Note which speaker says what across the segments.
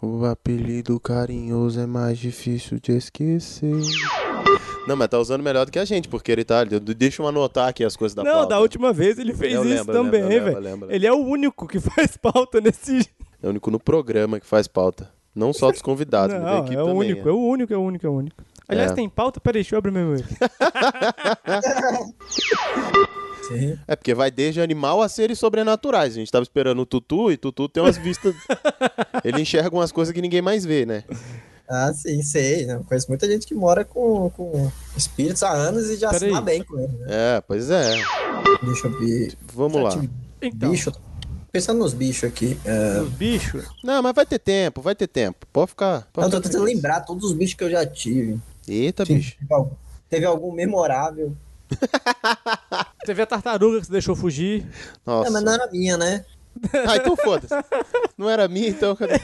Speaker 1: O apelido carinhoso é mais difícil de esquecer. Não, mas tá usando melhor do que a gente, porque ele tá. Deixa eu anotar aqui as coisas da
Speaker 2: Não,
Speaker 1: pauta.
Speaker 2: da última vez ele fez
Speaker 1: Eu
Speaker 2: isso
Speaker 1: lembro, eu
Speaker 2: também,
Speaker 1: lembro, eu lembro,
Speaker 2: velho.
Speaker 1: eu lembro, eu
Speaker 2: Ele é o único que faz pauta nesse.
Speaker 1: É o único no programa que faz pauta. Não só dos convidados, mas da
Speaker 2: Não,
Speaker 1: equipe
Speaker 2: é o
Speaker 1: também.
Speaker 2: único, é. o único, é o único, é o único. Aliás,
Speaker 1: É.
Speaker 2: tem pauta? Peraí, deixa eu abrir meu e-mail.
Speaker 3: Sim.
Speaker 1: É porque vai desde animal a seres sobrenaturais. A gente tava esperando o Tutu e Tutu tem umas vistas. Ele enxerga umas coisas que ninguém mais vê, né?
Speaker 3: Ah, sim, sei. Eu conheço muita gente que mora com, com espíritos há anos e já se
Speaker 2: Peraí.
Speaker 3: dá bem com ele. Né?
Speaker 1: É, pois é.
Speaker 3: Deixa eu ver.
Speaker 1: Vamos lá.
Speaker 2: Então,
Speaker 3: Bicho. Pensando nos bichos aqui.
Speaker 1: né?
Speaker 3: é,
Speaker 2: os bichos.
Speaker 1: Não, mas vai ter tempo, vai ter tempo. Pode ficar.
Speaker 3: Não,
Speaker 1: Pode
Speaker 3: eu tô
Speaker 1: ficar
Speaker 3: tentando
Speaker 1: tranquilo.
Speaker 3: lembrar todos os bichos que eu já tive.
Speaker 1: Eita,
Speaker 3: Sim,
Speaker 1: bicho.
Speaker 3: Teve algum, teve algum memorável.
Speaker 2: Você vê a tartaruga que você deixou fugir.
Speaker 3: É,
Speaker 1: Nossa.
Speaker 3: mas não era minha, né?
Speaker 1: Ah, então foda-se. Não era minha, então. cadê?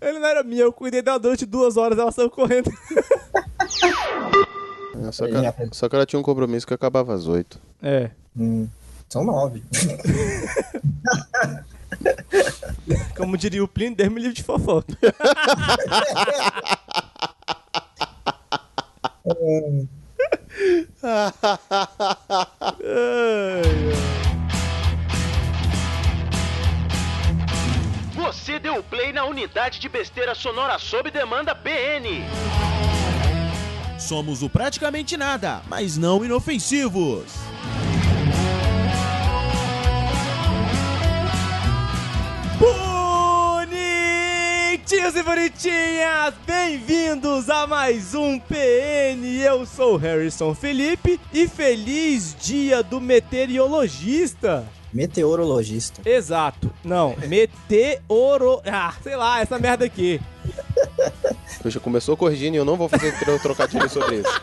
Speaker 2: Ele não era minha, eu cuidei dela durante duas horas, ela saiu correndo.
Speaker 1: É, Só que, ela, só que ela tinha um compromisso que acabava às oito.
Speaker 2: É.
Speaker 3: Hum, são nove.
Speaker 2: Como diria o Plínio, Deus me livre de fofoca.
Speaker 4: Você deu play na unidade de besteira sonora sob demanda BN.
Speaker 5: Somos o praticamente nada, mas não inofensivos.
Speaker 2: Bonitinhos e bonitinhas, bem-vindos a mais um PN. Eu sou o Harrison Felipe e feliz dia do meteorologista.
Speaker 3: Meteorologista.
Speaker 2: Exato. Não, meteoro... Ah, sei lá, essa merda aqui.
Speaker 1: Eu já começou corrigindo e eu não vou fazer tro- trocadilho sobre isso.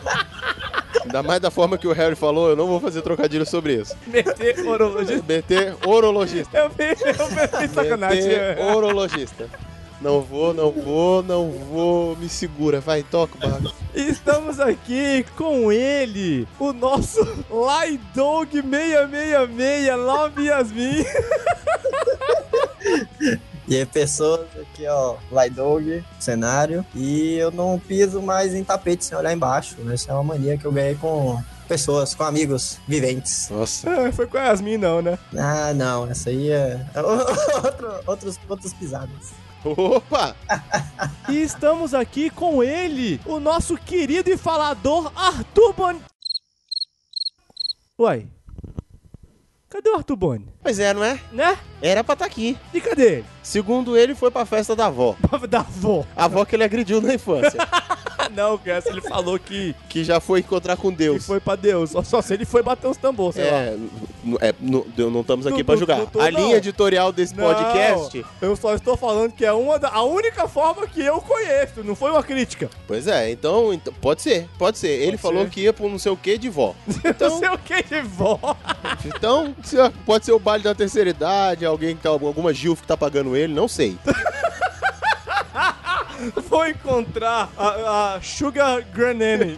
Speaker 1: Ainda mais da forma que o Harry falou, eu não vou fazer trocadilho sobre isso.
Speaker 2: Meteorologista.
Speaker 1: BT, orologista.
Speaker 2: Eu pensei sacanagem.
Speaker 1: BT, orologista. Não vou, não vou, não vou. Me segura, vai, toca o barco.
Speaker 2: Estamos aqui com ele, o nosso Laidog 666 Love Yasmin.
Speaker 3: E aí, pessoas aqui, ó, Lydog, cenário. E eu não piso mais em tapete sem olhar embaixo. né? Essa é uma mania que eu ganhei com pessoas, com amigos viventes.
Speaker 1: Nossa.
Speaker 2: Ah, Foi com a Yasmin, não, né?
Speaker 3: Ah, não, essa aí é. Outro, outros, outros né? pisados.
Speaker 1: Opa!
Speaker 2: E estamos aqui com ele, o nosso querido e falador Arthur Boni. Uai. Cadê o Arthur Boni?
Speaker 1: Pois é, não é?
Speaker 2: Né?
Speaker 1: Era pra estar aqui.
Speaker 2: E cadê ele?
Speaker 1: Segundo ele, foi pra festa da avó.
Speaker 2: Da avó.
Speaker 1: A avó que ele agrediu na infância.
Speaker 2: Ah, não, cara, se ele falou que,
Speaker 1: que já foi encontrar com
Speaker 2: que
Speaker 1: Deus.
Speaker 2: foi pra Deus. Só, só se ele foi bater os tambores, sei lá.
Speaker 1: É, n- é, n- eu não estamos aqui
Speaker 2: Não,
Speaker 1: pra
Speaker 2: não,
Speaker 1: julgar.
Speaker 2: não tô,
Speaker 1: a
Speaker 2: não.
Speaker 1: linha editorial desse
Speaker 2: Não,
Speaker 1: podcast.
Speaker 2: Eu só estou falando que é uma da, a única forma que eu conheço, não foi uma crítica.
Speaker 1: Pois é, então, então- pode ser, pode ser. Ele falou
Speaker 2: ser.
Speaker 1: que ia pra um não sei o que de vó.
Speaker 2: não
Speaker 1: Então,
Speaker 2: sei o que de vó.
Speaker 1: então se- pode ser o baile da terceira idade, alguém que tá, alguma Gilf que tá pagando ele, não sei.
Speaker 2: Vou encontrar a, a Sugar Granny.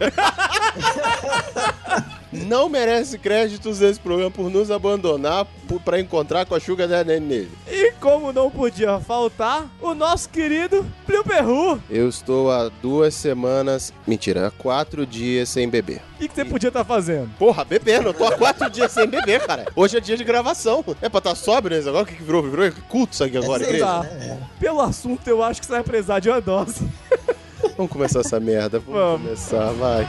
Speaker 1: Não merece créditos esse programa por nos abandonar por- pra encontrar com a Sugar da Nenê nele.
Speaker 2: e como não podia faltar, o nosso querido Plio Perru.
Speaker 1: Eu estou há duas semanas, mentira, há quatro dias sem beber.
Speaker 2: O que, que você podia estar fazendo?
Speaker 1: Porra, bebendo. Eu tô há quatro dias sem beber, cara. Hoje é dia de gravação. É pra estar sóbrio, né? Agora o que que virou? Virou culto isso aqui agora,
Speaker 3: Sim,
Speaker 1: igreja?
Speaker 2: tá.
Speaker 3: né?
Speaker 2: Pelo assunto, eu acho que você vai precisar de uma dose.
Speaker 1: Vamos começar essa merda. Vamos,
Speaker 2: Vamos.
Speaker 1: começar, vai.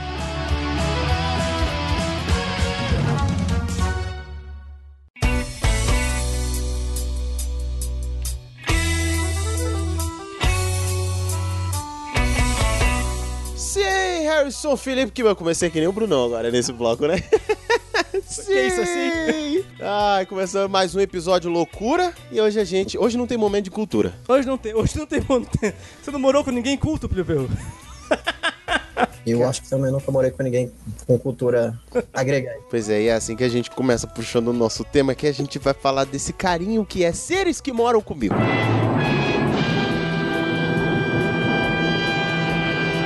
Speaker 1: Sim, Harrison Felipe, que eu comecei que nem o Brunão agora nesse bloco, né? Sim!
Speaker 2: isso, assim?
Speaker 1: Ai, começando mais um episódio loucura. E hoje a gente. Hoje não tem momento de cultura.
Speaker 2: Hoje não tem, hoje não tem, não tem- Você não morou com ninguém culto, Plio Perru?
Speaker 3: Eu acho que também nunca morei com ninguém com cultura agregada.
Speaker 1: Pois é, e é assim que a gente começa puxando o nosso tema, que a gente vai falar desse carinho que é seres que moram comigo.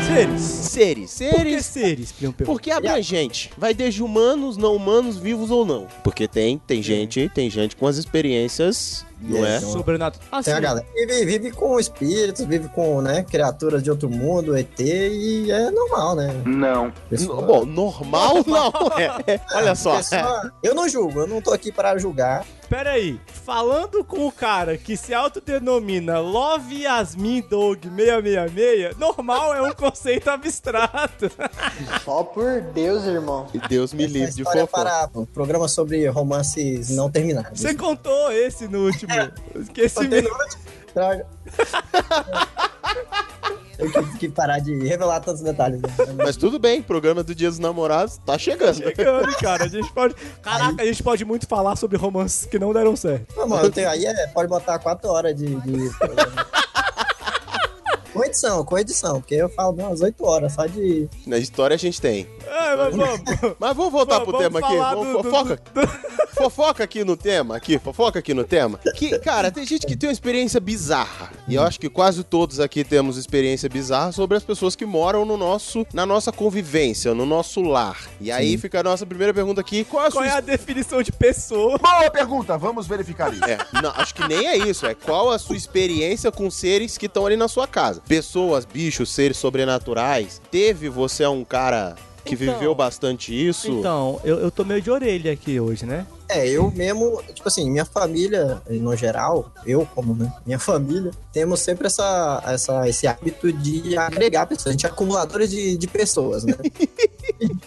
Speaker 2: Seres.
Speaker 1: Seres.
Speaker 2: Por que
Speaker 1: Seres.
Speaker 2: seres, Plio Perru?
Speaker 1: Porque abrangente. Vai desde humanos, não humanos, vivos ou não. Porque tem, tem gente, tem gente com as experiências Não é?
Speaker 3: Então,
Speaker 2: Sobrenatural. Assim,
Speaker 3: Tem a galera que vive, vive com espíritos, vive com, né, criaturas de outro mundo, ET, e é normal, né?
Speaker 4: Não.
Speaker 3: Pessoa-
Speaker 1: Bom, normal não é. É, Olha só.
Speaker 3: pessoa- Eu não julgo, eu não tô aqui para julgar.
Speaker 2: Pera aí, falando com o cara que se autodenomina Love Yasmin Dog 666, normal é um conceito abstrato.
Speaker 6: Só por Deus, irmão.
Speaker 1: E Deus me livre de
Speaker 3: história
Speaker 1: fofão.
Speaker 3: para um programa sobre romances não terminados.
Speaker 2: Você contou esse no último. Esqueci
Speaker 3: Só tem nome de Droga. Eu tive que parar de revelar tantos detalhes. né?
Speaker 1: Mas tudo bem, programa do Dia dos Namorados tá chegando.
Speaker 2: Chegando, cara. A gente pode. Caraca, a gente pode muito falar sobre romances que não deram certo.
Speaker 3: Não, mano, eu tenho- aí é, pode botar 4 horas de. de programa. com edição, com edição, porque eu falo umas 8 horas só de.
Speaker 1: Na história a gente tem.
Speaker 2: É, mas vamos.
Speaker 1: Mas vamos voltar pro
Speaker 2: vamos
Speaker 1: tema aqui.
Speaker 2: falar
Speaker 1: Vamos
Speaker 2: do- do-
Speaker 1: fofoca.
Speaker 2: do- do-
Speaker 1: Fofoca aqui no tema, aqui, fofoca aqui no tema. Que, cara, tem gente que tem uma experiência bizarra. E eu acho que quase todos aqui temos experiência bizarra sobre as pessoas que moram no nosso, na nossa convivência, no nosso lar. E aí fica a nossa primeira pergunta aqui: qual é a sua
Speaker 2: Qual é a definição de pessoa?
Speaker 7: Boa pergunta, vamos verificar isso.
Speaker 1: É, não, acho que nem é isso. É qual a sua experiência com seres que estão ali na sua casa? Pessoas, bichos, seres sobrenaturais. Teve você um cara que
Speaker 2: Então.
Speaker 1: viveu bastante isso?
Speaker 2: Então, eu, eu tô meio de orelha aqui hoje, né?
Speaker 3: É, eu mesmo, tipo assim, minha família, no geral, eu como, né? Minha família, temos sempre essa, essa, esse hábito de agregar pessoas. A gente é acumulador de, de pessoas, né?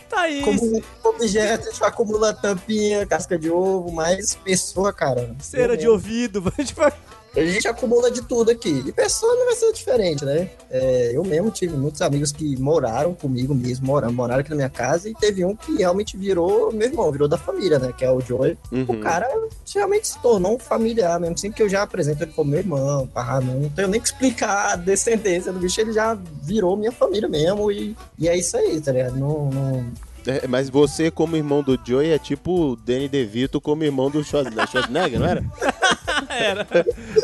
Speaker 2: Tá aí.
Speaker 3: Como objeto, a gente acumula tampinha, casca de ovo, mais pessoa, cara.
Speaker 2: Cera de ouvido, a gente vai-
Speaker 3: A gente acumula de tudo aqui. E pessoa não vai ser diferente, né? É, eu mesmo tive muitos amigos que moraram comigo mesmo, moraram, moraram aqui na minha casa, e teve um que realmente virou meu irmão, virou da família, né? Que é o Joey. O
Speaker 1: Uhum.
Speaker 3: cara realmente se tornou um familiar mesmo, assim que eu já apresento ele como meu irmão, pá, não tenho nem que explicar a descendência do bicho, ele já virou minha família mesmo, e, e é isso aí, tá ligado? Não, não...
Speaker 1: É, mas você, como irmão do Joey, é tipo o Danny DeVito como irmão do Schwar- da Schwarzenegger, não era?
Speaker 2: Era.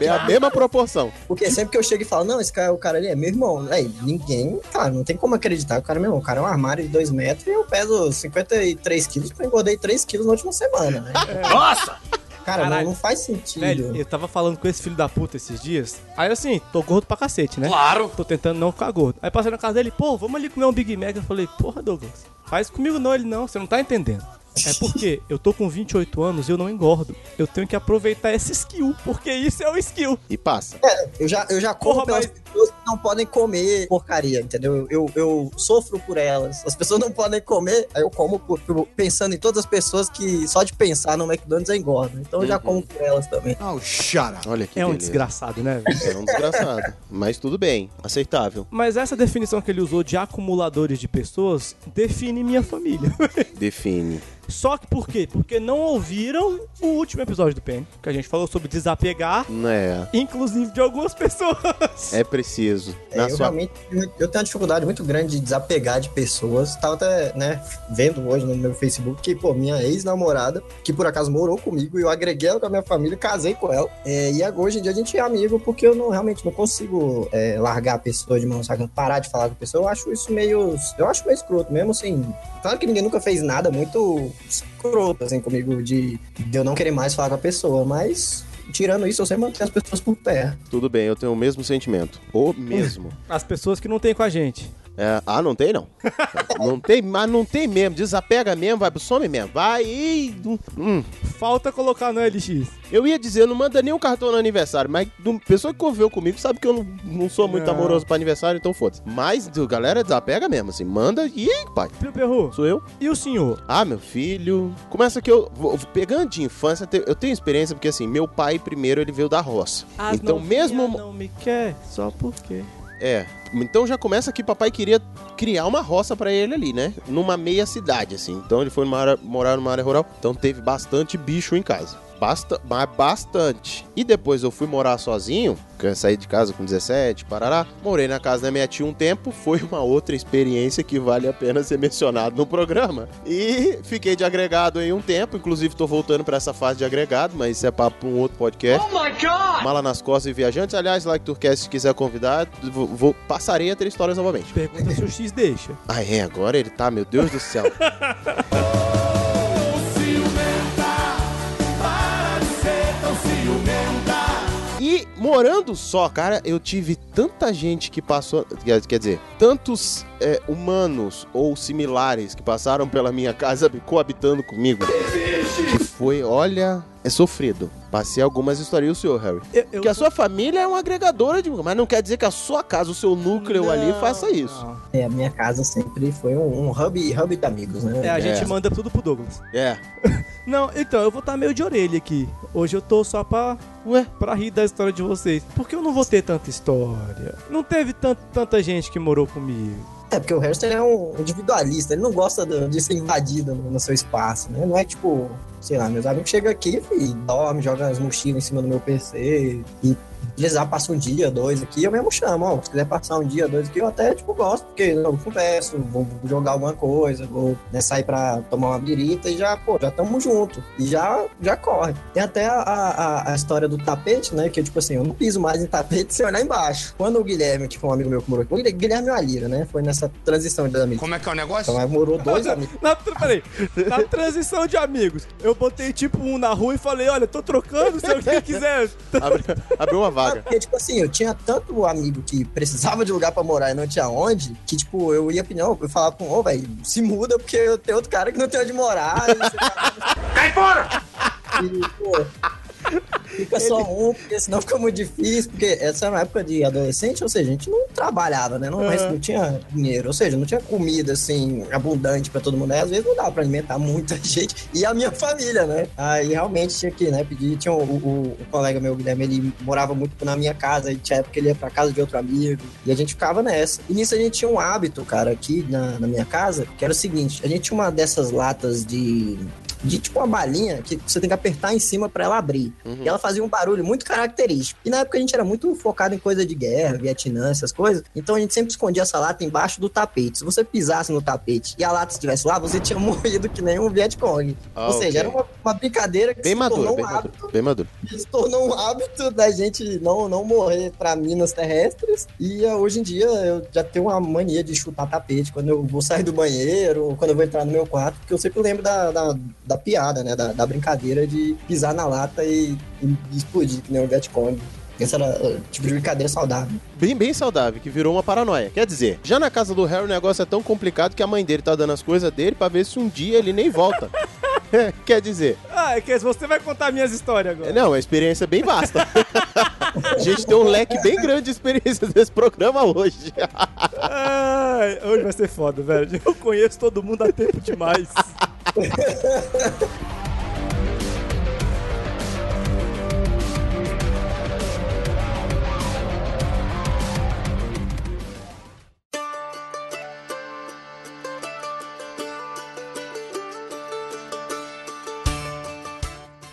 Speaker 1: É a mesma proporção.
Speaker 3: Porque sempre que eu chego e falo, não, esse cara, o cara ali é meu irmão, aí ninguém, cara, não tem como acreditar, que o cara é meu irmão, o cara é um armário de dois metros e eu peso 53 quilos, porque eu engordei 3 quilos na última semana, né?
Speaker 4: É. Nossa!
Speaker 3: Cara, não,
Speaker 2: Caralho.
Speaker 3: não faz sentido.
Speaker 2: Velho, eu tava falando com esse filho da puta esses dias. Aí assim, tô gordo pra cacete, né?
Speaker 4: Claro!
Speaker 2: Tô tentando não ficar gordo. Aí passei na casa dele, pô, vamos ali comer um Big Mac. Eu falei, porra, Douglas, faz comigo não, ele não, você não tá entendendo. É porque eu tô com 28 anos e eu não engordo. Eu tenho que aproveitar esse skill, porque isso é o skill.
Speaker 1: E passa.
Speaker 3: É, Eu já, eu já corro
Speaker 2: Porra,
Speaker 3: pelas
Speaker 2: mas-
Speaker 3: pessoas que não podem comer porcaria, entendeu? Eu, eu sofro por elas. As pessoas não podem comer, aí eu como por- por- pensando em todas as pessoas que só de pensar no McDonald's eu engordo. Então eu
Speaker 2: Uhum.
Speaker 3: já como por elas também.
Speaker 5: Oh, shut up.
Speaker 1: Olha que
Speaker 2: é um
Speaker 1: beleza.
Speaker 2: desgraçado, né,
Speaker 1: É
Speaker 2: velho?
Speaker 1: um desgraçado. Mas tudo bem, aceitável.
Speaker 2: Mas essa definição que ele usou de acumuladores de pessoas define minha família.
Speaker 1: Define.
Speaker 2: Só que por quê? Porque não ouviram o último episódio do PN, que a gente falou sobre desapegar,
Speaker 1: É,
Speaker 2: inclusive de algumas pessoas.
Speaker 1: é preciso.
Speaker 3: É,
Speaker 1: Na
Speaker 3: eu
Speaker 1: sua
Speaker 3: realmente eu tenho uma dificuldade muito grande de desapegar de pessoas. Tava até, né, vendo hoje no meu Facebook que, pô, minha ex-namorada, que por acaso morou comigo, e eu agreguei ela com a minha família, casei com ela. É, e agora, hoje em dia a gente é amigo porque eu não realmente não consigo é, largar a pessoa de mão, saca? Parar de falar com a pessoa. Eu acho isso meio. Eu acho meio escroto, mesmo assim. Claro que ninguém nunca fez nada muito escroto, assim, comigo, de, de eu não querer mais falar com a pessoa, mas. Tirando isso, eu sempre mantenho as pessoas por perto.
Speaker 1: Tudo bem, eu tenho o mesmo sentimento. O mesmo.
Speaker 2: As pessoas que não tem com a gente.
Speaker 1: É, ah, não tem não. não tem, mas não tem mesmo. Desapega mesmo, vai pro some mesmo. Vai e. Hum.
Speaker 2: Falta colocar no LX.
Speaker 1: Eu ia dizer, não manda nenhum cartão no aniversário, mas do- pessoa que conviveu comigo sabe que eu não, não sou muito
Speaker 2: Não.
Speaker 1: amoroso pra aniversário, então foda-se. Mas, do- galera, desapega mesmo, assim. Manda e, pai,
Speaker 2: Pio Perru,
Speaker 1: sou eu.
Speaker 2: e o senhor?
Speaker 1: Ah, meu filho. Começa que eu. vou- vou- Pegando de infância, te- eu tenho experiência, porque assim, meu pai primeiro ele veio da roça. então, mesmo.
Speaker 2: não me quer, só porque...
Speaker 1: É. Então já começa que papai queria criar uma roça pra ele ali, né? Numa meia cidade, assim. Então ele foi numa área- morar numa área rural. Então teve bastante bicho em casa. Basta, mas bastante. E depois eu fui morar sozinho, que eu saí de casa com 17, parará. Morei na casa da minha tia um tempo, foi uma outra experiência que vale a pena ser mencionado no programa. E fiquei de agregado aí um tempo, inclusive tô voltando pra essa fase de agregado, mas isso é papo pra um outro podcast. Mala nas costas e viajantes. Aliás, like Turcast, se quiser convidar, vou, vou- passarei a três histórias novamente.
Speaker 2: Pergunta se o X deixa.
Speaker 1: Ah, é, agora ele tá, meu Deus do céu.
Speaker 7: Ciumenta, para de ser tão ciumenta.
Speaker 1: Morando só, cara, eu tive tanta gente que passou. quer- Quer dizer, tantos é, humanos ou similares que passaram pela minha casa coabitando comigo. Que foi, olha, é sofrido. Passei algumas histórias, e o senhor, Harry?
Speaker 2: Eu, eu
Speaker 1: Porque a sua família é uma agregadora de. Mas não quer dizer que a sua casa, o seu núcleo ali,
Speaker 2: Não,
Speaker 1: faça isso.
Speaker 2: não.
Speaker 3: É, a minha casa sempre foi um, um hub, hub de amigos, né?
Speaker 2: É, a
Speaker 1: É.
Speaker 2: gente manda tudo pro Douglas.
Speaker 1: É.
Speaker 2: Não, então, eu vou estar meio de orelha aqui. Hoje eu tô só pra,
Speaker 1: Ué?
Speaker 2: pra rir da história de vocês. Porque eu não vou ter tanta história. Não teve tanto, tanta gente que morou comigo.
Speaker 3: É, porque o Harrison ele é um individualista, ele não gosta do- de ser invadido no, no seu espaço, né? Não é tipo, sei lá, meus amigos chegam aqui e dormem, jogam as mochilas em cima do meu PC e precisar passa um dia, dois aqui, eu mesmo chamo, ó, se quiser passar um dia, dois aqui, eu até, tipo, gosto, porque eu converso, vou jogar alguma coisa, vou né, sair pra tomar uma birita e já, pô, já tamo junto, e já, já corre. Tem até a, a, a história do tapete, né, que, tipo assim, eu não piso mais em tapete sem olhar embaixo. Quando o Guilherme, que foi um amigo meu que morou aqui, o Guilherme é uma lira, né, foi nessa transição de amigos.
Speaker 8: Como é que é o negócio?
Speaker 3: Então, aí morou dois amigos.
Speaker 2: Na, tra- peraí, na transição de amigos, eu botei tipo um na rua e falei: olha, tô trocando, se alguém quiser.
Speaker 1: Abre- abriu uma vaga.
Speaker 3: Porque, tipo assim, eu tinha tanto amigo que precisava de lugar pra morar e não tinha onde, que, tipo, eu ia opinião, eu falava com, ô, velho, se muda porque eu tenho outro cara que não tem onde morar. e você Cai fora! Fica só um, porque senão fica muito difícil, porque essa era uma época de adolescente, ou seja, a gente não trabalhava, né? Não, mas não tinha dinheiro, ou seja, não tinha comida, assim, abundante pra todo mundo. Aí, às vezes não dava pra alimentar muita gente e a minha família, né? Aí realmente tinha que, né, pedir. Tinha o, o- o colega meu, Guilherme, ele morava muito na minha casa, e tinha época que ele ia pra casa de outro amigo, e a gente ficava nessa. E nisso a gente tinha um hábito, cara, aqui na, na minha casa, que era o seguinte, a gente tinha uma dessas latas de... De tipo uma balinha que você tem que apertar em cima pra ela abrir.
Speaker 1: Uhum.
Speaker 3: E ela fazia um barulho muito característico. E na época a gente era muito focado em coisa de guerra, Vietnã, essas coisas. Então a gente sempre escondia essa lata embaixo do tapete. Se você pisasse no tapete e a lata estivesse lá, você tinha morrido que nem um Vietcong.
Speaker 1: Ah,
Speaker 3: Ou seja,
Speaker 1: ok.
Speaker 3: era uma, uma brincadeira que
Speaker 1: Bem
Speaker 3: se
Speaker 1: maduro,
Speaker 3: tornou
Speaker 1: bem
Speaker 3: um
Speaker 1: maduro.
Speaker 3: hábito.
Speaker 1: Bem maduro.
Speaker 3: Se tornou um hábito da gente não, não morrer pra minas terrestres. E ah, hoje em dia eu já tenho uma mania de chutar tapete quando eu vou sair do banheiro, ou quando eu vou entrar no meu quarto, porque eu sempre lembro da, da, da piada, né? Da, da brincadeira de pisar na lata e, e explodir, que nem o Vietcong. Essa era ah, tipo de brincadeira saudável.
Speaker 1: bem, bem saudável, que virou uma paranoia. Quer dizer, já na casa do Harry o negócio é tão complicado que a mãe dele tá dando as coisas dele pra ver se um dia ele nem volta. Quer dizer,
Speaker 2: Ah, é que você vai contar minhas histórias agora.
Speaker 1: não, é uma experiência bem vasta. a gente tem um leque bem grande de experiências desse programa hoje.
Speaker 2: Ai, hoje vai ser foda, velho. Eu conheço todo mundo há tempo demais.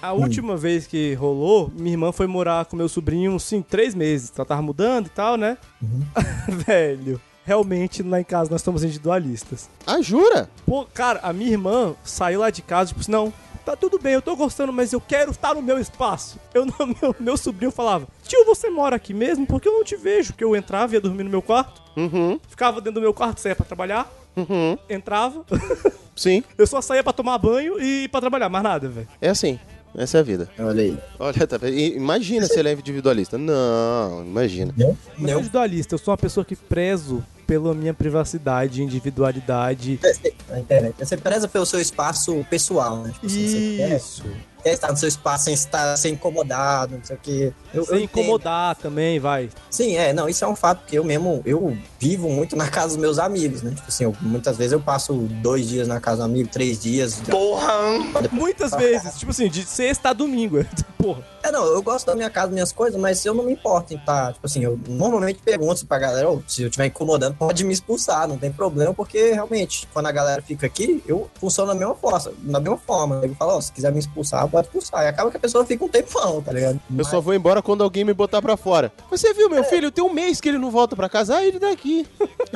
Speaker 2: A última vez que rolou, minha irmã foi morar com meu sobrinho uns 5, 3 meses. Ela tava mudando e tal, né? Velho, realmente lá em casa nós estamos individualistas.
Speaker 1: Ah, jura?
Speaker 2: Pô, cara, a minha irmã saiu lá de casa, tipo, assim, não, tá tudo bem, eu tô gostando, mas eu quero estar no meu espaço. Eu não- meu, meu sobrinho falava, tio, você mora aqui mesmo? Porque eu não te vejo. Porque eu entrava, ia dormir no meu quarto,
Speaker 1: Uhum,
Speaker 2: ficava dentro do meu quarto, saía pra trabalhar,
Speaker 1: uhum.
Speaker 2: entrava,
Speaker 1: Sim,
Speaker 2: eu só saía pra tomar banho e ir pra trabalhar, mais nada, velho.
Speaker 1: é assim. Essa é a vida.
Speaker 3: Olha aí.
Speaker 1: Olha, tá, i- imagina se ele é individualista. Não, imagina.
Speaker 2: Mas eu sou individualista, eu sou uma pessoa que prezo pela minha privacidade, individualidade.
Speaker 3: Na internet. Você preza pelo seu espaço pessoal, né? Tipo assim, você quer,
Speaker 2: Isso.
Speaker 3: quer estar no seu espaço sem estar sem incomodado, não sei o quê. É, Eu, eu
Speaker 2: Sem
Speaker 3: entendo.
Speaker 2: incomodar também, vai.
Speaker 3: Sim, é, não, isso é um fato, porque eu mesmo, eu vivo muito na casa dos meus amigos, né? Tipo assim, eu- muitas vezes eu passo dois dias na casa do amigo, três dias.
Speaker 2: Muitas
Speaker 3: Tá.
Speaker 2: vezes, tipo assim, de sexta a domingo. Porra.
Speaker 3: É, não, eu gosto da minha casa, minhas coisas, mas eu não me importo em estar, tipo assim, eu normalmente pergunto pra galera, "Ô, se eu estiver incomodando, pode me expulsar, não tem problema, porque realmente, quando a galera fica aqui, eu funciono da mesma forma, da mesma forma. Ele fala, ó, se quiser me expulsar, pode expulsar. E acaba que a pessoa fica um tempão, tá ligado?
Speaker 1: Eu só vou embora quando alguém me botar pra fora. Você viu, meu filho? Tem um mês que ele não volta pra casa. Ah, ele tá aqui.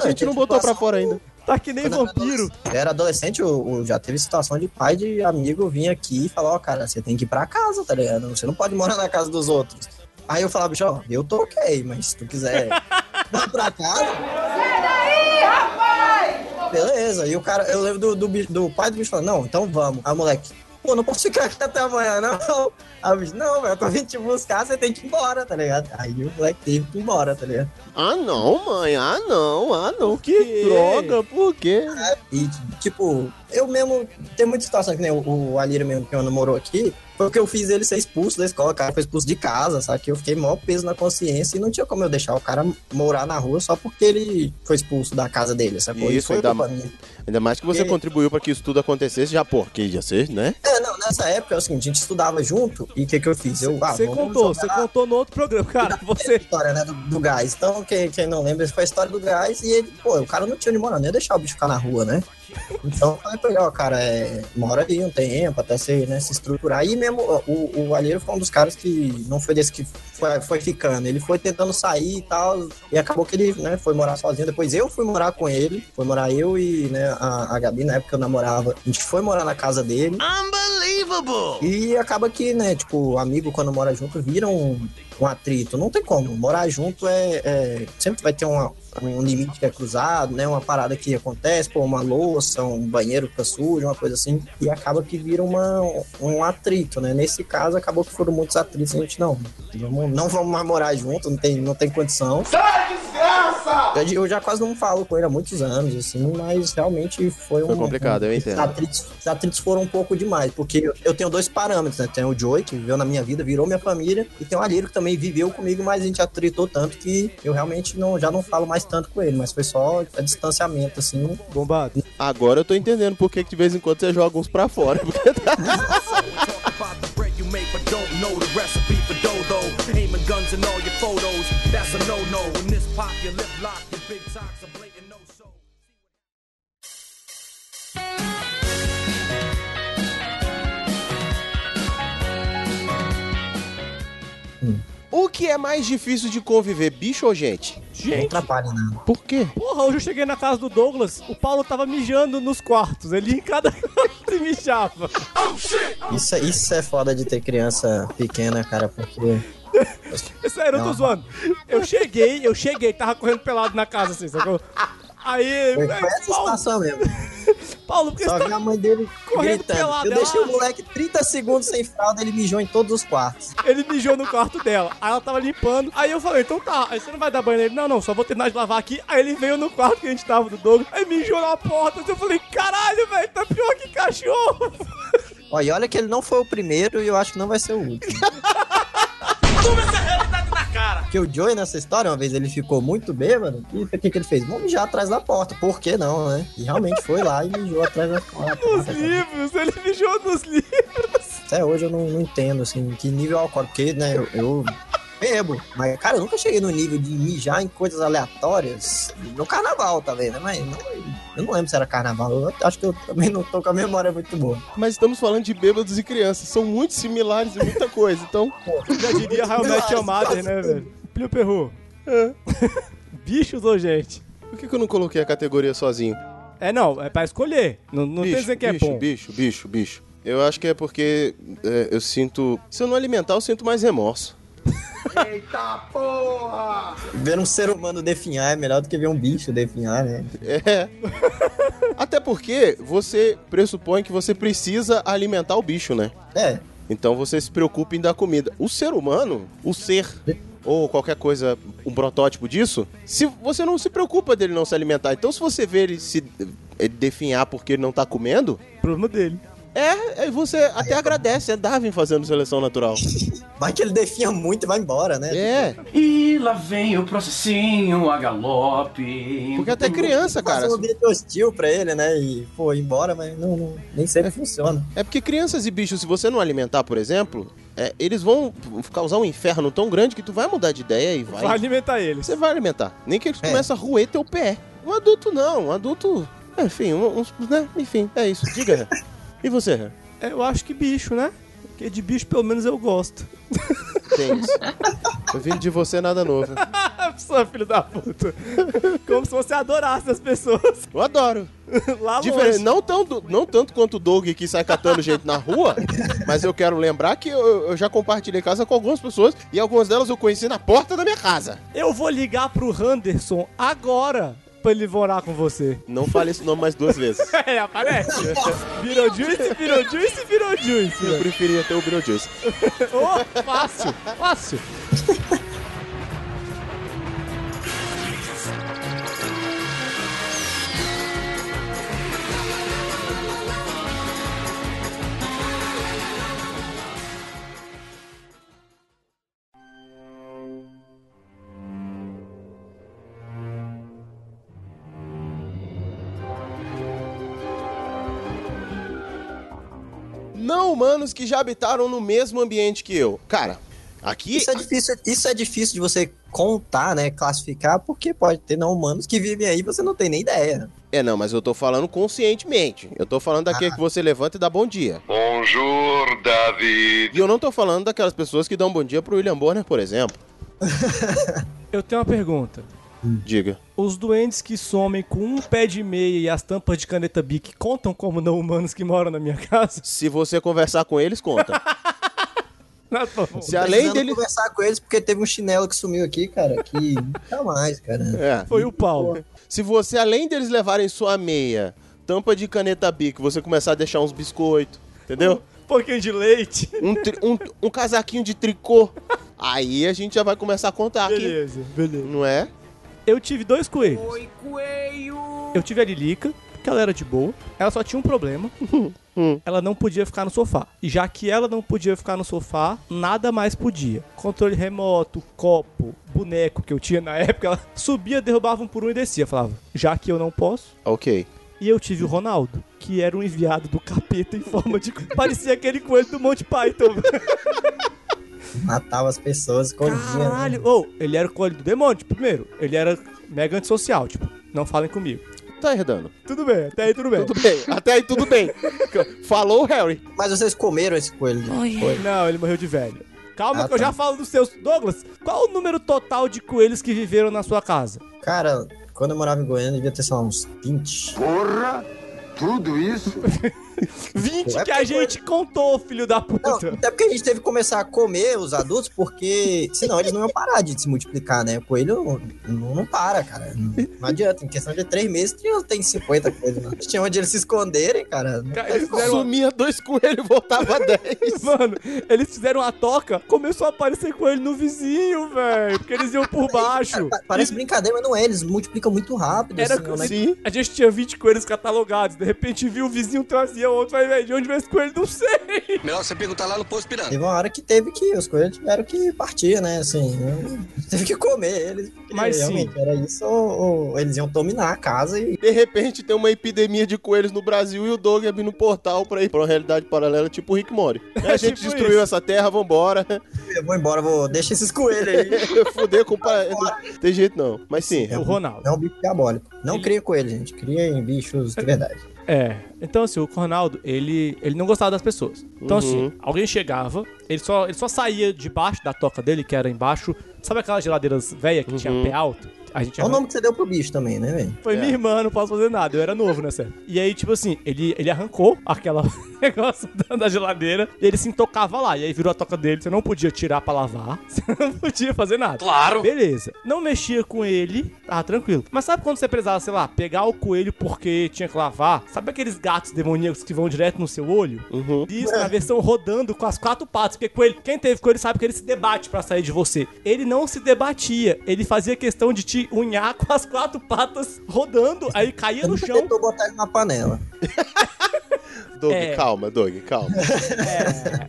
Speaker 1: A gente não botou pra fora ainda.
Speaker 2: Tá que nem
Speaker 3: Quando é eu era
Speaker 2: vampiro.
Speaker 3: adolescente- Era adolescente, eu, eu já teve situação de pai de amigo vir aqui e falar, ó, cara, você tem que ir pra casa, tá ligado? Você não pode morar na casa dos outros. Aí eu falava, bicho, ó, eu tô ok, mas se tu quiser ir pra casa. Beleza, e o cara, eu lembro do, do, bicho- do pai do bicho falando, não, então vamos. Aí o moleque, pô, pô, não posso ficar aqui até amanhã, não. Aí eu disse, não, velho, quando eu vim te buscar, você tem que ir embora, tá ligado? Aí o moleque teve que ir embora, tá ligado?
Speaker 1: Ah, não, mãe. Ah, não. Ah, não. Que
Speaker 2: quê?
Speaker 1: droga. Por quê?
Speaker 3: E, tipo, eu mesmo. Tem muita situação que nem o, o Alira mesmo que eu namorou aqui. Foi que eu fiz ele ser expulso da escola, o cara foi expulso de casa, sabe? Que eu fiquei maior peso na consciência e não tinha como eu deixar o cara morar na rua só porque ele foi expulso da casa dele, sacou?
Speaker 1: Isso,
Speaker 3: foi
Speaker 1: ainda
Speaker 3: culpa minha.
Speaker 1: Ainda mais que você
Speaker 3: Porque-
Speaker 1: contribuiu pra que isso tudo acontecesse, já porque já sei, né?
Speaker 3: É, não, nessa época é o seguinte, a gente estudava junto e o que, que eu fiz? Eu, ah,
Speaker 2: Você
Speaker 3: vamos
Speaker 2: contou,
Speaker 3: jogar
Speaker 2: você contou no outro programa. Cara, você.
Speaker 3: história, né, do, do gás. Então, quem, quem não lembra, foi a história do gás e ele, pô, o cara não tinha onde morar, nem ia deixar o bicho ficar na rua, né? Então, eu falei pra ele, ó, cara, é, mora aí um tempo, até se, né, se estruturar. E mesmo ó, o, o Alheiro foi um dos caras que não foi desse que foi, foi ficando. Ele foi tentando sair e tal, e acabou que ele, né, foi morar sozinho. Depois eu fui morar com ele, foi morar eu e, né, a, a Gabi, na época eu namorava. A gente foi morar na casa dele. E acaba que, né, tipo, amigo quando mora junto vira um, um atrito. Não tem como. Morar junto é. é- sempre vai ter uma- um limite que é cruzado, né? Uma parada que acontece, pô, uma louça, um banheiro que fica sujo, uma coisa assim. E acaba que vira uma, um atrito, né? Nesse caso, acabou que foram muitos atritos. A gente, não, vamos- não vamos mais morar junto, não tem, não tem condição. Eu, eu já quase não falo com ele há muitos anos, assim, mas realmente foi um.
Speaker 1: Foi complicado, eu
Speaker 3: Os
Speaker 1: entendo.
Speaker 3: atritos, os atritos foram um pouco demais, porque eu, eu tenho dois parâmetros, né? Tem o Joey, que viveu na minha vida, virou minha família, e tem o Alheiro, que também viveu comigo, mas a gente atritou tanto que eu realmente não, já não falo mais tanto com ele, mas foi só é, distanciamento, assim.
Speaker 2: Bombado.
Speaker 1: Agora eu tô entendendo por que que de vez em quando você joga uns pra fora. Porque tá... O que é mais difícil de conviver, bicho ou gente?
Speaker 3: Não
Speaker 2: Gente,
Speaker 3: atrapalha nada.
Speaker 1: Por quê?
Speaker 2: porra, hoje eu cheguei na casa do Douglas, o Paulo tava mijando nos quartos. Ele em cada quarto e mijava.
Speaker 3: Isso, é- isso é foda de ter criança pequena, cara, porque.
Speaker 2: É Sério, eu tô
Speaker 3: Não.
Speaker 2: zoando. Eu cheguei, eu cheguei, tava correndo pelado na casa, assim, sacou? Aí,
Speaker 3: Foi
Speaker 2: aí,
Speaker 3: essa
Speaker 2: Paulo,
Speaker 3: situação mesmo.
Speaker 2: Paulo, por que
Speaker 3: Só
Speaker 2: você tá
Speaker 3: vi a mãe dele
Speaker 2: correndo
Speaker 3: gritando.
Speaker 2: pelado,
Speaker 3: eu
Speaker 2: ela-
Speaker 3: deixei o moleque 30 segundos sem fralda, ele mijou em todos os quartos.
Speaker 2: tá- ele mijou no quarto dela? Aí ela tava limpando. Aí eu falei, então tá, aí você não vai dar banho nele? Não, não, só vou terminar de lavar aqui. Aí ele veio no quarto que a gente tava do Douglas, aí mijou na porta. Eu falei, caralho, velho, tá pior que cachorro.
Speaker 3: Ó, e olha que ele não foi o primeiro e eu acho que não vai ser o último. Porque o Joey nessa história, uma vez ele ficou muito bêbado, e o que, que ele fez? Vamos mijar atrás da porta, por que não, né? E realmente foi lá e mijou atrás da porta.
Speaker 2: Nos livros, ele mijou nos livros.
Speaker 3: Até hoje eu não, não entendo, assim, que nível alcoólico, porque, né, eu, eu bebo, mas, cara, eu nunca cheguei no nível de mijar em coisas aleatórias, no carnaval, tá vendo? Mas não- eu não lembro se era carnaval, eu acho que eu também não tô com a memória muito boa.
Speaker 1: Mas estamos falando de bêbados e crianças. São muito similares em muita coisa. Então,
Speaker 2: Já diria Real Match Your Mother, né, velho? É. Plio Perru. Bichos ou gente?
Speaker 1: por que, que eu não coloquei a categoria sozinho?
Speaker 2: É, não, é pra escolher. Não, não tem dizer que é
Speaker 1: bicho,
Speaker 2: bom.
Speaker 1: bicho, bicho, bicho. Eu acho que é porque é, eu sinto. Se eu não alimentar, eu sinto mais remorso.
Speaker 3: Ver um ser humano definhar é melhor do que ver um bicho definhar, né?
Speaker 1: É. Até porque você pressupõe que você precisa alimentar o bicho, né?
Speaker 3: É,
Speaker 1: Então você se preocupa em dar comida. O ser humano, o ser ou qualquer coisa, um protótipo disso, se você não se preocupa dele não se alimentar. Então se você vê ele se eh, definhar porque ele não tá comendo,
Speaker 2: Problema dele.
Speaker 1: é, é, você até agradece, é Darwin fazendo seleção natural.
Speaker 3: Vai que ele definha muito e vai embora, né?
Speaker 1: É,
Speaker 4: E lá vem o processinho a galope.
Speaker 1: porque até criança, cara.
Speaker 3: Faz um ambiente hostil pra ele, né? E pô, ir embora, mas não, não- nem sempre funciona.
Speaker 1: É porque crianças e bichos, se você não alimentar, por exemplo, é, eles vão causar um inferno tão grande que tu vai mudar de ideia e vai.
Speaker 2: Vai alimentar eles.
Speaker 1: Você vai alimentar. Nem que eles
Speaker 3: É.
Speaker 1: comecem a roer teu pé. Um adulto não, um adulto. Enfim, um- uns, né? Enfim, é isso. Diga, Ré. E você, Ré?
Speaker 2: É, Eu acho que bicho, né? Porque de bicho pelo menos eu gosto.
Speaker 1: Tem isso. Eu vindo de você nada novo.
Speaker 2: Sua filho da puta. Como se você adorasse as pessoas
Speaker 1: Eu adoro.
Speaker 2: lá
Speaker 1: Diferente-
Speaker 2: longe.
Speaker 1: não, tanto, não tanto quanto o Doug que sai catando gente na rua, mas eu quero lembrar que eu, eu já compartilhei casa com algumas pessoas e algumas delas eu conheci na porta da minha casa.
Speaker 2: Eu vou ligar pro Henderson agora. Pra pra ele morar com você.
Speaker 1: Não fale esse nome mais duas vezes.
Speaker 2: É, aparece. Virou Juice, virou Juice, virou Juice.
Speaker 1: Eu preferia ter o Beetlejuice.
Speaker 2: Oh, fácil, fácil.
Speaker 1: Não humanos que já habitaram no mesmo ambiente que eu. Cara, aqui.
Speaker 3: Isso é, difícil, isso é difícil de você contar, né? Classificar, porque pode ter não humanos que vivem aí e você não tem nem ideia.
Speaker 1: É, não, mas eu tô falando conscientemente. Eu tô falando
Speaker 2: Ah.
Speaker 1: daquele que você levanta e dá bom dia.
Speaker 8: Bonjour, David.
Speaker 1: E eu não tô falando daquelas pessoas que dão bom dia pro William Bonner, por exemplo.
Speaker 2: Eu tenho uma pergunta.
Speaker 1: Diga.
Speaker 2: Os duendes que somem com um pé de meia e as tampas de caneta Bic contam como não humanos que moram na minha casa?
Speaker 1: Se você conversar com eles, conta.
Speaker 2: Não, tá bom.
Speaker 1: Se além
Speaker 3: Precisando
Speaker 1: dele.
Speaker 3: conversar com eles, porque teve um chinelo que sumiu aqui, cara, que nunca mais, cara.
Speaker 1: É.
Speaker 2: Foi o Paulo.
Speaker 1: Se você, além deles levarem sua meia, tampa de caneta bico, você começar a deixar uns biscoitos, entendeu?
Speaker 2: Um pouquinho de leite.
Speaker 1: Um, tri- um, um casaquinho de tricô. Aí a gente já vai começar a contar aqui.
Speaker 2: Beleza, beleza.
Speaker 1: Não é?
Speaker 2: Eu tive dois coelhos. Eu tive a Lilica, que ela era de boa. Ela só tinha um problema. ela não podia ficar no sofá. E já que ela não podia ficar no sofá, nada mais podia. Controle remoto, copo, boneco que eu tinha na época, ela subia, derrubava um por um e descia. Falava, já que eu não posso.
Speaker 1: Ok.
Speaker 2: E eu tive o Ronaldo, que era um enviado do capeta em forma de. Parecia aquele coelho do Monte Python.
Speaker 3: Matava as pessoas, escondia. né?
Speaker 2: Caralho! Ou, ele era o coelho do demônio, tipo, primeiro. Ele era mega antissocial, tipo, não falem comigo.
Speaker 1: Tá herdando.
Speaker 2: Tudo bem, até aí tudo bem.
Speaker 1: Tudo bem. Até aí tudo bem. Falou, Harry.
Speaker 3: Mas vocês comeram esse coelho? Foi.
Speaker 2: Não, ele morreu de velho. Calma
Speaker 3: Ah,
Speaker 2: que eu
Speaker 3: tá.
Speaker 2: já falo dos seus. Douglas, qual o número total de coelhos que viveram na sua casa?
Speaker 3: Cara, quando eu morava em Goiânia, devia ter, sei lá, uns 20.
Speaker 7: Porra! Tudo isso?
Speaker 2: 20
Speaker 3: É
Speaker 2: que a
Speaker 3: porque-
Speaker 2: gente contou, filho da
Speaker 3: Não,
Speaker 2: puta.
Speaker 3: até porque a gente teve que começar a comer os adultos, porque senão eles não iam parar de se multiplicar, né? O coelho não, não, não para, cara. Não, não adianta. Em questão de três meses, tinha, tem 50 coelhos lá. Tinha onde eles se esconderem, cara. Não
Speaker 2: Cara,
Speaker 3: teve
Speaker 2: eles
Speaker 3: como.
Speaker 2: fizeram-
Speaker 1: Sumia dois coelhos e voltava dez.
Speaker 2: Mano, eles fizeram a toca, começou a aparecer coelho no vizinho, velho. Porque eles iam por baixo.
Speaker 3: Pa- Parece brincadeira, mas não é. Eles multiplicam muito rápido.
Speaker 2: Era
Speaker 3: assim,
Speaker 2: como
Speaker 3: né?
Speaker 1: Sim.
Speaker 2: A gente tinha 20 coelhos catalogados, de repente viu o vizinho trazia outro, vai, velho, de onde vem esse coelho? Não sei.
Speaker 3: Teve uma hora que teve que. Os coelhos tiveram que partir, né? Assim, né? teve que comer eles. porque
Speaker 2: Mas sim.
Speaker 3: realmente era isso, ou, ou eles iam dominar a casa e.
Speaker 1: De repente tem uma epidemia de coelhos no Brasil e o Doug abriu no portal pra ir pra uma realidade paralela tipo o Rick Mori. A gente
Speaker 2: Tipo
Speaker 1: destruiu
Speaker 2: isso.
Speaker 1: essa terra, vambora.
Speaker 3: Eu vou embora, vou. Deixa esses coelhos aí.
Speaker 1: Fuder com o pa- Não tem jeito não. Mas sim.
Speaker 3: É
Speaker 2: O Ronaldo.
Speaker 3: Não, bicho diabólico. Não
Speaker 2: Ele-
Speaker 3: cria coelho, gente. Cria em bichos de verdade.
Speaker 2: É. Então, assim, o Ronaldo, ele, ele não gostava das pessoas. Então, assim, alguém chegava, ele só, ele só saía debaixo da toca dele, que era embaixo. Sabe aquelas geladeiras velhas que tinha pé alto? A gente
Speaker 3: É o
Speaker 2: arran-
Speaker 3: nome que você deu pro bicho também, né, velho?
Speaker 2: Foi minha irmã, não posso fazer nada, eu era novo nessa época. E aí, tipo assim, ele, ele arrancou aquela negócio da- da geladeira e ele se intocava lá. E aí virou a toca dele, você não podia tirar pra lavar, você não podia fazer nada. Claro! Beleza. Não mexia com ele, tava tranquilo. Mas sabe quando você precisava, sei lá, pegar o coelho porque tinha que lavar? Sabe aqueles gatos demoníacos que vão direto no seu olho?
Speaker 1: Uhum.
Speaker 2: Isso, na versão rodando com as quatro patas. Porque coelho, quem teve coelho sabe que ele se debate pra sair de você. Ele não se debatia. Ele fazia questão de te unhar com as quatro patas rodando. Aí caía É no
Speaker 3: Nunca
Speaker 2: chão.
Speaker 3: tentou botar ele na panela.
Speaker 1: Doug,
Speaker 2: É.
Speaker 1: calma, Doug, calma.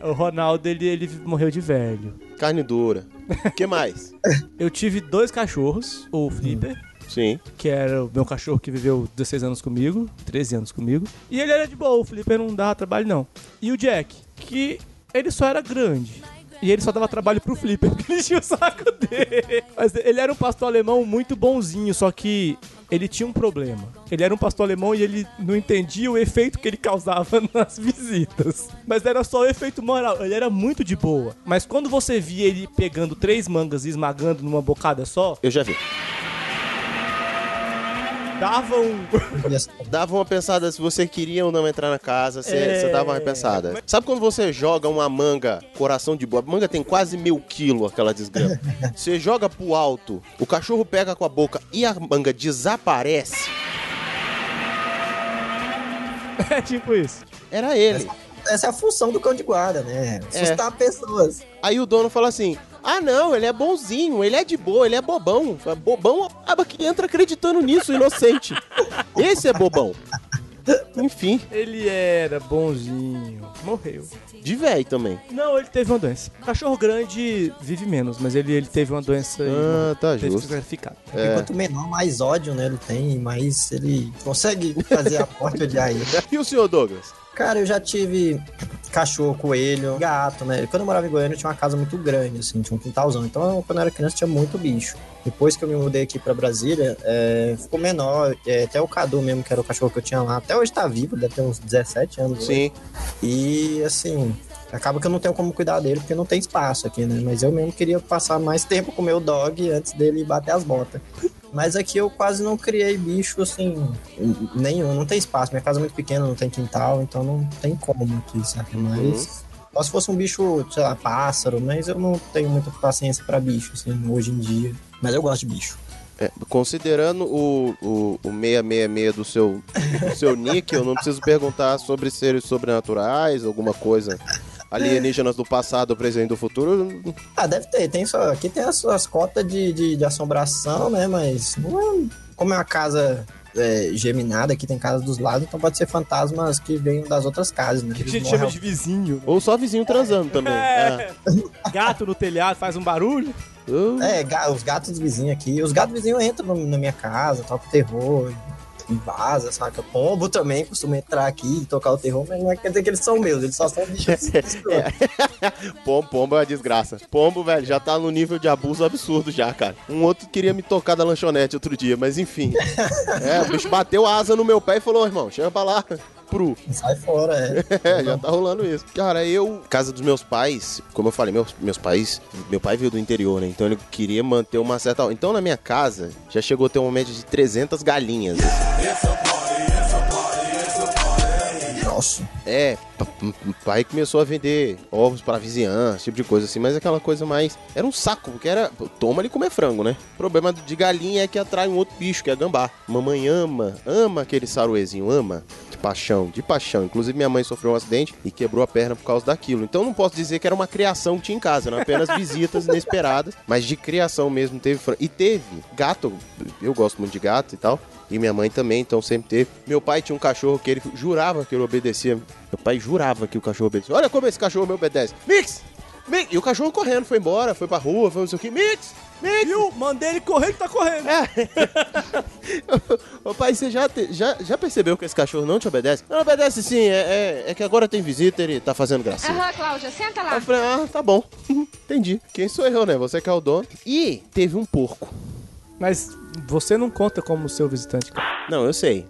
Speaker 2: É, o Ronaldo, ele, ele morreu de velho.
Speaker 1: Carne dura. O que mais?
Speaker 2: Eu tive dois cachorros, o Flipper.
Speaker 1: Sim.
Speaker 2: Que era o meu cachorro que viveu 16 anos comigo, 13 anos comigo. E ele era de boa, o Flipper não dava trabalho, não. E o Jack, que ele só era grande. E ele só dava trabalho pro Flipper, porque ele tinha o saco dele. Mas ele era um pastor alemão muito bonzinho, só que ele tinha um problema. Ele era um pastor alemão e ele não entendia o efeito que ele causava nas visitas. Mas era só o efeito moral. Ele era muito de boa. Mas quando você via ele pegando três mangas e esmagando numa bocada só,
Speaker 1: Eu já vi.
Speaker 2: davam.
Speaker 1: Dava uma pensada se você queria ou não entrar na casa, você,
Speaker 2: É.
Speaker 1: você dava uma pensada. Sabe quando você joga uma manga, coração de boa? A manga tem quase mil quilos, aquela desgrama. você joga pro alto, o cachorro pega com a boca e a manga desaparece.
Speaker 2: é tipo isso.
Speaker 1: Era ele.
Speaker 3: Essa é a função do cão de guarda, né?
Speaker 2: É.
Speaker 3: Assustar pessoas.
Speaker 1: Aí o dono fala assim: Ah, não, ele é bonzinho, ele é de boa, ele é bobão. Fala, Bobão acaba que entra acreditando nisso, inocente. Esse é bobão. Enfim,
Speaker 2: Ele era bonzinho. Morreu.
Speaker 1: de velho também.
Speaker 2: Não, ele teve uma doença. Cachorro grande vive menos, mas ele, ele teve uma doença e
Speaker 1: Ah, tá
Speaker 2: teve que
Speaker 1: justo.
Speaker 2: ser verificado.
Speaker 3: Quanto menor, mais ódio, né? Ele tem, mais ele consegue fazer a porta de aí.
Speaker 1: E o senhor Douglas?
Speaker 3: Cara, eu já tive cachorro, coelho, gato, né? Quando eu morava em Goiânia, eu tinha uma casa muito grande, assim, tinha um quintalzão. Então, quando eu era criança, tinha muito bicho. Depois que eu me mudei aqui pra Brasília, é, ficou menor. É, até o Cadu mesmo, que era o cachorro que eu tinha lá, até hoje tá vivo, deve ter uns 17 anos. hoje.
Speaker 1: Sim.
Speaker 3: E, assim, acaba que eu não tenho como cuidar dele, porque não tem espaço aqui, né? Mas eu mesmo queria passar mais tempo com o meu dog antes dele bater as botas. Mas aqui eu quase não criei bicho, assim, nenhum. Não tem espaço. Minha casa é muito pequena, não tem quintal, então não tem como aqui, sabe? Mas... Só se fosse um bicho, sei lá, pássaro, mas eu não tenho muita paciência pra bicho, assim, hoje em dia. Mas eu gosto de bicho.
Speaker 1: É, considerando o, o, o 666 do seu, do seu nick, eu não preciso perguntar sobre seres sobrenaturais, alguma coisa. Alienígenas do passado, presente do futuro.
Speaker 3: Ah, deve ter. Tem só, aqui tem as suas cotas de, de, de assombração, né? Mas não é- como é uma casa é, geminada, aqui tem casa dos lados, então pode ser fantasmas que vêm das outras casas, né?
Speaker 2: Que a
Speaker 3: Eles
Speaker 2: gente
Speaker 3: não
Speaker 2: chama de vizinho.
Speaker 1: Ou só vizinho transando também. É.
Speaker 2: Gato no telhado faz um barulho.
Speaker 1: Uh,
Speaker 3: realmente- É, ga- os gatos vizinhos aqui. Os gatos vizinhos entram no- na minha casa, tocam terror. E vaza, saca? Pombo também costuma entrar aqui e tocar o terror, mas não é- quer dizer que eles são meus, eles só são bichos.
Speaker 1: Pombo, pombo é uma desgraça. Pombo, velho, já tá no nível de abuso absurdo já, cara. Um outro queria me tocar da lanchonete outro dia, mas enfim. É, o bicho bateu a asa no meu pé e falou, irmão, chama pra lá. Pro.
Speaker 3: Sai fora, é.
Speaker 1: É, já tá rolando isso. Cara, eu. Casa dos meus pais, como eu falei, meus, meus pais. Meu pai veio do interior, né? Então ele queria manter uma certa. Então na minha casa já chegou a ter uma média de 300 galinhas.
Speaker 3: Nossa.
Speaker 1: É, pa- m- m- pai começou a vender ovos pra vizinhança, esse tipo de coisa assim, mas aquela coisa mais. Era um saco, porque era. pô, Toma ali comer frango, né? O problema de galinha é que atrai um outro bicho, que é gambá. Mamãe ama, ama aquele saruezinho, ama. De paixão, de paixão. Inclusive, minha mãe sofreu um acidente e quebrou a perna por causa daquilo. Então, não posso dizer que era uma criação que tinha em casa, eram apenas visitas inesperadas, mas de criação mesmo teve frango. E teve gato, eu gosto muito de gato e tal. E minha mãe também, então sempre teve. Meu pai tinha um cachorro que ele jurava que ele obedecia. Meu pai jurava que o cachorro obedecia. Olha como esse cachorro me obedece. Mix! Mix! E o cachorro correndo, foi embora, foi pra rua, foi não sei o que. Mix! Mix!
Speaker 2: Viu? Mandei ele correr que tá correndo.
Speaker 1: É. Ô pai, você já, te- já, já percebeu que esse cachorro não te obedece? Não obedece sim, é, é, é que agora tem visita, ele tá fazendo gracinha.
Speaker 9: Aham, Cláudia, senta lá.
Speaker 1: Eu falei, ah, tá bom. Entendi. Quem sou eu, né? Você que é o dono. E teve um porco.
Speaker 2: Mas você não conta como seu visitante. cara.
Speaker 1: Não, eu sei.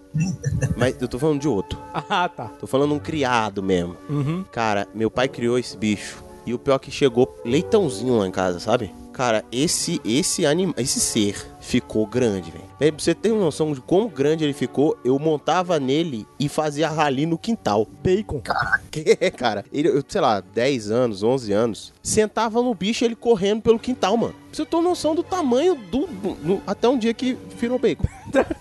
Speaker 1: Mas eu tô falando de outro.
Speaker 2: Ah, tá.
Speaker 1: Tô falando um criado mesmo.
Speaker 2: Uhum.
Speaker 1: Cara, meu pai criou esse bicho. E o pior é que chegou leitãozinho lá em casa, sabe? Cara, esse esse anima, esse ser ficou grande, velho. Velho, pra você ter uma noção de como grande ele ficou, eu montava nele e fazia rali no quintal.
Speaker 2: Bacon.
Speaker 1: Que, cara? Ele, eu, sei lá, 10 anos, 11 anos, sentava no bicho ele correndo pelo quintal, mano. Pra você ter uma noção do tamanho do, do- do- até um dia que virou bacon.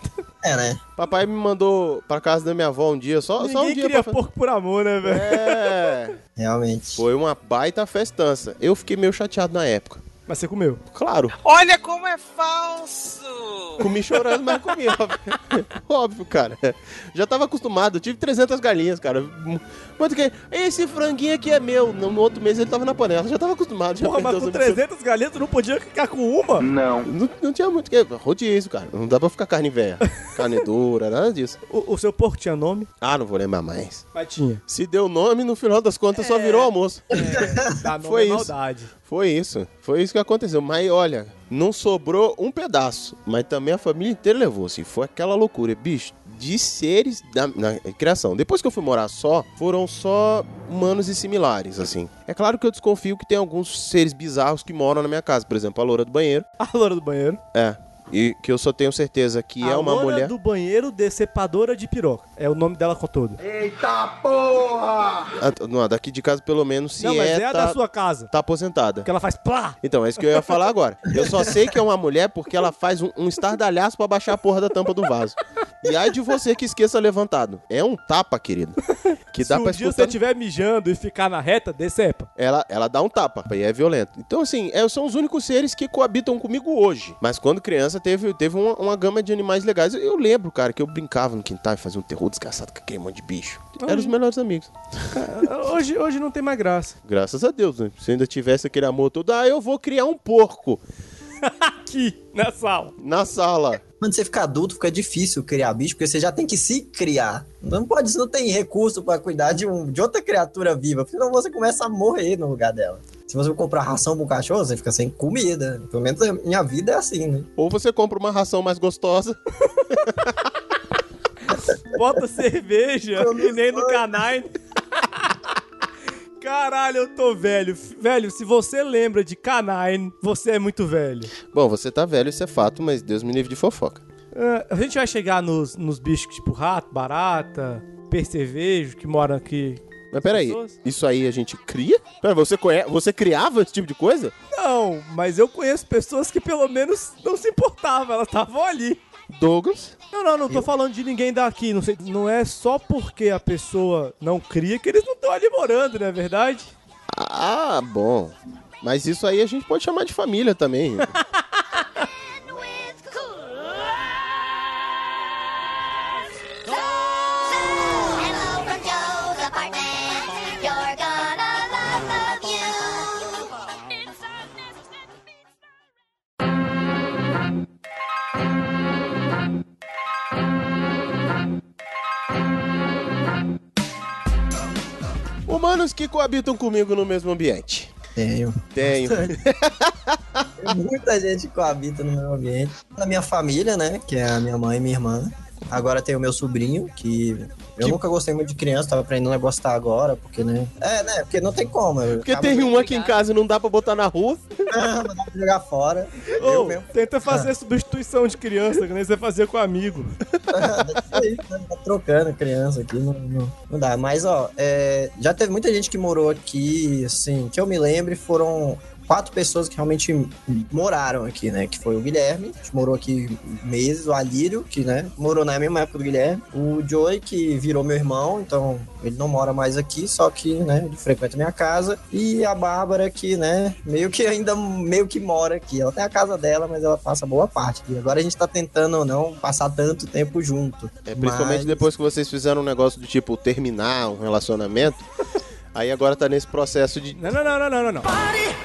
Speaker 3: É, né?
Speaker 1: Papai me mandou pra casa da minha avó um dia, só, só um
Speaker 2: Ninguém
Speaker 1: dia
Speaker 2: cria
Speaker 1: pra fazer.
Speaker 2: porco por amor, né, velho?
Speaker 1: É.
Speaker 3: Realmente.
Speaker 1: Foi uma baita festança. Eu fiquei meio chateado na época.
Speaker 2: Mas você comeu.
Speaker 1: Claro,
Speaker 10: Olha como é falso!
Speaker 1: comi chorando, mas comi, óbvio. óbvio, cara. Já tava acostumado, eu tive 300 galinhas, cara. Muito que esse franguinho aqui é meu. No no outro mês ele tava na panela, já tava acostumado. Já
Speaker 2: Porra, mas
Speaker 1: perdeu
Speaker 2: com
Speaker 1: os-
Speaker 2: 300 galinhas tu não podia ficar com uma?
Speaker 7: Não.
Speaker 1: Não, não tinha muito que. Rodízio, cara. Não dá pra ficar carne velha. Carne dura, nada disso.
Speaker 2: O, o seu porco tinha nome?
Speaker 1: Ah, não vou lembrar mais.
Speaker 2: Mas tinha.
Speaker 1: Se deu nome, no final das contas
Speaker 10: É.
Speaker 1: só virou almoço.
Speaker 2: Dá nome
Speaker 1: Foi
Speaker 2: é
Speaker 1: isso.
Speaker 2: maldade.
Speaker 1: Foi isso. Foi isso que aconteceu. Mas olha, não sobrou um pedaço. Mas também a família inteira levou, assim. Foi aquela loucura, bicho. De seres da, na criação. Depois que eu fui morar só, foram só humanos e similares, assim. É claro que eu desconfio que tem alguns seres bizarros que moram na minha casa. Por exemplo, a loura do banheiro.
Speaker 2: A loura do banheiro.
Speaker 1: É. E que eu só tenho certeza que é uma
Speaker 2: lona
Speaker 1: mulher.
Speaker 2: do banheiro decepadora de piroca. É o nome dela com todo.
Speaker 1: Ah, t- não, daqui de casa, pelo menos, se
Speaker 2: não, mas é a
Speaker 1: tá,
Speaker 2: da sua casa.
Speaker 1: tá aposentada.
Speaker 2: Que ela faz plá!
Speaker 1: Então, é isso que eu ia falar agora. Eu só sei que é uma mulher porque ela faz um, um estardalhaço pra baixar a porra da tampa do vaso. E ai de você que esqueça levantado. É um tapa, querido. Que dá
Speaker 2: Se um
Speaker 1: pra
Speaker 2: dia
Speaker 1: escutar.
Speaker 2: você estiver mijando e ficar na reta, decepa.
Speaker 1: Ela, ela dá um tapa e é violento. Então, assim, é, são os únicos seres que coabitam comigo hoje. Mas quando criança, teve, teve uma, uma gama de animais legais. Eu, eu lembro, cara, que eu brincava no quintal e fazia um terror desgraçado com aquele monte de bicho. Eram
Speaker 2: Uhum.
Speaker 1: os melhores amigos.
Speaker 2: Hoje, hoje não tem mais graça.
Speaker 1: Graças a Deus, né? Se ainda tivesse aquele amor todo, ah, eu vou criar um porco
Speaker 2: Aqui, na sala.
Speaker 1: na sala.
Speaker 3: Quando você fica adulto, fica difícil criar bicho, porque você já tem que se criar. Não pode, você não tem recurso pra cuidar de, um, de outra criatura viva, senão você começa a morrer no lugar dela. Se você comprar ração pro cachorro, você fica sem comida. Pelo menos a minha vida é assim, né?
Speaker 1: Ou você compra uma ração mais gostosa.
Speaker 2: Bota cerveja e nem no canine. Caralho, eu tô velho. Velho, se você lembra de canine, você é muito velho.
Speaker 1: Bom, você tá velho, isso é fato, mas Deus me livre de fofoca.
Speaker 2: Ah, a gente vai chegar nos, nos bichos tipo rato, barata, percevejo, que moram aqui.
Speaker 1: Mas peraí, isso aí a gente cria? Pera, você, conhe... você criava esse tipo de coisa?
Speaker 2: Não, mas eu conheço pessoas que pelo menos não se importavam, elas estavam ali.
Speaker 1: Douglas?
Speaker 2: Não, não, não tô falando de ninguém daqui. Não, sei, não é só porque a pessoa não cria que eles não estão ali morando, não é verdade?
Speaker 1: Ah, bom. Mas isso aí a gente pode chamar de família também.
Speaker 9: Hello from Joe's apartment. You're gonna love, love you.
Speaker 1: Humanos que coabitam comigo no mesmo ambiente.
Speaker 3: Tenho.
Speaker 1: Tenho.
Speaker 3: Muita gente coabita no meu ambiente. Na minha família, né? Que é a minha mãe e minha irmã. Agora tem o meu sobrinho, que eu nunca gostei muito de criança, tava aprendendo a gostar agora, porque, né? É, né? Porque não tem como. eu
Speaker 1: Porque
Speaker 3: acabo
Speaker 1: tem um aqui em casa e não dá pra botar na rua.
Speaker 3: de jogar fora.
Speaker 2: Ou
Speaker 3: mesmo.
Speaker 2: tenta fazer substituição de criança, que nem você fazia com amigo.
Speaker 3: É isso, né? Tá trocando criança aqui, não, não, não dá. Mas, ó, é, já teve muita gente que morou aqui, assim, que eu me lembre, foram quatro pessoas que realmente moraram aqui, né? Que foi o Guilherme, que morou aqui meses, o Alírio, que, né, morou na mesma época do Guilherme, o Joey, que virou meu irmão, então ele não mora mais aqui, só que, né, ele frequenta minha casa, e a Bárbara, que, né, meio que ainda, meio que mora aqui. Ela tem a casa dela, mas ela passa boa parte. E agora a gente tá tentando ou não passar tanto tempo junto.
Speaker 1: É, principalmente
Speaker 3: Mas-
Speaker 1: depois que vocês fizeram um negócio do tipo terminar um relacionamento. Aí agora tá nesse processo de.
Speaker 2: Não, não, não, não, não, não. não. Pare!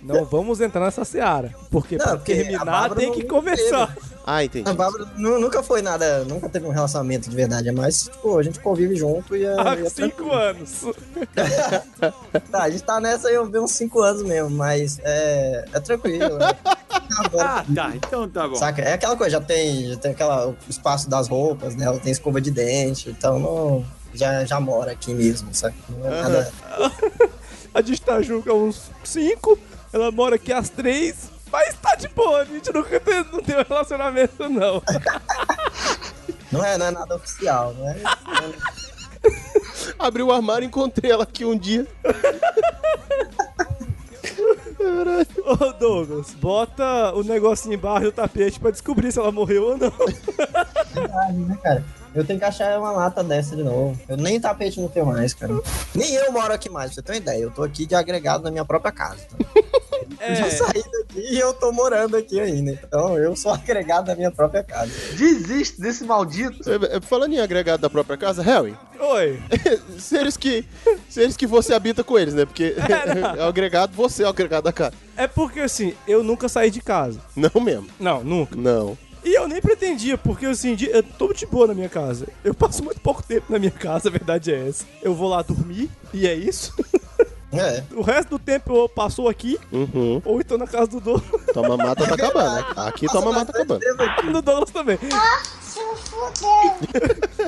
Speaker 2: Não vamos entrar nessa seara. Porque
Speaker 3: Não,
Speaker 2: pra
Speaker 3: porque a
Speaker 2: terminar
Speaker 3: Bárbara
Speaker 2: tem
Speaker 3: não
Speaker 2: que
Speaker 3: teve.
Speaker 2: conversar.
Speaker 1: Ah, entendi.
Speaker 3: A Bárbara nu- nunca foi nada, nunca teve um relacionamento de verdade, é mais, tipo, a gente convive junto e é. e é
Speaker 2: Há cinco anos.
Speaker 3: Tá, a gente tá nessa aí eu vi uns 5 anos mesmo, mas é, é tranquilo. né? Agora,
Speaker 11: Ah, tá. Então tá bom.
Speaker 3: saca? É aquela coisa, já tem, já tem aquela, o espaço das roupas, né? Ela tem escova de dente, então não, já, já mora aqui mesmo, saca? Não é nada.
Speaker 2: A gente tá junto há uns cinco, ela mora aqui às três, mas tá de boa, a gente nunca te- não tem um relacionamento, não.
Speaker 3: Não é, não é nada oficial, né?
Speaker 1: Abri o armário e encontrei ela aqui um dia.
Speaker 2: Ô Douglas, bota o negocinho embaixo do tapete pra descobrir se ela morreu ou não.
Speaker 3: né, cara? Eu tenho que achar uma lata dessa de novo. Eu nem tapete não tenho mais, cara. Nem eu moro aqui mais, pra você ter uma ideia. Eu tô aqui de agregado na minha própria casa. tá? Eu
Speaker 1: É.
Speaker 3: já saí daqui e eu tô morando aqui ainda. Então eu sou agregado na minha própria casa.
Speaker 6: Desiste desse maldito.
Speaker 1: É, é, Falando em agregado da própria casa, Harry,
Speaker 2: Oi.
Speaker 1: seres que. Seres que você habita com eles, né? Porque é, o agregado, você é o agregado da casa.
Speaker 2: É porque assim, eu nunca saí de casa.
Speaker 1: Não mesmo.
Speaker 2: Não, nunca.
Speaker 1: Não.
Speaker 2: E eu nem pretendia, porque assim, de- eu tô de boa na minha casa. Eu passo muito pouco tempo na minha casa, a verdade é essa. Eu vou lá dormir e é isso.
Speaker 3: É.
Speaker 2: O resto do tempo eu passo aqui,
Speaker 1: Uhum.
Speaker 2: ou então na casa do Douglas.
Speaker 1: Toma mata tá acabando, né? Aqui toma mata acabando.
Speaker 2: No Douglas também.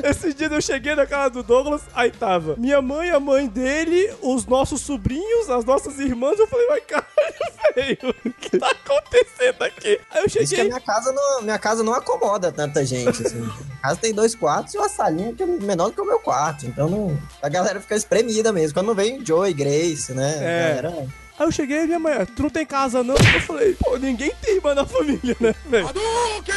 Speaker 2: Esse dia eu cheguei na casa do Douglas, aí tava minha mãe, a mãe dele, os nossos sobrinhos, as nossas irmãs. Eu falei, vai caralho, velho, o que tá acontecendo aqui? Aí eu
Speaker 3: Isso que a
Speaker 2: cheguei.
Speaker 3: minha casa, não, minha casa não acomoda tanta gente, assim. Minha casa tem dois quartos e uma salinha que é menor do que o meu quarto. Então não- a galera fica espremida mesmo. Quando não vem Joey, Grace, né?
Speaker 2: É.
Speaker 3: A galera...
Speaker 2: Aí eu cheguei e minha mãe, "Ah, tu não tem casa não? Eu falei, pô, ninguém tem irmã na família, né, velho?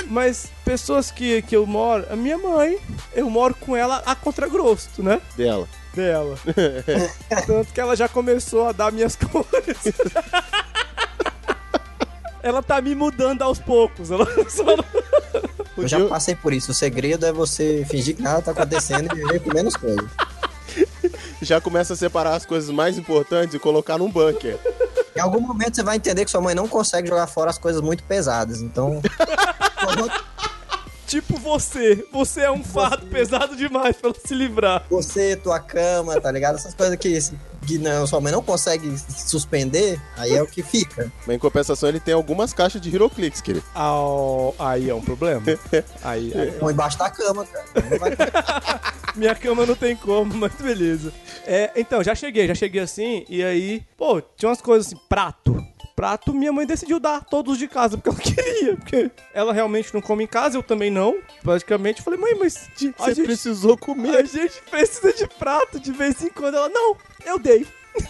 Speaker 2: Mas pessoas que, que eu moro, a minha mãe, eu moro com ela a contragosto, né?
Speaker 1: Dela.
Speaker 2: Dela. Tanto que ela já começou a dar minhas cores. ela tá me mudando aos poucos. Ela só não-
Speaker 3: Eu já passei por isso. O segredo é você fingir que nada tá acontecendo e viver com menos coisa.
Speaker 1: Já começa a separar as coisas mais importantes e colocar num bunker.
Speaker 3: Em algum momento você vai entender que sua mãe não consegue jogar fora as coisas muito pesadas. Então.
Speaker 2: Tipo você. Você é um fardo pesado demais pra ela se livrar.
Speaker 3: Você, tua cama, tá ligado? Essas coisas que, que não, sua mãe não consegue suspender, aí é o que fica.
Speaker 1: Mas em compensação, ele tem algumas caixas de Heroclix, querido.
Speaker 2: Ao... Aí é um problema. Aí, aí
Speaker 3: Põe embaixo da cama, cara. Não vai-
Speaker 2: Minha cama não tem como, mas beleza. É, então, já cheguei, já cheguei assim, e aí, pô, tinha umas coisas assim, prato. Prato, minha mãe decidiu dar todos de casa, porque ela queria, porque ela realmente não come em casa, eu também não. Praticamente, eu falei, mãe, mas de- a,
Speaker 1: Você
Speaker 2: gente,
Speaker 1: precisou
Speaker 2: a
Speaker 1: comer.
Speaker 2: gente precisa de prato de vez em quando. Ela, não, eu dei.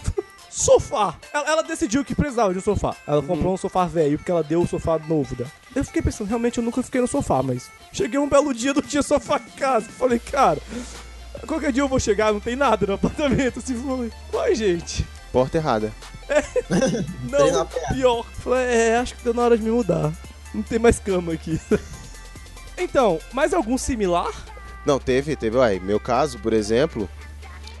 Speaker 2: sofá. Ela, ela decidiu que precisava de um sofá.
Speaker 3: Uhum.
Speaker 2: Ela comprou um sofá velho, porque ela deu o sofá novo dela. Eu fiquei pensando, realmente eu nunca fiquei no sofá, mas. Cheguei um belo dia, não tinha sofá em casa. Falei, cara, qualquer dia eu vou chegar, não tem nada no apartamento. Assim, falei, vai, gente.
Speaker 1: Porta errada.
Speaker 3: Tem
Speaker 2: Não,
Speaker 3: na perna.
Speaker 2: pior. Falei, é, acho que deu na hora de me mudar. Não tem mais cama aqui. Então, mais algum similar?
Speaker 1: Não, teve, teve. Uai, meu caso, por exemplo.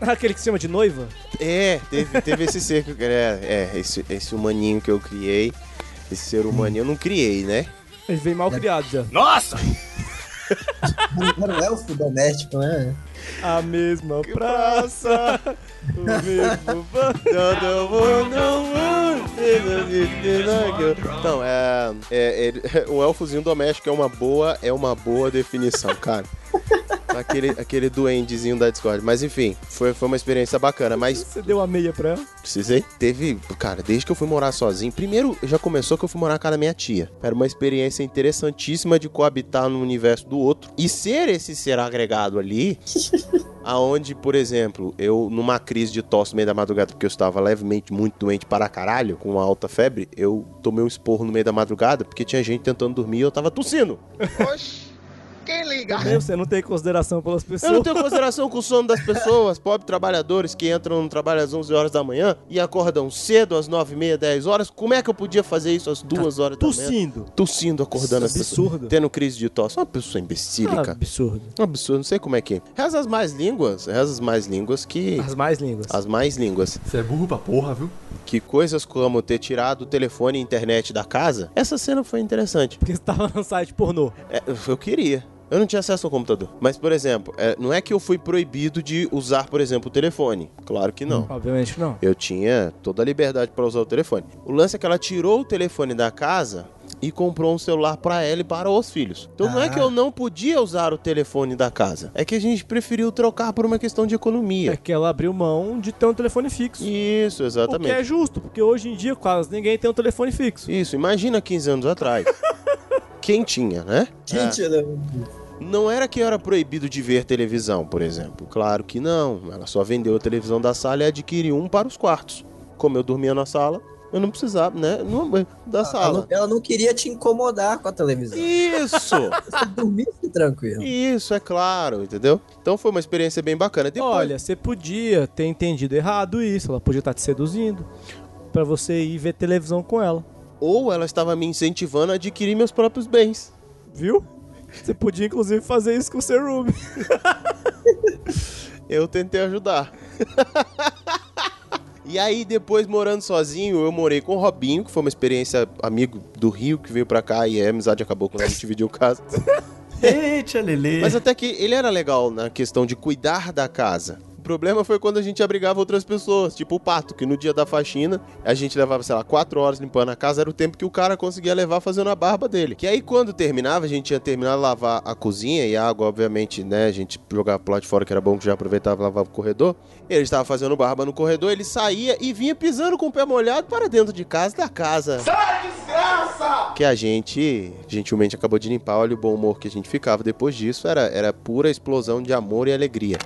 Speaker 2: Aquele que se chama de noiva?
Speaker 1: É, teve, teve esse ser que eu criei. É, é, esse, esse humaninho que eu criei. Esse ser humaninho eu não criei, né?
Speaker 2: Ele vem mal criado já.
Speaker 3: Era um elfo doméstico, né?
Speaker 2: A mesma praça, o mesmo banco.
Speaker 1: Então, é, é, ele- o elfozinho doméstico é uma boa, é uma boa definição, cara. Aquele, aquele duendezinho da Discord. Mas enfim, foi, foi uma experiência bacana. Mas
Speaker 2: Você deu a meia pra ela?
Speaker 1: Precisei. Teve, cara, desde que eu fui morar sozinho. Primeiro, já começou que eu fui morar na casa da minha tia. Era uma experiência interessantíssima de coabitar no universo do outro e ser esse ser agregado ali. aonde, por exemplo, eu numa crise de tosse no meio da madrugada, porque eu estava levemente muito doente para caralho, com uma alta febre, eu tomei um esporro no meio da madrugada porque tinha gente tentando dormir e eu tava tossindo.
Speaker 6: Oxi, quem liga?
Speaker 2: Meu, você não tem consideração pelas pessoas.
Speaker 1: Eu não tenho consideração com o sono das pessoas, pobres trabalhadores que entram no trabalho às 11 horas da manhã e acordam cedo às 9 e meia, 10 horas. Como é que eu podia fazer isso às 2 horas da manhã?
Speaker 2: Tá Tossindo.
Speaker 1: Tossindo, acordando as
Speaker 2: Isso é
Speaker 1: pessoas.
Speaker 2: absurdo.
Speaker 1: Tendo crise de tosse. Uma pessoa imbecílica.
Speaker 2: Ah, absurdo.
Speaker 1: Um absurdo, não sei como é que é. Reza as mais línguas, reza as mais línguas que...
Speaker 2: As mais línguas.
Speaker 1: As mais línguas.
Speaker 11: Você é burro pra porra, viu?
Speaker 1: Que coisas como ter tirado o telefone e internet da casa, essa cena foi interessante.
Speaker 2: Porque você tava no site pornô.
Speaker 1: É, eu queria. Eu não tinha acesso ao computador. Mas, por exemplo, é, não é que eu fui proibido de usar, por exemplo, o telefone. Claro que não.
Speaker 2: Obviamente não.
Speaker 1: Eu tinha toda a liberdade pra usar o telefone. O lance é que ela tirou o telefone da casa e comprou um celular pra ela e para os filhos. Então não é
Speaker 3: Ah.
Speaker 1: que eu não podia usar o telefone da casa. É que a gente preferiu trocar por uma questão de
Speaker 2: É
Speaker 1: economia.
Speaker 2: que ela abriu mão de ter um telefone fixo.
Speaker 1: Isso,
Speaker 2: O que é
Speaker 1: exatamente.
Speaker 2: justo, porque hoje em dia quase ninguém tem um telefone fixo.
Speaker 1: Isso, imagina 15 anos atrás. Quem tinha, né?
Speaker 3: Gente, é eu-
Speaker 1: Não era que eu era proibido de ver televisão, por exemplo. Claro que não. Ela só vendeu a televisão da sala e adquiriu um para os quartos. Como eu dormia na sala, eu não precisava, né? Não, da
Speaker 3: ela, não,
Speaker 1: sala.
Speaker 3: ela não queria te incomodar com a televisão.
Speaker 1: Isso!
Speaker 3: Você dormisse tranquilo.
Speaker 1: Isso, é claro, entendeu? Então foi uma experiência bem bacana. Depois,
Speaker 2: Olha, você podia ter entendido errado isso. Ela podia estar te seduzindo pra você ir ver televisão com ela.
Speaker 1: Ou ela estava me incentivando a adquirir meus próprios bens.
Speaker 2: Viu? Você podia, inclusive, fazer isso com o seu room.
Speaker 1: Eu tentei ajudar. E aí, depois, morando sozinho, eu morei com o Robinho, que foi uma experiência amigo do Rio, que veio pra cá e a amizade acabou quando a gente dividiu casa.
Speaker 11: Eita, Lele.
Speaker 1: Mas até que ele era legal na questão de cuidar da casa. O problema foi quando a gente abrigava outras pessoas, tipo o Pato, que no dia da faxina a gente levava, sei lá, quatro horas limpando a casa, era o tempo que o cara conseguia levar fazendo a barba dele. Que aí quando terminava, a gente tinha terminado de lavar a cozinha e a água, obviamente, né, a gente jogava pro lado de fora, que era bom que já aproveitava e lavava o corredor. Ele estava fazendo barba no corredor, ele saía e vinha pisando com o pé molhado para dentro de casa da casa. Que a gente, gentilmente, acabou de limpar. Olha o bom humor que a gente ficava depois disso. Era, era pura explosão de amor e alegria.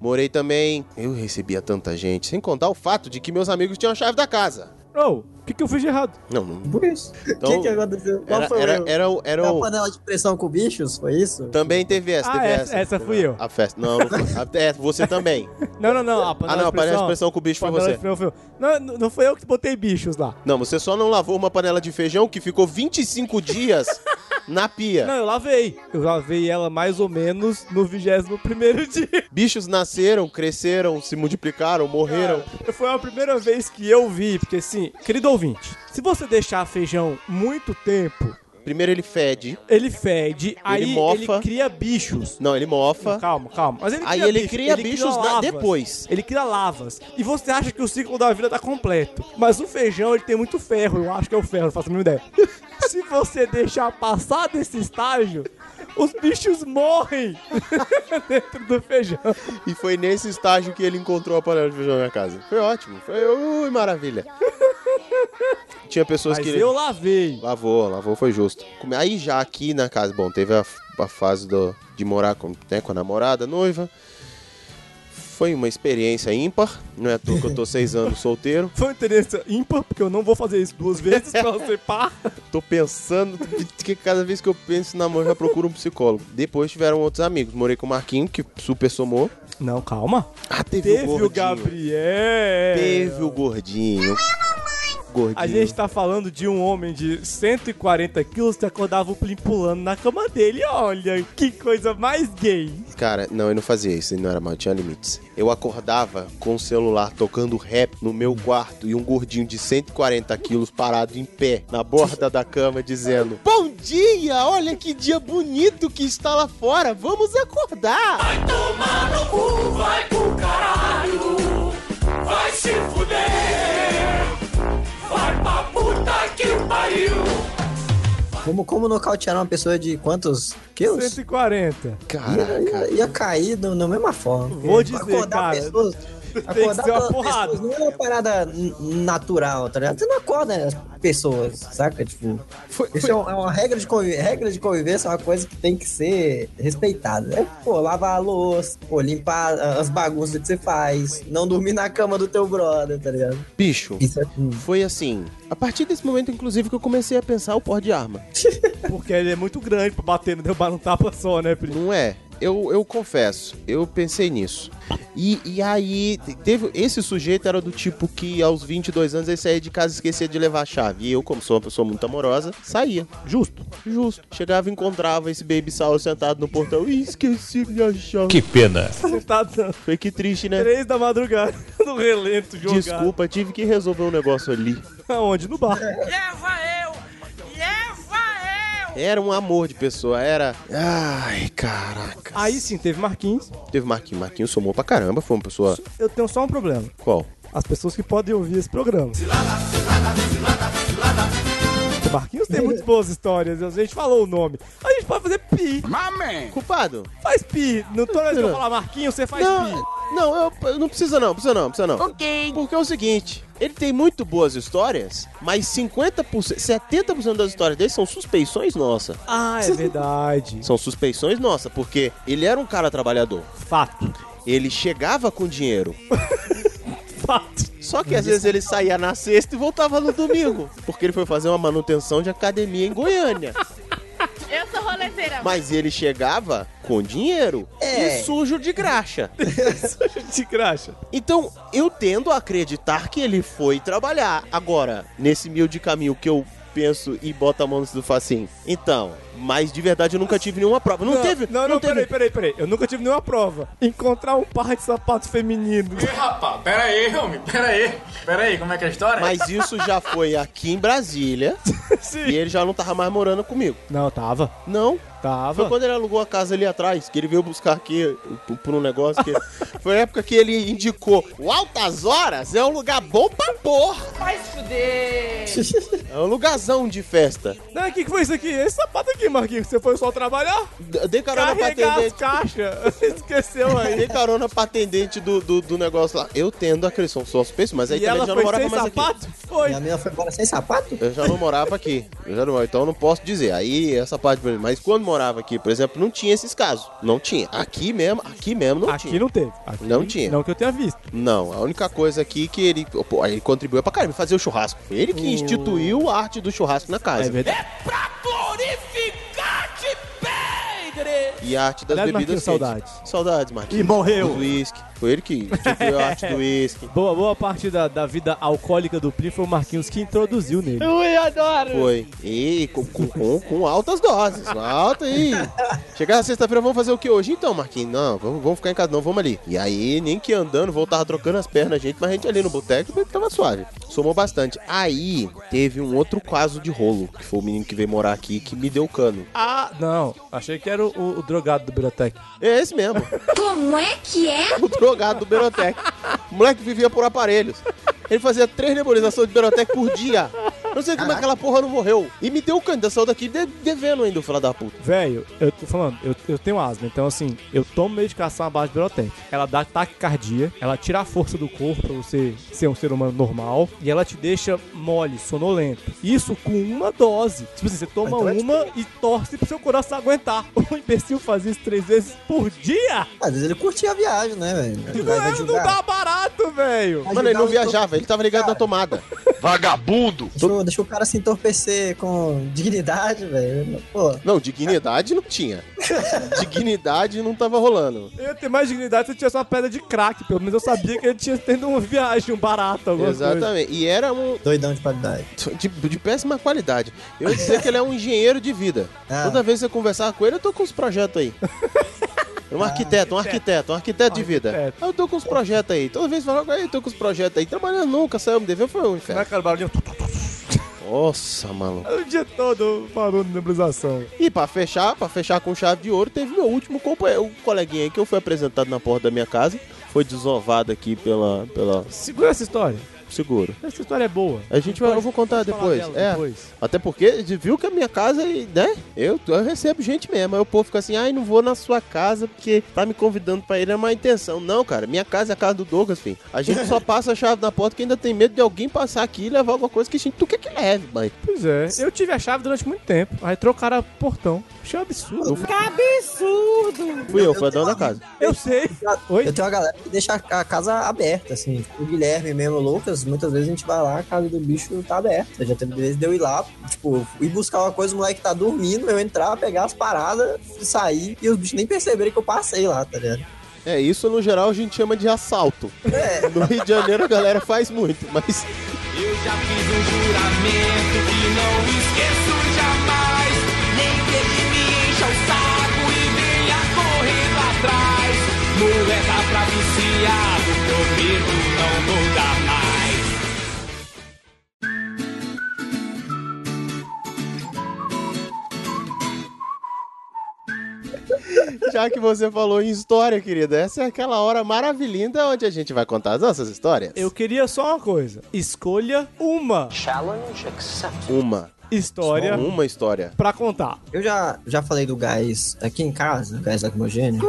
Speaker 1: Morei também. Eu recebia tanta gente. Sem contar o fato de que meus amigos tinham a chave da casa.
Speaker 2: Oh, o que, que eu fiz de errado?
Speaker 1: Não, não.
Speaker 3: Por Tipo isso.
Speaker 1: Então,
Speaker 3: o que, que aconteceu? Qual
Speaker 1: Era,
Speaker 3: foi
Speaker 1: era,
Speaker 3: o Tá erro?
Speaker 1: era, o- era
Speaker 3: A
Speaker 1: o. Então
Speaker 3: panela de pressão com bichos? Foi isso?
Speaker 1: Também teve essa,
Speaker 2: Ah,
Speaker 1: teve
Speaker 2: essa-
Speaker 1: essa.
Speaker 2: essa fui eu.
Speaker 1: A festa. Não, não foi. A- é, você também.
Speaker 2: Não, não, não. A
Speaker 1: Ah,
Speaker 2: panela
Speaker 1: não, a panela
Speaker 2: de
Speaker 1: de
Speaker 2: pressão.
Speaker 1: expressão com o bicho foi
Speaker 2: Panela de
Speaker 1: você.
Speaker 2: pressão foi eu. Não, não não foi eu que botei bichos lá.
Speaker 1: Não, você só não lavou uma panela de feijão que ficou 25 dias na pia.
Speaker 2: Não, eu lavei. Eu lavei ela mais ou menos no 21 primeiro dia.
Speaker 1: Bichos nasceram, cresceram, se multiplicaram, morreram.
Speaker 2: Foi a primeira vez que eu vi, porque assim, querido ouvinte, se você deixar feijão muito tempo,
Speaker 1: Primeiro ele fede.
Speaker 2: ele fede, aí
Speaker 1: mofa.
Speaker 2: ele cria bichos.
Speaker 1: Não, ele mofa.
Speaker 2: Calma, calma. Mas ele
Speaker 1: Aí
Speaker 2: cria
Speaker 1: ele
Speaker 2: bicho,
Speaker 1: cria bichos na-
Speaker 2: lavas.
Speaker 1: depois.
Speaker 2: Ele cria lavas. E você acha que o ciclo da vida tá completo. Mas o feijão, ele tem muito ferro. Eu acho que é o ferro, não faço a mínima ideia. Se você deixar passar desse estágio, os bichos morrem dentro do feijão.
Speaker 1: E foi nesse estágio que ele encontrou a panela de feijão na casa. Foi ótimo. Foi ui, maravilha. Tinha pessoas
Speaker 2: Mas
Speaker 1: que.
Speaker 2: eu lavei.
Speaker 1: Lavou, lavou, foi justo. Come- Aí já aqui na casa, bom, teve a, a fase do, de morar com, né, com a namorada, noiva. Foi uma experiência ímpar. Não é à toa que eu tô seis anos solteiro.
Speaker 2: Foi uma experiência ímpar, porque eu não vou fazer isso duas vezes pra você par.
Speaker 1: Tô pensando, que cada vez que eu penso em namoro, eu já procuro um psicólogo. Depois tiveram outros amigos. Morei com o Marquinho, que super somou.
Speaker 2: Não, calma.
Speaker 1: Ah, teve,
Speaker 2: Teve
Speaker 1: o
Speaker 2: o
Speaker 1: Gabriel.
Speaker 2: Gabriel.
Speaker 1: Teve o gordinho. Gordinho.
Speaker 2: A gente tá falando de um homem de 140 quilos que acordava o Plim pulando na cama dele. Olha, que coisa mais gay.
Speaker 1: Cara, não, eu não fazia isso, ele não era mal, tinha limites. Eu acordava com o celular tocando rap no meu quarto e um gordinho de 140 quilos parado em pé na borda da cama dizendo: Bom dia, olha que dia bonito que está lá fora, vamos acordar! Vai
Speaker 3: Como, como nocautear uma pessoa de quantos quilos?
Speaker 2: 140.
Speaker 1: Caraca,
Speaker 3: Ia, ia cair do- na mesma forma. É,
Speaker 2: Vou dizer,
Speaker 3: acordar
Speaker 2: cara,
Speaker 3: Pessoas,
Speaker 2: que
Speaker 3: acordar
Speaker 2: ser uma
Speaker 3: pra-
Speaker 2: porrada.
Speaker 3: pessoas não é uma parada n- natural, tá ligado? Você não acorda pessoas, saca? Tipo, isso é um- é uma regra de, convi- regra de convivência, é uma coisa que tem que ser respeitada. É, pô, lavar a louça, pô, limpar a- as bagunças que você faz, não dormir na cama do teu brother, tá ligado?
Speaker 1: bicho.
Speaker 3: Isso é...
Speaker 1: Foi assim. A partir desse momento, inclusive, que eu comecei a pensar o porte de arma.
Speaker 2: Porque ele é muito grande pra bater, não derrubar num tapa só, né, Plim?
Speaker 1: Não é? Eu, eu confesso, eu pensei nisso. E, e aí, te- teve esse sujeito era do tipo que aos 22 anos ele saía de casa e esquecia de levar a chave. E eu, como sou uma pessoa muito amorosa, saía. Justo. Justo. Chegava e encontrava esse baby Saul sentado no portão. Ih, esqueci minha chave. Que...
Speaker 2: Sentado não.
Speaker 1: Foi que triste, né?
Speaker 2: tá Três da madrugada, no relento, jogado.
Speaker 1: Desculpa, tive que resolver um negócio ali.
Speaker 2: Aonde? No bar.
Speaker 10: Leva eu! Leva eu!
Speaker 1: Era um amor de pessoa, era. Ai, caraca.
Speaker 2: Aí sim, teve Marquinhos.
Speaker 1: Teve Marquinhos. Marquinhos somou pra caramba, foi uma pessoa.
Speaker 2: Eu tenho só um problema.
Speaker 1: Qual?
Speaker 2: As pessoas que podem ouvir esse programa. O Marquinhos tem muitas boas histórias. A gente falou o nome. A gente pode fazer pi.
Speaker 1: Culpado?
Speaker 2: Faz pi. Não toda vez que eu falar Marquinhos, você faz
Speaker 1: Não,
Speaker 2: pi.
Speaker 1: não, eu, eu não precisa não, precisa não, precisa não. Ok. Porque é o seguinte, ele tem muito boas histórias, mas 50%, 70% das histórias dele são suspeições nossa.
Speaker 2: Ah, é verdade.
Speaker 1: São suspeições nossa, porque ele era um cara trabalhador.
Speaker 2: Fato.
Speaker 1: Ele chegava com dinheiro.
Speaker 2: Fato.
Speaker 1: Só que às vezes ele saía na sexta e voltava no domingo. Porque ele foi fazer uma manutenção de academia em Goiânia.
Speaker 11: Eu sou roleteira.
Speaker 1: Mas ele chegava com dinheiro
Speaker 3: É.
Speaker 1: e sujo de graxa.
Speaker 2: é De graxa.
Speaker 1: Então, eu tendo a acreditar que ele foi trabalhar. Agora, nesse meio de caminho que eu penso e boto a mão no do facinho. Então, Mas de verdade eu nunca tive nenhuma prova. Não, teve?
Speaker 2: Não, não,
Speaker 1: teve.
Speaker 2: peraí, peraí, peraí. Eu nunca tive nenhuma prova. Encontrar um par de sapatos femininos.
Speaker 12: Ih, rapaz, pera aí, homem, pera aí. Pera aí, como é que é a história?
Speaker 1: Mas isso já foi aqui em Brasília. E ele já não tava mais morando comigo.
Speaker 2: Não, tava.
Speaker 1: Não? Foi
Speaker 2: Tava.
Speaker 1: quando ele alugou a casa ali atrás, que ele veio buscar aqui p- por um negócio que. Foi a época que ele indicou: o Altas Horas é um lugar bom pra porra.
Speaker 10: Vai se fuder!
Speaker 1: É um lugarzão de festa.
Speaker 2: O que, que foi isso aqui? Esse sapato aqui, Marquinhos, você foi só trabalhar?
Speaker 1: D- Dei carona pra
Speaker 2: Carregar as
Speaker 1: atendente.
Speaker 2: caixas. Esqueceu aí.
Speaker 1: Dei carona pra atendente do, do, do negócio lá. Eu tendo a Crisson, sou suspenso, mas aí
Speaker 2: E
Speaker 1: também
Speaker 2: ela
Speaker 1: já não
Speaker 2: foi
Speaker 1: morava
Speaker 2: sem
Speaker 1: mais aqui.
Speaker 2: sapato? Foi.
Speaker 3: A minha foi embora sem sapato?
Speaker 1: Eu já não morava aqui. Eu já não, então eu não posso dizer. Aí essa parte, por exemplo, mas quando morava aqui, por exemplo, não tinha esses casos. Não tinha. Aqui mesmo, aqui mesmo não
Speaker 2: Aqui
Speaker 1: tinha.
Speaker 2: não teve. Aqui-
Speaker 1: Não tinha.
Speaker 2: Não que eu tenha visto. É
Speaker 1: Não, a única coisa aqui que ele, pô, ele contribuiu pra caramba, fazer o churrasco. Ele que instituiu a arte do churrasco na casa.
Speaker 2: É verdade.
Speaker 10: Glorificar-te, Pedre!
Speaker 1: E a arte das
Speaker 2: Aliás,
Speaker 1: bebidas quentes.
Speaker 2: Marquinhos, saudades.
Speaker 1: Saudades, Marquinhos.
Speaker 2: E morreu.
Speaker 1: Do uísque. Foi ele que instituiu a arte do uísque.
Speaker 2: Boa, boa parte da, da vida alcoólica do Pli foi o Marquinhos que introduziu nele.
Speaker 10: Ui, adoro!
Speaker 1: Foi. E com, com- com- com altas doses. Alta e. Chegar na sexta-feira, vamos fazer o que hoje? Então, Marquinhos, não, vamos, vamos ficar em casa, não, vamos ali. E aí, nem que andando, voltava trocando as pernas, gente, mas a gente ali no boteco tava suave. Somou bastante. Aí, teve um outro caso de rolo, que foi o menino que veio morar aqui, que me deu cano.
Speaker 2: Ah, não. Achei que era o, o- o drogado do Birotec.
Speaker 1: É esse mesmo.
Speaker 9: Como é que é?
Speaker 1: o drogado do Berotec. O moleque vivia por aparelhos. Ele fazia três nebulizações de Berotec por dia. Não sei como é que aquela porra não morreu. E me deu o canto, saiu daqui de- devendo ainda o filho da puta.
Speaker 2: Velho, eu tô falando, eu, eu tenho asma, então assim, eu tomo medicação à base de Birotec. Ela dá taquicardia, ela tira a força do corpo pra você ser um ser humano normal e ela te deixa mole, sonolento. Isso com uma dose. Tipo assim, você toma
Speaker 3: Então é
Speaker 2: uma e torce pro seu coração aguentar. O imbecil fazia isso três vezes por dia?
Speaker 3: Às vezes ele curtia a viagem, né, velho?
Speaker 2: Não, é- não dá barato, velho.
Speaker 3: Vai
Speaker 1: Mano, ele não
Speaker 3: julgar o-
Speaker 1: viajava, ele tava ligado na tomada.
Speaker 4: Vagabundo!
Speaker 3: Deixa, deixa o cara se entorpecer com dignidade, velho. Pô,
Speaker 1: Não, dignidade não tinha. Dignidade não tava rolando.
Speaker 2: Eu ia ter mais dignidade se eu tivesse uma pedra de crack, pelo menos eu sabia que ele tinha tendo uma viagem, um barato, alguma coisa.
Speaker 1: Exatamente. E era um.
Speaker 3: doidão de qualidade.
Speaker 1: De, de péssima qualidade. Eu ia dizer que ele é um engenheiro de vida.
Speaker 3: Ah.
Speaker 1: Toda vez que eu conversar com ele, eu tô com os projetos aí. Um arquiteto, um arquiteto, um arquiteto de vida.
Speaker 2: Arquiteto.
Speaker 1: Ah, Eu tô com os projetos aí. Toda vez que falar com ele, eu tô com os projetos aí. Trabalhando nunca, saiu, me deveu, foi um
Speaker 2: Não é
Speaker 1: inferno.
Speaker 2: aquele barulhinho?
Speaker 1: Nossa, maluco.
Speaker 2: O dia todo barulho de nebulização.
Speaker 1: E pra fechar, pra fechar com chave de ouro, teve meu último companheiro, o coleguinha aí que eu fui apresentado na porta da minha casa. Foi desovado aqui pela, pela
Speaker 2: Segura essa história.
Speaker 1: seguro.
Speaker 2: Essa história é boa.
Speaker 1: A gente vai, eu vou contar
Speaker 2: Vamos
Speaker 1: depois.
Speaker 2: falar dela
Speaker 1: É.
Speaker 2: depois.
Speaker 1: Até porque de- viu que a minha casa, e, né? Eu, eu recebo gente mesmo. Aí o povo fica assim, ai, não vou na sua casa porque tá me convidando pra ir, é má intenção. Não, cara, minha casa é a casa do Douglas, filho. A gente só passa a chave na porta que ainda tem medo de alguém passar aqui e levar alguma coisa que a gente não quer que leve, mãe.
Speaker 2: Pois é. Eu tive a chave durante muito tempo. Aí trocaram o portão. Achei um absurdo.
Speaker 1: Fui eu, foi a
Speaker 2: um
Speaker 1: dona da casa.
Speaker 2: Eu sei. Oi?
Speaker 3: Eu tenho uma galera que deixa a a casa aberta, assim. O Guilherme mesmo, o Lucas, muitas vezes a gente vai lá, a casa do bicho tá aberta. Já teve vezes de eu ir lá, tipo, ir buscar uma coisa, o moleque tá dormindo, eu entrar, pegar as paradas, sair, e os bichos nem perceberam que eu passei lá, tá ligado?
Speaker 1: É, isso no geral a gente chama de assalto. No Rio de Janeiro a galera faz muito, mas
Speaker 10: Eu já fiz um juramento que não esqueço jamais. Nem que ele me encha o saco e venha correndo atrás. Moleca pra viciado, prometo não voltar mais.
Speaker 1: já que você falou em história, querida, essa é aquela hora maravilhinda onde a gente vai contar as nossas histórias.
Speaker 2: Eu queria só uma coisa. Escolha uma
Speaker 1: Uma.
Speaker 2: história
Speaker 1: Uma história.
Speaker 2: pra contar.
Speaker 3: Eu já, já falei do gás aqui em casa, do gás lacrimogêneo. Que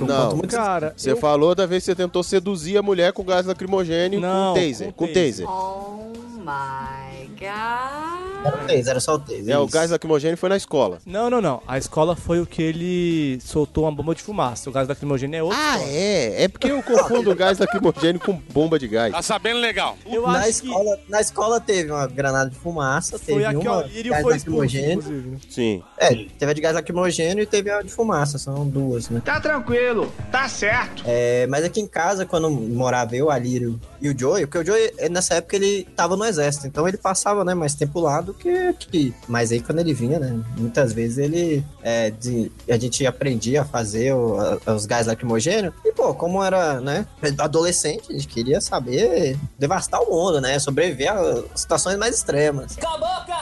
Speaker 3: eu
Speaker 1: Não.
Speaker 3: conto muito
Speaker 2: Cara,
Speaker 1: Você falou da vez que você tentou seduzir a mulher com gás lacrimogênio
Speaker 2: Não,
Speaker 1: com taser.
Speaker 2: com
Speaker 1: Com taser.
Speaker 9: Oh my god.
Speaker 3: Era o três, era só o três.
Speaker 1: É, o
Speaker 3: isso.
Speaker 1: gás lacrimogênio foi na escola.
Speaker 2: Não, não, não. A escola foi o que ele soltou uma bomba de fumaça. O gás lacrimogêneo é outro.
Speaker 1: Ah, é? É porque eu confundo gás lacrimogênio com bomba de
Speaker 10: Ah,
Speaker 1: gás.
Speaker 4: sabendo legal.
Speaker 2: Eu
Speaker 3: Na
Speaker 2: acho que
Speaker 3: escola, na escola teve uma granada de fumaça,
Speaker 2: foi
Speaker 3: teve
Speaker 2: a que
Speaker 3: uma
Speaker 2: o
Speaker 3: de
Speaker 2: Lírio
Speaker 3: gás
Speaker 2: foi expulso,
Speaker 3: lacrimogêneo.
Speaker 2: inclusive. né?
Speaker 1: Sim.
Speaker 3: É, teve a de gás lacrimogênio e teve a de fumaça, são duas, né?
Speaker 10: Tá tranquilo, tá certo.
Speaker 3: É, mas aqui em casa, quando morava eu, a Lírio e o Joey, porque o Joey, eh, nessa época, ele tava no exército, então ele passava, né, mais tempo lá do do que aqui. Mas aí quando ele vinha, né? Muitas vezes ele. É, de, a gente aprendia a fazer o- a- os gás lacrimogêneos. E, pô, como era, né? Adolescente, a gente queria saber devastar o mundo, né? Sobreviver a situações mais extremas.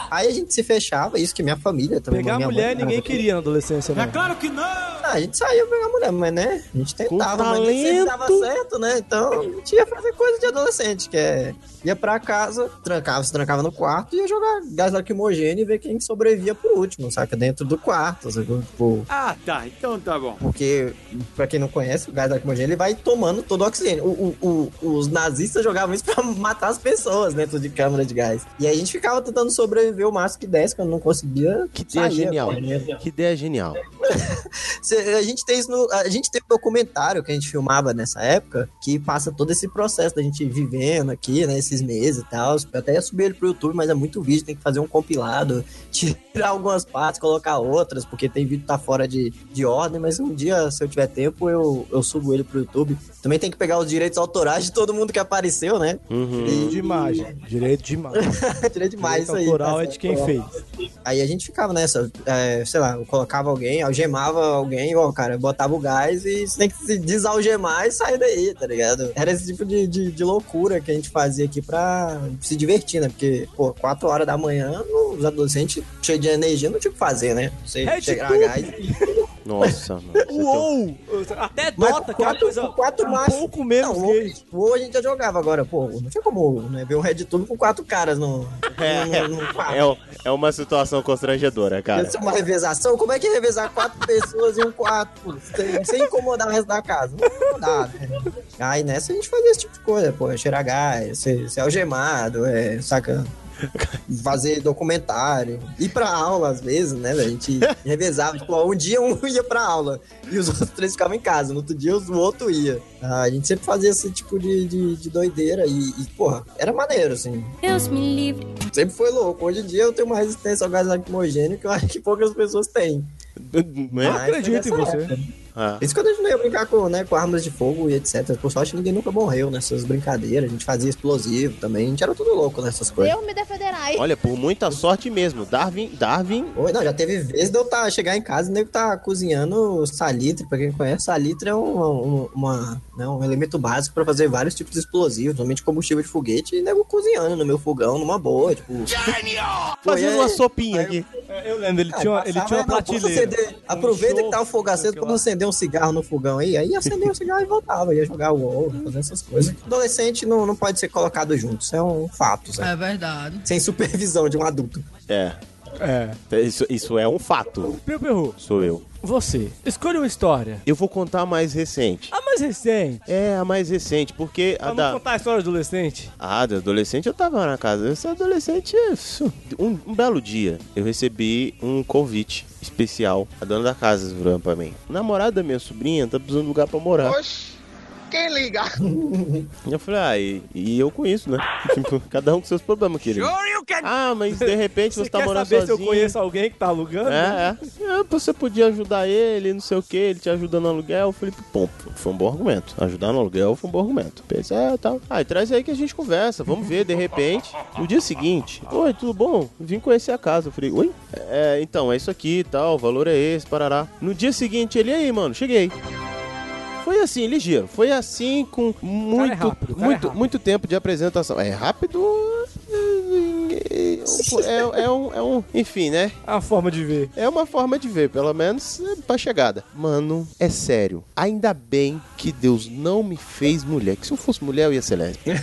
Speaker 3: Aí a gente se fechava, isso que minha família também.
Speaker 2: Pegar a
Speaker 3: minha
Speaker 2: mulher
Speaker 3: mãe,
Speaker 2: ninguém
Speaker 3: cara,
Speaker 2: queria na adolescência, né?
Speaker 3: que não! Ah, a gente saía pegar mulher, mas né? A gente tentava, mas nem sempre dava certo, né? Então a gente ia fazer coisa de adolescente, que é. Ia pra casa, trancava, se trancava no quarto e ia jogar gás lacrimogêneo e ver quem sobrevivia por último, saca? Dentro do quarto, sabe? Tipo,
Speaker 13: Ah, tá. Então tá bom.
Speaker 3: porque, pra quem não conhece, o gás lacrimogêneo ele vai tomando todo o oxigênio. O- o- o- os nazistas jogavam isso pra matar as pessoas dentro de câmara de gás. E aí a gente ficava tentando sobreviver o máximo que desse, quando não conseguia.
Speaker 1: Que ideia
Speaker 3: saía
Speaker 1: é genial.
Speaker 3: correndo.
Speaker 1: Que ideia genial.
Speaker 3: Cê- A gente tem isso no- a gente tem um documentário que a gente filmava nessa época que passa todo esse processo da gente vivendo aqui, né, esses meses e tal. Eu até ia subir ele pro YouTube, mas é muito vídeo, tem que fazer um compilado, tirar algumas partes, colocar outras, porque tem vídeo que tá fora de, de ordem, mas um dia, se eu tiver tempo, eu, eu subo ele pro YouTube. Também tem que pegar os direitos autorais de todo mundo que apareceu, né?
Speaker 1: Uhum.
Speaker 2: Direito de imagem. Direito de imagem.
Speaker 3: Tirei demais
Speaker 2: Direito
Speaker 3: isso aí.
Speaker 2: autoral
Speaker 3: tá
Speaker 2: é de quem
Speaker 3: certo. Aí a gente ficava nessa, é, sei lá, eu colocava alguém, algemava alguém, ó, cara, eu botava o gás e você tem que se desalgemar e sair daí, tá ligado? Era esse tipo de, de, de loucura que a gente fazia aqui pra se divertir, né? Porque, pô, 4 horas da manhã, os adolescentes cheios de energia não tinha o que fazer, né? Você
Speaker 2: É de
Speaker 3: chegar a
Speaker 2: tudo.
Speaker 3: gás e
Speaker 1: Nossa, mano. um
Speaker 2: Uou! Até
Speaker 3: Mas
Speaker 2: Dota, que é uma
Speaker 3: quatro,
Speaker 2: coisa
Speaker 3: quatro
Speaker 2: um
Speaker 3: mais.
Speaker 2: pouco menos
Speaker 3: não,
Speaker 2: que
Speaker 3: o- o- a gente já jogava agora, pô. Não tinha como né, ver um Red Tube com quatro caras no,
Speaker 1: É,
Speaker 3: no, no, no quarto.
Speaker 1: é, um- é uma situação constrangedora, cara.
Speaker 3: Isso é uma revezação? Como é que é revezar quatro pessoas em um quarto, pô? sem, sem incomodar o resto da casa? Não dá, né? Aí nessa a gente fazia esse tipo de coisa, pô. É cheirar gás, ser, ser algemado, é, saca? Fazer documentário, ir pra aula às vezes, né? velho? A gente revezava, tipo, ó, um dia um ia pra aula e os outros três ficavam em casa, no outro dia os- o outro ia. Ah, A gente sempre fazia esse tipo de, de, de doideira e, e, porra, era maneiro, assim.
Speaker 14: Deus me livre.
Speaker 3: Sempre foi louco. Hoje em dia eu tenho uma resistência ao gás lacrimogêneo que eu acho que poucas pessoas têm. Ah,
Speaker 1: é?
Speaker 3: Mas
Speaker 1: Acredito em
Speaker 3: foi nessa
Speaker 1: você.
Speaker 3: época.
Speaker 1: Ah.
Speaker 3: Isso quando a gente não ia brincar com, né, com armas de fogo e etc. Por sorte, ninguém nunca morreu nessas brincadeiras. A gente fazia explosivo também. A gente era tudo louco nessas coisas.
Speaker 11: Deus me defenderai.
Speaker 1: Olha, por muita sorte mesmo. Darwin, Darwin.
Speaker 3: Oi, não, já teve vezes de eu tá, chegar em casa e o nego tá cozinhando salitre, pra quem conhece, salitre é um, um- uma, né, um elemento básico pra fazer vários tipos de explosivos, normalmente combustível de foguete, e o nego cozinhando no meu fogão, numa boa, tipo... Pô, e
Speaker 1: Fazendo
Speaker 3: aí-
Speaker 1: uma sopinha aqui.
Speaker 2: É, Eu lembro, ele
Speaker 3: Cara,
Speaker 2: tinha uma, ele
Speaker 3: passava,
Speaker 2: tinha uma
Speaker 3: É, não, posso
Speaker 2: prateleira.
Speaker 3: acender- aproveita que tá o fogo aceso pra acender um cigarro no fogão aí. Aí acendeu o cigarro e voltava. Ia jogar o WoW, fazer essas coisas. Adolescente não, não pode ser colocado junto. Isso é um fato, Zé.
Speaker 11: verdade.
Speaker 3: Sem supervisão de um adulto.
Speaker 1: É.
Speaker 2: É.
Speaker 1: Isso, isso é um fato.
Speaker 2: Piu Perru,
Speaker 1: Sou eu.
Speaker 2: você, escolha uma história.
Speaker 1: Eu vou contar a mais recente.
Speaker 2: A mais recente.
Speaker 1: É, a mais recente, porque a
Speaker 2: Vamos
Speaker 1: da.
Speaker 2: contar a história do adolescente?
Speaker 1: Ah, de adolescente eu tava na casa. Eu sou adolescente. isso. Um, um belo dia, eu recebi um convite especial. A dona da casa virou pra mim. O namorado da minha sobrinha tá precisando de lugar pra morar.
Speaker 6: Oxe, quem liga?
Speaker 1: E Eu falei, ah, e, e eu conheço, né? tipo, cada um com seus problemas, querido. Ah, mas de repente você, tá
Speaker 2: quer
Speaker 1: morando
Speaker 2: saber se eu
Speaker 1: sozinho.
Speaker 2: conheço alguém que tá alugando?
Speaker 1: É, é. É, Você podia ajudar ele, não sei o que, ele te ajuda no aluguel. Eu falei, pô, foi um bom argumento. Ajudar no aluguel foi um bom argumento. Pensei, ah, tal. Ah, e traz aí que a gente conversa, vamos ver, de repente. No dia seguinte, oi, tudo bom? Vim conhecer a casa. Eu falei, oi? É, então, é isso aqui e tal, o valor é esse, parará. No dia seguinte, ele, "E aí, mano, cheguei. Foi assim, ligeiro. Foi assim com muito,
Speaker 2: rápido, o cara é
Speaker 1: muito,
Speaker 2: rápido.
Speaker 1: muito tempo de apresentação. É rápido. É, é um, é um. Enfim, né?
Speaker 2: A forma de ver.
Speaker 1: É uma forma de ver, pelo menos é, pra chegada. Mano, é sério. Ainda bem que Deus não me fez mulher. Que se eu fosse mulher, eu ia ser lésbica.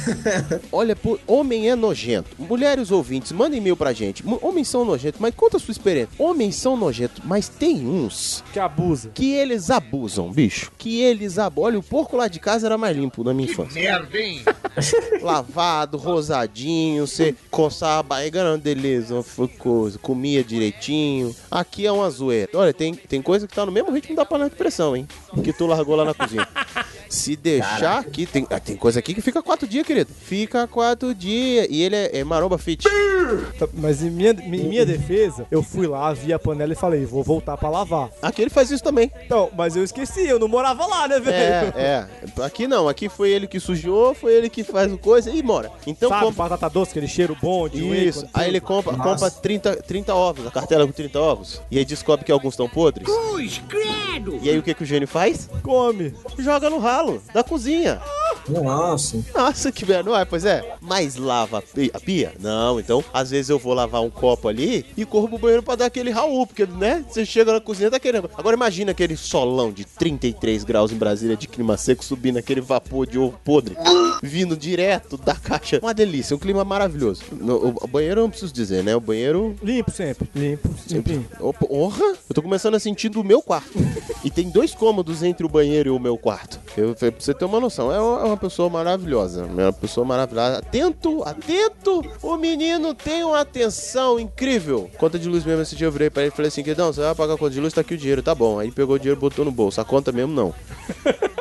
Speaker 1: Olha, pô, homem é nojento. Mulheres ouvintes, mandem e-mail pra gente. Mu- Homens são nojentos, mas conta a sua experiência. Homens são nojentos, mas tem uns
Speaker 2: Que abusa.
Speaker 1: que eles abusam, bicho. Que eles abusam. Olha, o porco lá de casa era mais limpo na minha infância.
Speaker 6: Merda, hein?
Speaker 1: Lavado, rosadinho, você coçava a barriga, não, beleza, foi coisa, comia direitinho. Aqui é uma zoeira. Olha, tem, tem coisa que tá no mesmo ritmo da panela de pressão, hein? Que tu largou lá na cozinha. Se deixar aqui, tem, ah, tem coisa aqui que fica quatro dias, querido. Fica quatro dias. E ele é, é maromba fit.
Speaker 2: Tá, Mas em minha, em minha defesa, eu fui lá, vi a panela e falei, vou voltar pra lavar.
Speaker 1: Aqui ele faz isso também.
Speaker 2: Então, mas eu esqueci, eu não morava lá, né, velho?
Speaker 1: É, é. Aqui não, aqui foi ele que sujou, foi ele que faz o coisa e mora. Então
Speaker 2: Sabe,
Speaker 1: compra.
Speaker 2: batata doce, aquele cheiro bom de whey,
Speaker 1: Isso.
Speaker 2: quando
Speaker 1: Aí ele
Speaker 2: tudo.
Speaker 1: compra,
Speaker 2: Nossa.
Speaker 1: compra 30, 30 ovos, a cartela com 30 ovos. E aí descobre que alguns estão podres.
Speaker 10: Cruz, credo!
Speaker 1: E aí o que, que o gênio faz?
Speaker 2: Come.
Speaker 1: Joga no ralo da cozinha.
Speaker 3: Nossa.
Speaker 1: Nossa, que merda. Não é, pois é. Mas lava a pi- a pia? Não, então, às vezes eu vou lavar um copo ali e corro pro banheiro pra dar aquele Raul, porque, né? Você chega na cozinha e tá querendo. Agora imagina aquele solão de 33 graus em Brasília de clima seco subindo aquele vapor de ovo podre vindo direto da caixa. Uma delícia, um clima maravilhoso. No- o, o banheiro eu não preciso dizer, né? O banheiro.
Speaker 2: Limpo sempre, limpo, limpinho.
Speaker 1: Opa, Porra! Eu tô começando a sentir do meu quarto. e tem dois cômodos entre o banheiro e o meu quarto. Eu, pra você ter uma noção, é uma é uma pessoa maravilhosa. É uma pessoa maravilhosa. Atento, atento! O menino tem uma atenção incrível. Conta de luz mesmo, esse dia eu virei pra ele e falei assim, queridão, você vai pagar a conta de luz, tá aqui o dinheiro, tá bom. Aí ele pegou o dinheiro e botou no bolso. A conta mesmo não.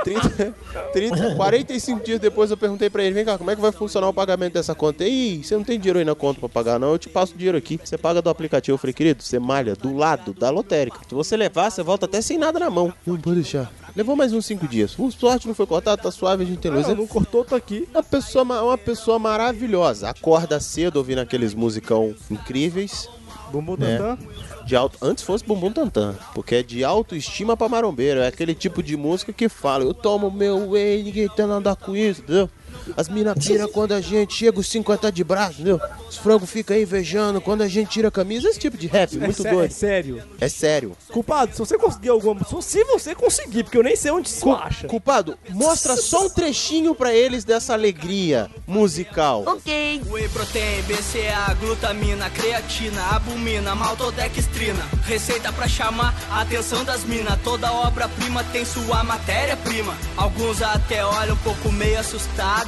Speaker 1: 30, 30, 45 dias depois eu perguntei pra ele, vem cá, como é que vai funcionar o pagamento dessa conta? Ei, você não tem dinheiro aí na conta pra pagar, não. Eu te passo o dinheiro aqui. Você paga do aplicativo. Eu falei, querido, você malha do lado da lotérica. Se você levar, você volta até sem nada na mão. Não pode deixar. Levou mais uns 5 dias. O sorte não foi cortado, tá suave, a gente tem luz.
Speaker 2: não cortou, tá aqui.
Speaker 1: Uma pessoa, ma- uma pessoa maravilhosa. Acorda cedo ouvindo aqueles musicão incríveis.
Speaker 2: Bumbum
Speaker 1: É.
Speaker 2: tantã.
Speaker 1: De alto, antes fosse Bumbum Tantan, porque é de autoestima pra marombeiro. É aquele tipo de música que fala: Eu tomo meu whey, ninguém tá andar com isso, entendeu? As mina pira quando a gente chega, os 50 de braço, entendeu? Os frangos ficam aí invejando quando a gente tira a camisa. Esse tipo de rap,
Speaker 2: É
Speaker 1: muito
Speaker 2: sé- É
Speaker 1: doido.
Speaker 2: sério.
Speaker 1: É sério.
Speaker 2: Culpado, se você conseguir alguma. só Se você conseguir, porque eu nem sei onde isso acha.
Speaker 1: Culpado, mostra só um trechinho pra eles dessa alegria musical.
Speaker 10: Ok. Whey protein, BCA, glutamina, creatina, albumina, maltodextrina. Receita pra chamar a atenção das minas. Toda obra-prima tem sua matéria-prima. Alguns até olham um pouco meio assustado.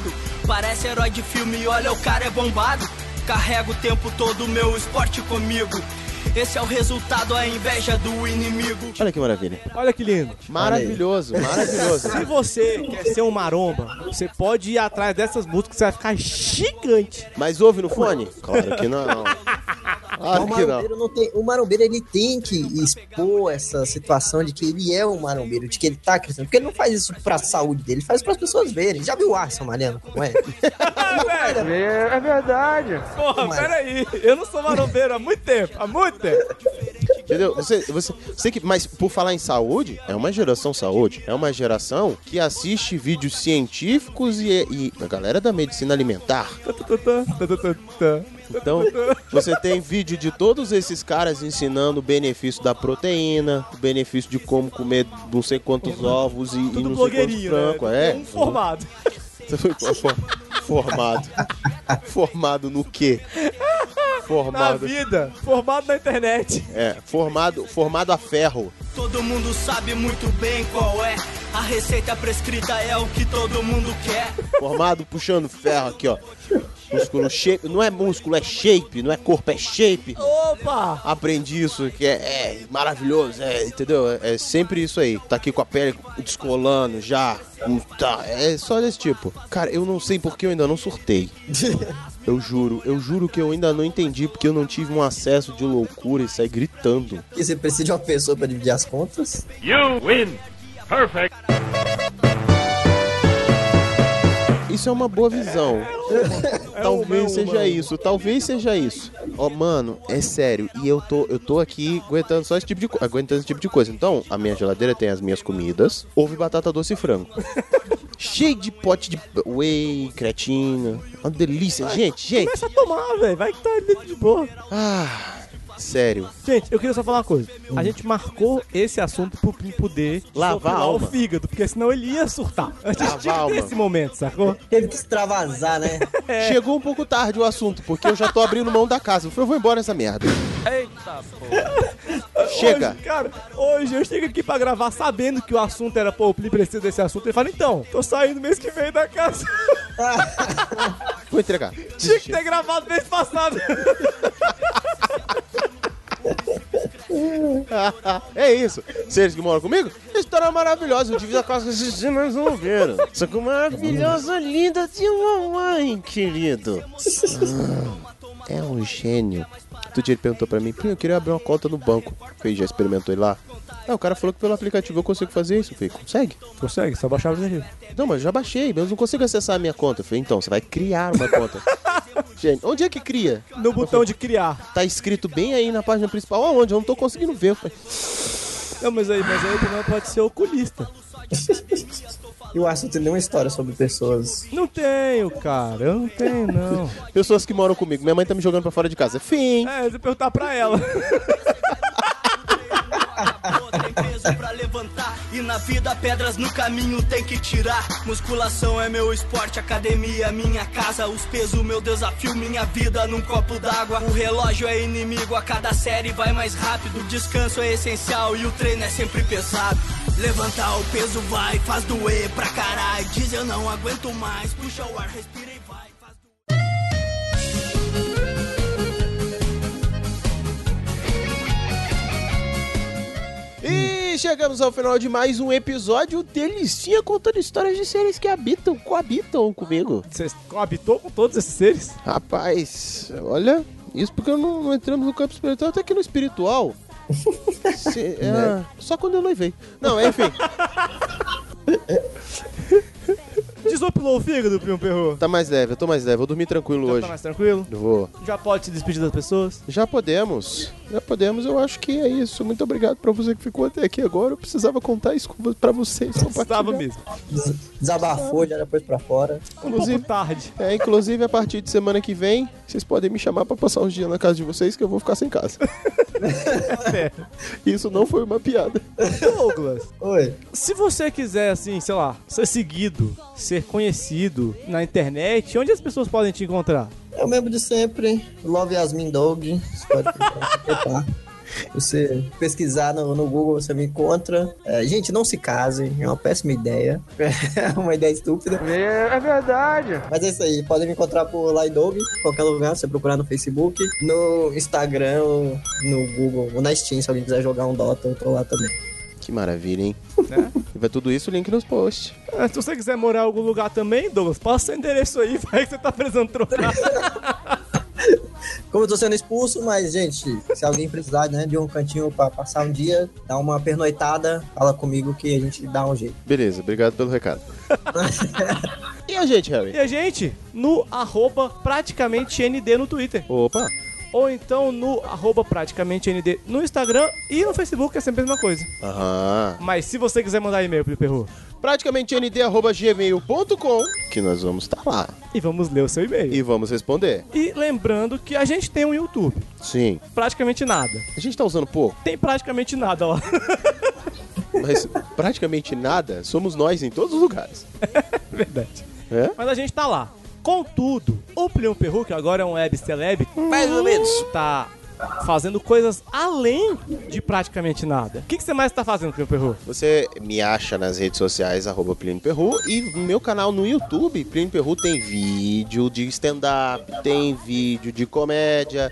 Speaker 10: Parece herói de filme, olha o cara é bombado. Carrego o tempo todo o meu esporte comigo. Esse é o resultado, a inveja do inimigo.
Speaker 1: Olha que maravilha.
Speaker 2: Olha que lindo.
Speaker 1: Maravilhoso, maravilhoso.
Speaker 2: Se você quer ser um maromba, você pode ir atrás dessas músicas, você vai ficar gigante.
Speaker 1: Mas ouve no fone? Claro que não. Claro
Speaker 3: o
Speaker 1: que não.
Speaker 3: marombeiro não tem, o marombeiro ele tem que expor essa situação de que ele é um marombeiro, de que ele tá crescendo, porque ele não faz isso pra saúde dele, ele faz para as pessoas verem. Já viu o Arson Mariano como é?
Speaker 12: É verdade.
Speaker 2: Porra, peraí. Eu não sou marombeiro há muito tempo, há muito tempo.
Speaker 1: Entendeu? Você, você, você que, mas por falar em saúde, é uma geração saúde. É uma geração que assiste vídeos científicos e, e a galera da medicina alimentar. Então, você tem vídeo de todos esses caras ensinando o benefício da proteína, o benefício de como comer não sei quantos ovos e, e
Speaker 2: Tudo
Speaker 1: não sei quantos
Speaker 2: blogueirinho, né?
Speaker 1: francos.
Speaker 2: Um
Speaker 1: É,
Speaker 2: formado.
Speaker 1: For- formado. Formado no quê?
Speaker 2: Na
Speaker 1: Formado.
Speaker 2: vida, formado na internet.
Speaker 1: É, formado, formado a ferro.
Speaker 10: Todo mundo sabe muito bem qual é. A receita prescrita é o que todo mundo quer.
Speaker 1: formado puxando ferro aqui, ó. Músculo shape, não é músculo, é shape, não é corpo, é shape.
Speaker 2: Opa!
Speaker 1: Aprendi isso, que é, é maravilhoso, é, entendeu? É, é sempre isso aí. Tá aqui com a pele descolando já. hum, Tá, é só desse tipo. Cara, eu não sei porque eu ainda não surtei. Eu juro, eu juro que eu ainda não entendi porque eu não tive um acesso de loucura e saí gritando.
Speaker 3: que você precisa de uma pessoa pra dividir as contas.
Speaker 13: You win. Perfect.
Speaker 1: Isso é uma boa visão. Talvez
Speaker 2: é uma,
Speaker 1: seja isso, talvez seja isso. Ó, mano, é sério. E eu tô, eu tô aqui aguentando só esse tipo de coisa. Aguentando esse tipo de coisa. Então, a minha geladeira tem as minhas comidas. Houve batata doce e frango. Cheio de pote de whey, creatina. Uma delícia. Gente, gente.
Speaker 2: Começa a tomar, velho. Vai que tá dentro de boa.
Speaker 1: Ah, sério.
Speaker 2: Gente, eu queria só falar uma coisa. A gente marcou esse assunto pro Pim poder
Speaker 1: Lavar
Speaker 2: sopilar
Speaker 1: a alma.
Speaker 2: o fígado, porque senão ele ia surtar. A gente
Speaker 1: Lavar
Speaker 2: tinha
Speaker 1: a
Speaker 2: que ter
Speaker 1: alma.
Speaker 2: esse momento, sacou?
Speaker 3: Teve que extravasar, né?
Speaker 2: É.
Speaker 1: Chegou um pouco tarde o assunto, porque eu já tô abrindo mão da casa. Eu falei, eu vou embora essa merda.
Speaker 10: Eita porra.
Speaker 1: Chega.
Speaker 2: Hoje, cara, hoje eu chego aqui pra gravar sabendo que o assunto era, pô, o Pim precisa desse assunto. Ele fala, então, tô saindo mês que vem da casa.
Speaker 1: Vou entregar.
Speaker 2: Tinha que ter gravado mês passado.
Speaker 1: é isso. Vocês que moram comigo, estão era maravilhosa. Eu tive a casa assistindo as ovelhas. Só que maravilhosa, linda de mamãe, querido. Ah, é um gênio. Outro dia ele perguntou pra mim, Pim, eu queria abrir uma conta no banco. Fez, já experimentou ele lá. Ah, o cara falou que pelo aplicativo eu consigo fazer isso. Eu falei, consegue?
Speaker 2: Consegue, só baixar o aplicativo.
Speaker 1: Não, mas eu já baixei, mas eu não consigo acessar a minha conta. Eu falei, então, você vai criar uma conta. Gente, onde é que cria?
Speaker 2: No botão de criar.
Speaker 1: Tá escrito bem aí na página principal. Aonde? Eu não tô conseguindo ver. Eu falei,
Speaker 2: Não, mas aí, mas aí também pode ser oculista.
Speaker 3: E o Arthur tem nenhuma história sobre pessoas.
Speaker 2: Não tenho, cara. Eu não tenho, não.
Speaker 1: Pessoas que moram comigo. Minha mãe tá me jogando pra fora de casa. Fim.
Speaker 2: É, você perguntar pra ela.
Speaker 14: pra levantar E na vida pedras no caminho tem que tirar Musculação é meu esporte, academia minha casa Os pesos meu desafio, minha vida num copo d'água O relógio é inimigo, a cada série vai mais rápido O descanso é essencial e o treino é sempre pesado Levantar o peso vai, faz doer pra caralho Diz eu não aguento mais, puxa o ar, respira e vai faz doer.
Speaker 1: E chegamos ao final de mais um episódio Delicinha contando histórias de seres que habitam, coabitam comigo.
Speaker 2: Você coabitou com todos esses seres?
Speaker 1: Rapaz, olha, isso porque eu não, não entramos no campo espiritual, até que no espiritual. Se- é, só quando eu noivei. Não, enfim.
Speaker 2: Desopilou o fígado, Primo Perro?
Speaker 1: Tá mais leve, eu tô mais leve, vou dormir tranquilo
Speaker 2: Já
Speaker 1: hoje.
Speaker 2: tá mais tranquilo?
Speaker 1: Vou.
Speaker 2: Já pode se despedir das pessoas?
Speaker 1: Já podemos. Já podemos, eu acho que é isso. Muito obrigado pra você que ficou até aqui agora. Eu precisava contar isso com- pra vocês.
Speaker 2: um Estava
Speaker 1: compartilhar.
Speaker 2: mesmo.
Speaker 3: Desabafou, já depois pra fora.
Speaker 2: Um pouco tarde.
Speaker 1: É, inclusive a partir de semana que vem, vocês podem me chamar pra passar uns dias na casa de vocês que eu vou ficar sem casa. Isso não foi uma piada.
Speaker 2: Douglas,
Speaker 3: Oi.
Speaker 2: se você quiser, assim, sei lá, ser seguido, ser conhecido na internet, onde as pessoas podem te encontrar?
Speaker 3: É o mesmo de sempre, hein? Love Yasmin Dog. Você pode procurar. Você pesquisar no, no Google, você me encontra. É, gente, não se casem, é uma péssima ideia. É uma ideia estúpida.
Speaker 7: É verdade.
Speaker 3: Mas é isso aí, podem me encontrar por Laidog, em qualquer lugar, se você procurar no Facebook, no Instagram, no Google, ou na Steam, se alguém quiser jogar um Dota, eu tô lá também.
Speaker 1: Que maravilha, hein? E vai tudo isso, link nos posts.
Speaker 2: Ah, Se você quiser morar em algum lugar também, Douglas, passa seu endereço aí, vai que você tá precisando trocar.
Speaker 3: Como eu tô sendo expulso, mas, gente, se alguém precisar né, de um cantinho pra passar um dia, dar uma pernoitada, fala comigo que a gente dá um jeito.
Speaker 1: Beleza, obrigado pelo recado. e a gente, Harry?
Speaker 2: E a gente no arroba praticamente ND no Twitter.
Speaker 1: Opa!
Speaker 2: Ou então no arroba praticamente ND no Instagram e no Facebook, é sempre a mesma coisa.
Speaker 1: Aham.
Speaker 2: Mas se você quiser mandar e-mail pro Perru,
Speaker 1: Praticamente nd.gmail.com que nós vamos estar lá
Speaker 2: e vamos ler o seu e-mail.
Speaker 1: e vamos responder.
Speaker 2: E lembrando que a gente tem um YouTube,
Speaker 1: Sim.
Speaker 2: praticamente nada.
Speaker 1: A gente tá usando pouco,
Speaker 2: Tem praticamente nada lá.
Speaker 1: mas praticamente nada. Somos nós em todos os lugares.
Speaker 2: Verdade.
Speaker 1: É?
Speaker 2: Mas a gente tá lá. Contudo, o Plínio Perru, que agora é um web celeb, mais ou menos, tá fazendo coisas além de praticamente nada. O que, que você mais tá fazendo, Plínio Perru?
Speaker 1: Você me acha nas redes sociais, arroba Plínio Perru, e no meu canal no YouTube, Plínio Perru tem vídeo de stand-up, tem vídeo de comédia,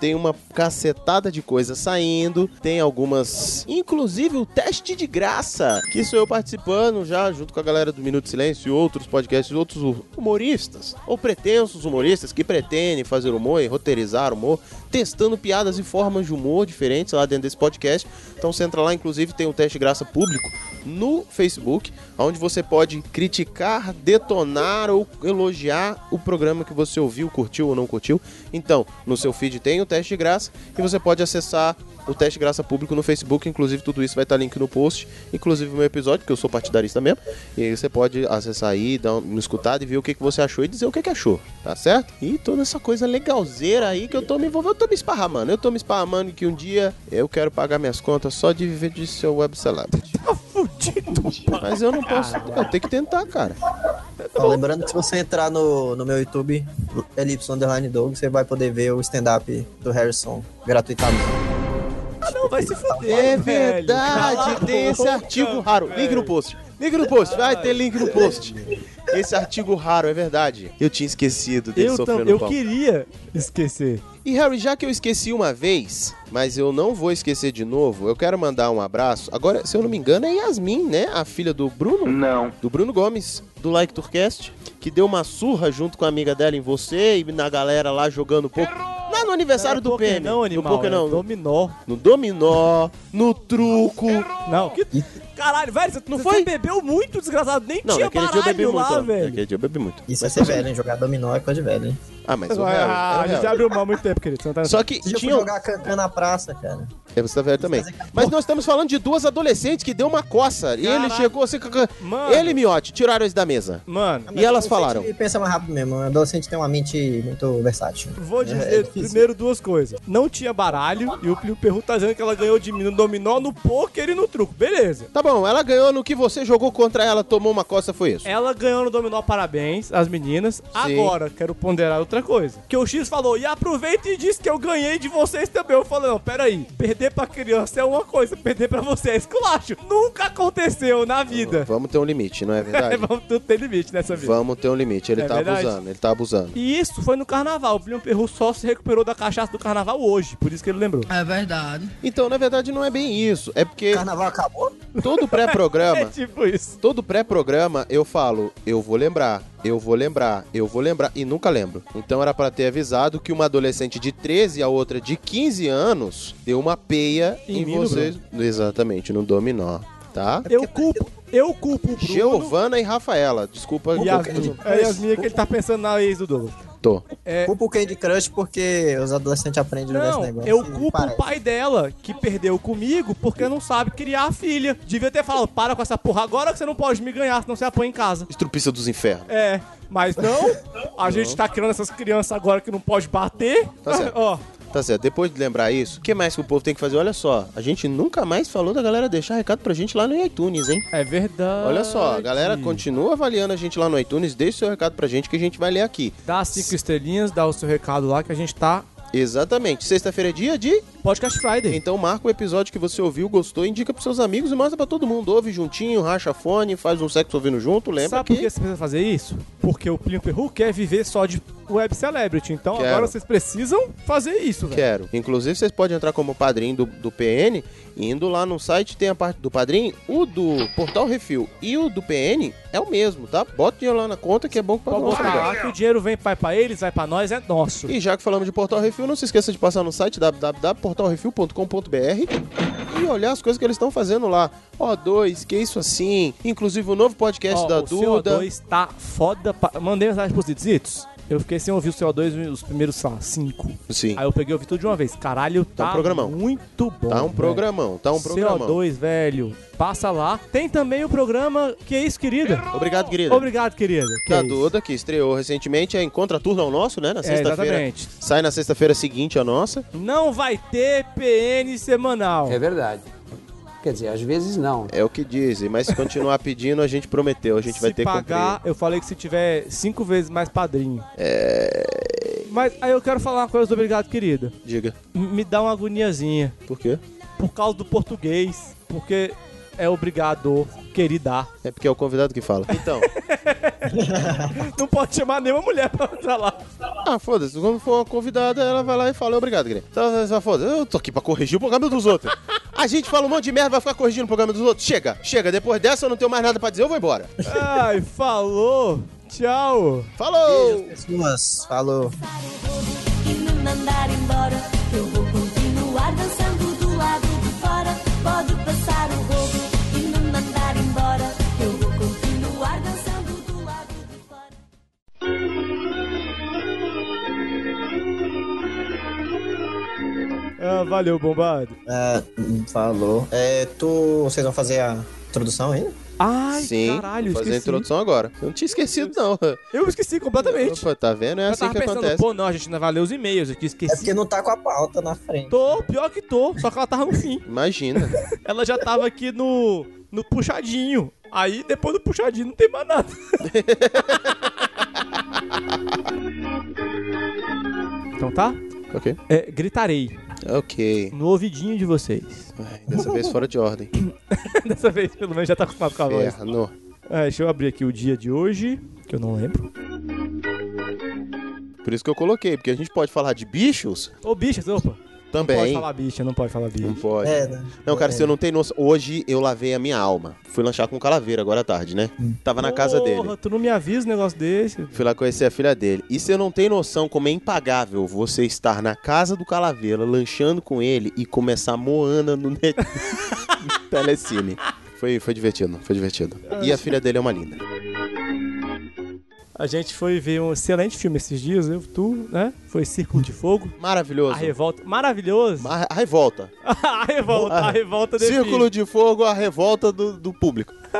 Speaker 1: tem uma cacetada de coisa saindo, tem algumas, inclusive o teste de graça, que sou eu participando já junto com a galera do Minuto de Silêncio e outros podcasts, outros humoristas, ou pretensos humoristas que pretendem fazer humor e roteirizar humor, testando piadas e formas de humor diferentes lá dentro desse podcast. Então você entra lá, inclusive tem um teste de graça público no Facebook, onde você pode criticar, detonar ou elogiar o programa que você ouviu, curtiu ou não curtiu. Então, no seu feed tem o teste de graça e você pode acessar o teste de graça público no Facebook, inclusive tudo isso vai estar link no post, inclusive o meu episódio, que eu sou partidarista mesmo. E aí você pode acessar aí, dar uma escutada e ver o que, que você achou e dizer o que, que achou, tá certo? E toda essa coisa legalzeira aí que eu tô me envolvendo, eu tô me esparramando, eu tô me esparramando que um dia eu quero pagar minhas contas só de viver de seu web celebrity.
Speaker 2: Tá fudido, pá.
Speaker 1: Mas eu não posso, eu tenho que tentar, cara.
Speaker 3: Ó, lembrando que se você entrar no, no meu YouTube, Elipson Underline Dog, você vai poder ver o stand-up do Harrison gratuitamente.
Speaker 2: Ah, não, vai se fuder.
Speaker 1: É
Speaker 2: velho.
Speaker 1: verdade,
Speaker 2: Cala a
Speaker 1: tem esse
Speaker 2: boca,
Speaker 1: artigo raro. Link no
Speaker 2: velho.
Speaker 1: post. Link no post, vai ter link no post. Esse artigo raro, é verdade. Eu tinha esquecido dele
Speaker 2: Eu, tam-
Speaker 1: sofrendo
Speaker 2: eu
Speaker 1: pau.
Speaker 2: queria esquecer.
Speaker 1: E Harry, já que eu esqueci uma vez, mas eu não vou esquecer de novo, eu quero mandar um abraço. Agora, se eu não me engano, é Yasmin, né? A filha do Bruno?
Speaker 12: Não.
Speaker 1: Do Bruno Gomes, do Like Tourcast, que deu uma surra junto com a amiga dela em você e na galera lá jogando pouco. Lá no aniversário do PM.
Speaker 2: É, Não, animal.
Speaker 1: No Pokémon.
Speaker 2: é dominó.
Speaker 1: No dominó, no truco.
Speaker 2: Não, que... Caralho, velho, você, não
Speaker 1: foi?
Speaker 2: bebeu muito, desgraçado. Nem
Speaker 1: Não,
Speaker 2: tinha
Speaker 1: naquele dia eu
Speaker 2: baralho
Speaker 1: bebi muito.
Speaker 2: lá,
Speaker 1: ó.
Speaker 2: velho.
Speaker 1: Naquele dia eu bebi muito.
Speaker 3: Isso é ser velho, hein? Jogar dominó é coisa de velho, hein?
Speaker 1: Ah, mas o Harry.
Speaker 2: Ah,
Speaker 1: era
Speaker 2: a gente
Speaker 1: Harry.
Speaker 2: já abriu mão há muito tempo, querido. Você não tá...
Speaker 1: Só que
Speaker 3: Você já foi
Speaker 1: tinha. um-
Speaker 3: jogar cancan na praça, cara.
Speaker 1: É, você tá velho também. Mas nós estamos falando de duas adolescentes que deu uma coça. E ele
Speaker 2: Caraca.
Speaker 1: chegou assim.
Speaker 2: Mano. Ah,
Speaker 1: Ele e Miote tiraram eles da mesa.
Speaker 2: Mano,
Speaker 1: E elas falaram.
Speaker 3: E pensa mais rápido mesmo. Adolescente tem uma mente muito versátil.
Speaker 2: vou
Speaker 3: é
Speaker 2: dizer
Speaker 3: difícil.
Speaker 2: primeiro duas coisas. Não tinha baralho e o Plio Perru tá dizendo que ela ganhou de mim no dominó, no pôquer e no truco. Beleza.
Speaker 1: Tá bom, ela ganhou no que você jogou contra ela, tomou uma coça, foi isso.
Speaker 2: Ela ganhou no dominó, parabéns, as meninas. Agora, quero ponderar outra coisa. Que o X falou, e aproveita e diz que eu ganhei de vocês também. Eu falei, não, peraí. Perder pra criança é uma coisa, perder pra você é esculacho. Nunca aconteceu na vida.
Speaker 1: Vamos ter um limite, não é verdade?
Speaker 2: Vamos, tudo tem limite nessa vida.
Speaker 1: Vamos ter um limite. Ele
Speaker 2: É
Speaker 1: tá
Speaker 2: verdade.
Speaker 1: abusando, ele tá abusando.
Speaker 2: E isso foi no carnaval. O Plínio Perru só se recuperou da cachaça do carnaval hoje, por isso que ele lembrou.
Speaker 14: É verdade.
Speaker 1: Então, na verdade, não é bem isso. É porque
Speaker 3: Carnaval acabou?
Speaker 1: todo pré-programa,
Speaker 2: tipo isso.
Speaker 1: todo pré-programa eu falo, eu vou lembrar, eu vou lembrar, eu vou lembrar e nunca lembro. Então era pra ter avisado que uma adolescente de 13 e a outra de 15 anos deu uma peia
Speaker 2: Em
Speaker 1: em,
Speaker 2: mim, no
Speaker 1: vocês. Exatamente, no dominó, tá?
Speaker 2: Eu culpo, eu culpo o Bruno.
Speaker 1: Giovana e Rafaela, desculpa.
Speaker 2: E as, é Yasmin que ele tá pensando na ex do Douglas.
Speaker 1: Tô.
Speaker 2: É,
Speaker 3: Culpa o Candy Crush porque os adolescentes aprendem a jogar esse
Speaker 2: assim, não,
Speaker 3: negócio.
Speaker 2: eu
Speaker 3: e
Speaker 2: culpo
Speaker 3: parece.
Speaker 2: o pai dela, que perdeu comigo, porque não sabe criar a filha. Devia ter falado, para com essa porra agora que você não pode me ganhar, senão você apanha em casa.
Speaker 1: Estrupista dos infernos.
Speaker 2: É, mas não, a gente tá criando essas crianças agora que não pode bater.
Speaker 1: Tá certo.
Speaker 2: Ó,
Speaker 1: Tá certo, depois de lembrar isso, o que mais que o povo tem que fazer? Olha só, a gente nunca mais falou da galera deixar recado pra gente lá no iTunes, hein?
Speaker 2: é verdade.
Speaker 1: Olha só, a galera continua avaliando a gente lá no iTunes, deixa seu recado pra gente que a gente vai ler aqui.
Speaker 2: Dá cinco estrelinhas, dá o seu recado lá que a gente tá
Speaker 1: Exatamente, sexta-feira é dia de.
Speaker 2: Podcast Friday.
Speaker 1: Então marca o episódio que você ouviu, gostou, indica pros seus amigos e mostra pra todo mundo. Ouve juntinho, racha fone, faz um sexo ouvindo junto, lembra
Speaker 2: Sabe
Speaker 1: que.
Speaker 2: por que você precisa fazer isso? Porque o Plinio Perru quer viver só de web celebrity. Então
Speaker 1: Quero.
Speaker 2: agora vocês precisam fazer isso, velho.
Speaker 1: Quero. Inclusive, vocês podem entrar como padrinho do, do PN. Indo lá no site, tem a parte do padrinho. O do Portal Refil e o do PN é o mesmo, tá? Bota o dinheiro lá na conta que é bom pra
Speaker 2: Pode
Speaker 1: nós.
Speaker 2: botar
Speaker 1: cuidar.
Speaker 2: lá que o dinheiro vem vai pra eles, vai pra nós, é nosso.
Speaker 1: E já que falamos de Portal Refil, não se esqueça de passar no site www.portalrefil.com.br e olhar as coisas que eles estão fazendo lá. Ó2, que isso assim. Inclusive o novo podcast
Speaker 2: Ó,
Speaker 1: da
Speaker 2: o
Speaker 1: Duda.
Speaker 2: CO2 tá foda. Pra... Mandei mensagem pros Dizitos. Eu fiquei sem ouvir o CO2 os primeiros, sei lá, cinco.
Speaker 1: Sim.
Speaker 2: Aí eu peguei e ouvi tudo de uma vez. Caralho, tá,
Speaker 1: um programão.
Speaker 2: muito bom.
Speaker 1: Tá um
Speaker 2: velho.
Speaker 1: programão, tá um programão.
Speaker 2: CO2, velho. Passa lá. Tem também o programa Que é isso, querida?
Speaker 1: Obrigado, querido.
Speaker 2: Obrigado, querida. Que
Speaker 1: da
Speaker 2: é isso?
Speaker 1: Duda, que estreou recentemente, é Encontra Turno ao Nosso, né? Na
Speaker 2: É,
Speaker 1: sexta-feira.
Speaker 2: exatamente.
Speaker 1: sai na sexta-feira seguinte a nossa.
Speaker 2: Não vai ter PN semanal.
Speaker 15: É verdade. Quer dizer, às vezes não.
Speaker 1: É o que dizem, mas se continuar pedindo, a gente prometeu, a gente
Speaker 2: se
Speaker 1: vai ter que
Speaker 2: pagar,
Speaker 1: cumprir.
Speaker 2: eu falei que se tiver cinco vezes mais padrinho. É. Mas aí eu quero falar uma coisa do obrigado, querida.
Speaker 1: Diga.
Speaker 2: M- Me dá uma agoniazinha.
Speaker 1: Por quê?
Speaker 2: Por causa do português. Porque é obrigado, querida.
Speaker 1: É porque é o convidado que fala. Então.
Speaker 2: Não pode chamar nenhuma mulher pra entrar lá.
Speaker 1: Ah, foda-se. Quando for uma convidada, ela vai lá e fala obrigado, Guilherme. Então, ela fala, foda-se. Eu tô aqui pra corrigir o programa dos outros. A gente fala um monte de merda, vai ficar corrigindo o programa dos outros. Chega, chega. Depois dessa, eu não tenho mais nada pra dizer, eu vou embora.
Speaker 2: Ai, falou. Tchau.
Speaker 1: Falou!
Speaker 3: Pessoas, falou.
Speaker 16: E me mandar embora, eu vou continuar dançando do lado de fora. Pode passar o rodo e me mandar embora, eu vou continuar dançando do lado de fora.
Speaker 2: Ah, valeu, bombado.
Speaker 3: Ah, falou. É, tu. Vocês vão fazer a introdução ainda?
Speaker 2: Ai,
Speaker 1: Sim,
Speaker 2: caralho,
Speaker 1: vou fazer a
Speaker 2: esqueci.
Speaker 1: introdução agora. Eu não tinha esquecido, não.
Speaker 2: Eu esqueci completamente.
Speaker 1: Opa, tá vendo? É
Speaker 2: eu
Speaker 1: assim
Speaker 2: tava
Speaker 1: que
Speaker 2: pensando,
Speaker 1: acontece.
Speaker 2: pô, não, a gente ainda vai ler os e-mails aqui,
Speaker 3: É
Speaker 2: esqueci.
Speaker 3: porque não tá com a pauta na frente.
Speaker 2: Tô, pior que tô, só que ela tava no fim.
Speaker 1: Imagina.
Speaker 2: Ela já tava aqui no, no puxadinho. Aí depois do puxadinho não tem mais nada. então tá?
Speaker 1: ok.
Speaker 2: É, gritarei
Speaker 1: Ok.
Speaker 2: no ouvidinho de vocês.
Speaker 1: Ai, dessa vez fora de ordem. É.
Speaker 2: Dessa vez, pelo menos, já tá acostumado com a voz.
Speaker 1: Ferno.
Speaker 2: É, deixa eu abrir aqui o dia de hoje. que eu não lembro.
Speaker 1: Por isso que eu coloquei, porque a gente pode falar de bichos
Speaker 2: Ô, bichas, opa.
Speaker 1: também.
Speaker 2: Não pode falar bicha, não pode falar bicha.
Speaker 1: Não pode.
Speaker 3: É, né?
Speaker 1: Não, cara,
Speaker 3: É.
Speaker 1: se eu não tenho noção. Hoje eu lavei a minha alma. Fui lanchar com o Calaveira agora à tarde, né? Tava na casa dele.
Speaker 2: Porra, tu não me avisa um negócio desse.
Speaker 1: Fui lá conhecer a filha dele. E se eu não tenho noção como é impagável você estar na casa do Calaveira, lanchando com ele e começar moana no, net... no telecine. Foi, foi divertido, foi divertido. E a filha dele é uma linda.
Speaker 2: A gente foi ver um excelente filme esses dias, eu, tu, né? Foi Círculo de Fogo.
Speaker 1: Maravilhoso.
Speaker 2: A Revolta. Maravilhoso.
Speaker 1: A, a revolta.
Speaker 2: a Revolta, a Revolta define.
Speaker 1: Círculo de fogo, a revolta do, do público. A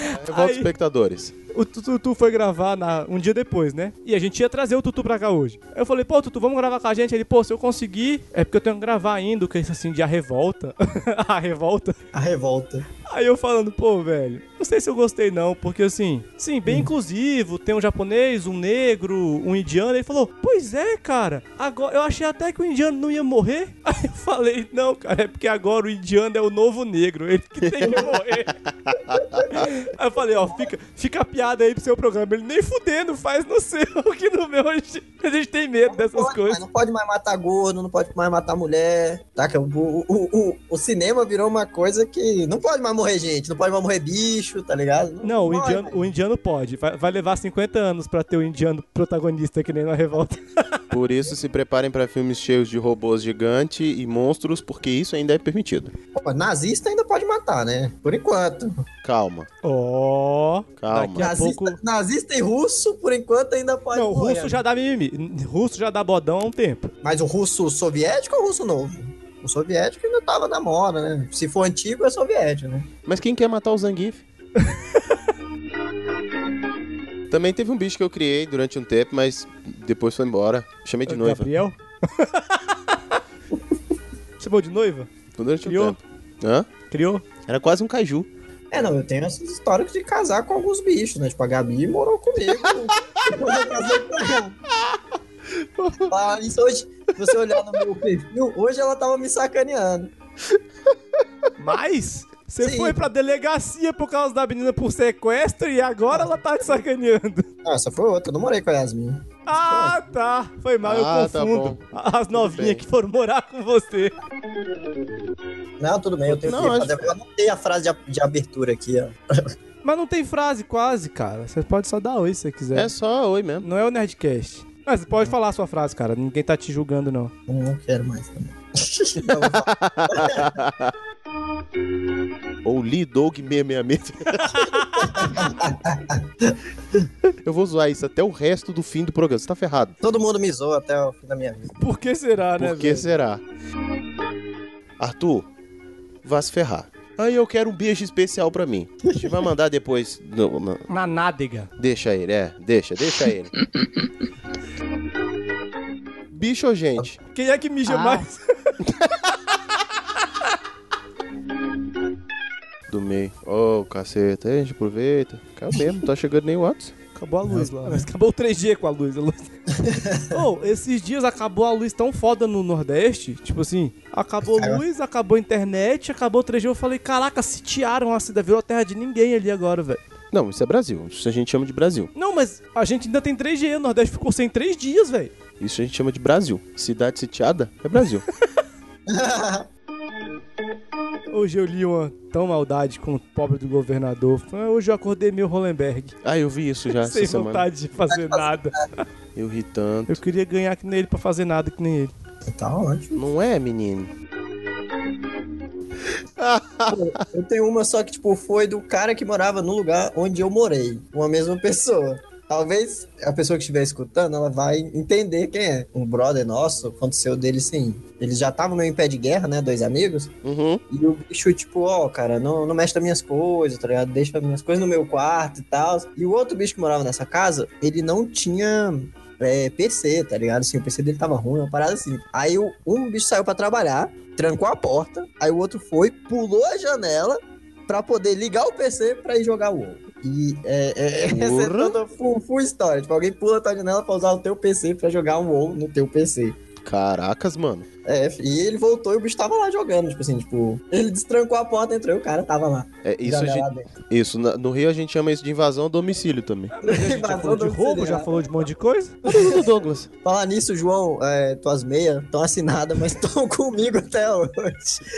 Speaker 1: revolta dos
Speaker 2: Aí-
Speaker 1: espectadores.
Speaker 2: O Tutu foi gravar na- um dia depois, né? E a gente ia trazer o Tutu pra cá hoje. Aí eu falei, pô, Tutu, vamos gravar com a gente? Ele, pô, se eu conseguir, é porque eu tenho que gravar ainda, o que é isso assim de a revolta. a revolta.
Speaker 3: A revolta.
Speaker 2: Aí eu falando, pô, velho, não sei se eu gostei não, porque assim, sim, bem inclusivo, tem um japonês, um negro, um indiano. Ele falou, pois é, cara, agora eu achei até que o indiano não ia morrer. Aí eu falei, não, cara, é porque agora o indiano é o novo negro, ele que tem que morrer. aí eu falei, ó, fica, fica a piada aí pro seu programa. Ele nem fudendo, faz no seu, que no meu a gente, a gente tem medo dessas
Speaker 3: Pode, mas
Speaker 2: coisas.
Speaker 3: não pode mais matar gordo, não pode mais matar mulher. Tá? Que o, o, o, o cinema virou uma coisa que não pode mais morrer gente, não pode mais morrer bicho, tá ligado?
Speaker 2: Não, o
Speaker 3: pode,
Speaker 2: indiano, o indiano pode. Vai, vai levar 50 anos pra ter o indiano protagonista que nem na revolta.
Speaker 1: Por isso, se preparem pra filmes cheios de robôs gigante e monstros, porque isso ainda é permitido.
Speaker 3: Pô, nazista ainda pode matar, né? Por enquanto.
Speaker 1: Calma,
Speaker 2: Ó,
Speaker 1: calma.
Speaker 2: Daqui a
Speaker 3: Nazista, é
Speaker 2: pouco-
Speaker 3: nazista e russo, por enquanto, ainda pode
Speaker 2: Não, o
Speaker 3: morrer.
Speaker 2: russo já dá mimimi. Russo já dá bodão há um tempo.
Speaker 3: Mas o russo soviético ou o russo novo? O soviético ainda tava na moda, né? Se for antigo, é soviético, né?
Speaker 1: Mas quem quer matar o Zangief? Também teve um bicho que eu criei durante um tempo, mas depois foi embora. Chamei de noiva.
Speaker 2: Gabriel? Chamou de noiva?
Speaker 1: Durante um
Speaker 2: Criou?
Speaker 1: tempo. Hã?
Speaker 2: Criou?
Speaker 1: Era quase um caju.
Speaker 3: É, não, eu tenho essas histórias de casar com alguns bichos, né? Tipo, a Gabi morou comigo. quando eu casei com ela. Ah, isso hoje, se você olhar no meu perfil, hoje ela tava me sacaneando.
Speaker 2: Mas você
Speaker 3: Sim.
Speaker 2: foi pra delegacia por causa da menina por sequestro e agora ela tá te sacaneando.
Speaker 3: Não, Ah, essa foi outra, eu não morei com a Yasmin.
Speaker 2: Ah, tá. Foi mal,
Speaker 1: Ah,
Speaker 2: eu
Speaker 1: tá
Speaker 2: confundo. As novinhas
Speaker 1: bem.
Speaker 2: que foram morar com você.
Speaker 3: Não, tudo bem, eu tenho
Speaker 1: Não,
Speaker 3: que
Speaker 1: acho-
Speaker 3: fazer. Eu anotei a frase de, a- de abertura aqui, ó.
Speaker 2: Mas não tem frase quase, cara. Você pode só dar oi se você quiser.
Speaker 1: É só oi mesmo.
Speaker 2: Não é o Nerdcast. Mas você pode falar a sua frase, cara. Ninguém tá te julgando, não.
Speaker 3: Eu Não quero mais também. Não, vou falar.
Speaker 1: Ou Lee Dog 666. eu vou zoar isso até o resto do fim do programa. Você tá ferrado.
Speaker 3: Todo mundo me zoa até o fim da minha vida.
Speaker 2: Por que será, né,
Speaker 1: Por que
Speaker 2: velho?
Speaker 1: será? Arthur, vá se ferrar. Aí eu quero um beijo especial pra mim. A gente vai mandar depois. no- no-
Speaker 2: Na nádega.
Speaker 1: Deixa ele, é. Deixa, deixa ele. Bicho ou gente?
Speaker 2: Quem é que mija
Speaker 15: Ah.
Speaker 2: mais?
Speaker 1: Do meio. Ô, caceta. Aí a gente aproveita. Caiu mesmo, não tá chegando nem o WhatsApp.
Speaker 2: Acabou a luz lá. né? Mas acabou o 3G com a luz. A luz. Ô, esses dias acabou a luz tão foda no Nordeste. Tipo assim, acabou a luz, acabou a internet, acabou o 3G. Eu falei, caraca, sitiaram a cidade, virou terra de ninguém ali agora, velho.
Speaker 1: Não, isso é Brasil. Isso a gente chama de Brasil.
Speaker 2: Não, mas a gente ainda tem 3G. O Nordeste ficou sem 3 dias, velho.
Speaker 1: Isso a gente chama de Brasil. Cidade sitiada é Brasil.
Speaker 2: Hoje eu li uma tão maldade com o pobre do governador. Ah, Hoje eu acordei meio Hollenberg.
Speaker 1: ah, eu vi isso já
Speaker 2: sem
Speaker 1: essa semana.
Speaker 2: vontade de fazer nada.
Speaker 1: Eu ri tanto.
Speaker 2: Eu queria ganhar que nem ele pra fazer nada que nem ele.
Speaker 3: Tá ótimo.
Speaker 1: Não é, menino?
Speaker 3: Eu tenho uma só que, tipo, foi do cara que morava no lugar onde eu morei. Uma mesma pessoa. Talvez a pessoa que estiver escutando, ela vai entender quem é. Um brother nosso, aconteceu dele sim. Eles já estavam meio em pé de guerra, né? Dois amigos.
Speaker 1: Uhum.
Speaker 3: E o bicho, tipo, ó, cara, não, não mexe nas minhas coisas, tá ligado? Deixa minhas coisas no meu quarto e tal. E o outro bicho que morava nessa casa, ele não tinha é, PC, tá ligado? Assim, o PC dele tava ruim, uma parada assim. Aí o- um bicho saiu pra trabalhar, trancou a porta, aí o outro foi, pulou a janela pra poder ligar o PC pra ir jogar o outro. E é, é, essa é
Speaker 1: Porra.
Speaker 3: toda full, full história. Tipo, alguém pula a tua janela pra usar o teu PC pra jogar um WoW no teu PC.
Speaker 1: Caracas, mano.
Speaker 3: É, e ele voltou e o bicho tava lá jogando, tipo assim, tipo, ele destrancou a porta, entrou e o cara tava lá.
Speaker 1: É, isso, a gente, isso na- no Rio a gente chama isso de invasão ao domicílio também.
Speaker 2: A gente já falou de roubo, já falou de um monte de coisa.
Speaker 1: Tudo Douglas.
Speaker 3: Falar nisso, João, é, tuas meias estão assinadas, mas estão comigo até hoje.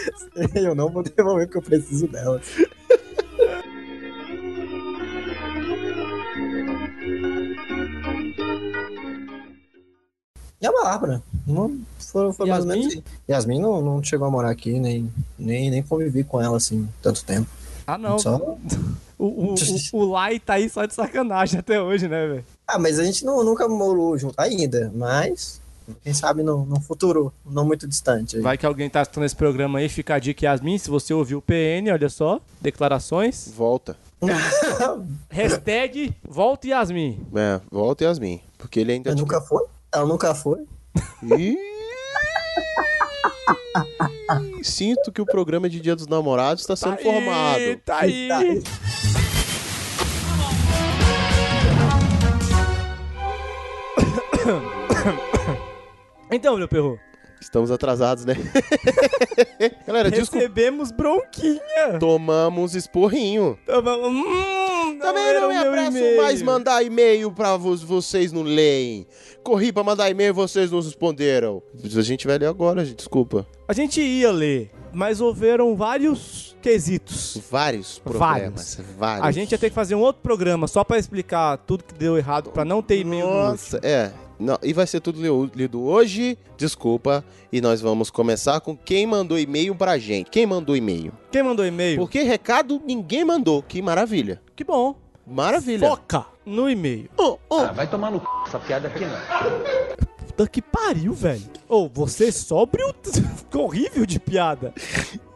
Speaker 3: Eu não vou devolver porque eu preciso delas. E a Bárbara? Não, foram- foi mais ou menos isso. Yasmin não, não chegou a morar aqui, nem, nem, nem convivi com ela assim tanto tempo.
Speaker 2: Ah, não.
Speaker 3: Só-
Speaker 2: O, o, o, o Lai tá aí só de sacanagem até hoje, né, velho?
Speaker 3: Ah, mas a gente não, nunca morou junto ainda, mas quem sabe no, no futuro, não muito distante. aí.
Speaker 2: Vai que alguém tá assistindo esse programa aí, fica a dica Yasmin, se você ouviu o PN, olha só, declarações.
Speaker 1: Volta.
Speaker 2: Hashtag volta Yasmin.
Speaker 1: É, volta Yasmin. Porque ele ainda.
Speaker 3: Ela nunca foi? Ela nunca foi?
Speaker 1: Ih! Sinto que o programa de Dia dos Namorados está sendo formado.
Speaker 2: tá aí. Então, meu perro.
Speaker 1: Estamos atrasados, né? Galera, desculpa.
Speaker 2: Recebemos bronquinha. hum,
Speaker 1: Tomamos esporrinho.
Speaker 2: Também
Speaker 1: Também não me apresso mais mandar e-mail pra vos- vocês não leem. Corri pra mandar e-mail vocês não responderam. A gente vai ler agora, gente, desculpa.
Speaker 2: A gente ia ler, mas houveram vários quesitos.
Speaker 1: Vários problemas. Vários.
Speaker 2: A gente ia ter que fazer um outro programa só pra explicar tudo que deu errado, pra não ter e-mail no
Speaker 1: Nossa, é. Não, e vai ser tudo leu- lido hoje, desculpa. E nós vamos começar com quem mandou e-mail pra gente. Quem mandou e-mail?
Speaker 2: Quem mandou e-mail?
Speaker 1: Porque recado ninguém mandou. Que maravilha.
Speaker 2: Que bom.
Speaker 1: Maravilha.
Speaker 2: Foca no e-mail.
Speaker 1: Ah, vai tomar no c... essa piada aqui né? não.
Speaker 2: Puta que pariu, velho. Ô, você é sóbrio? Ficou horrível de piada.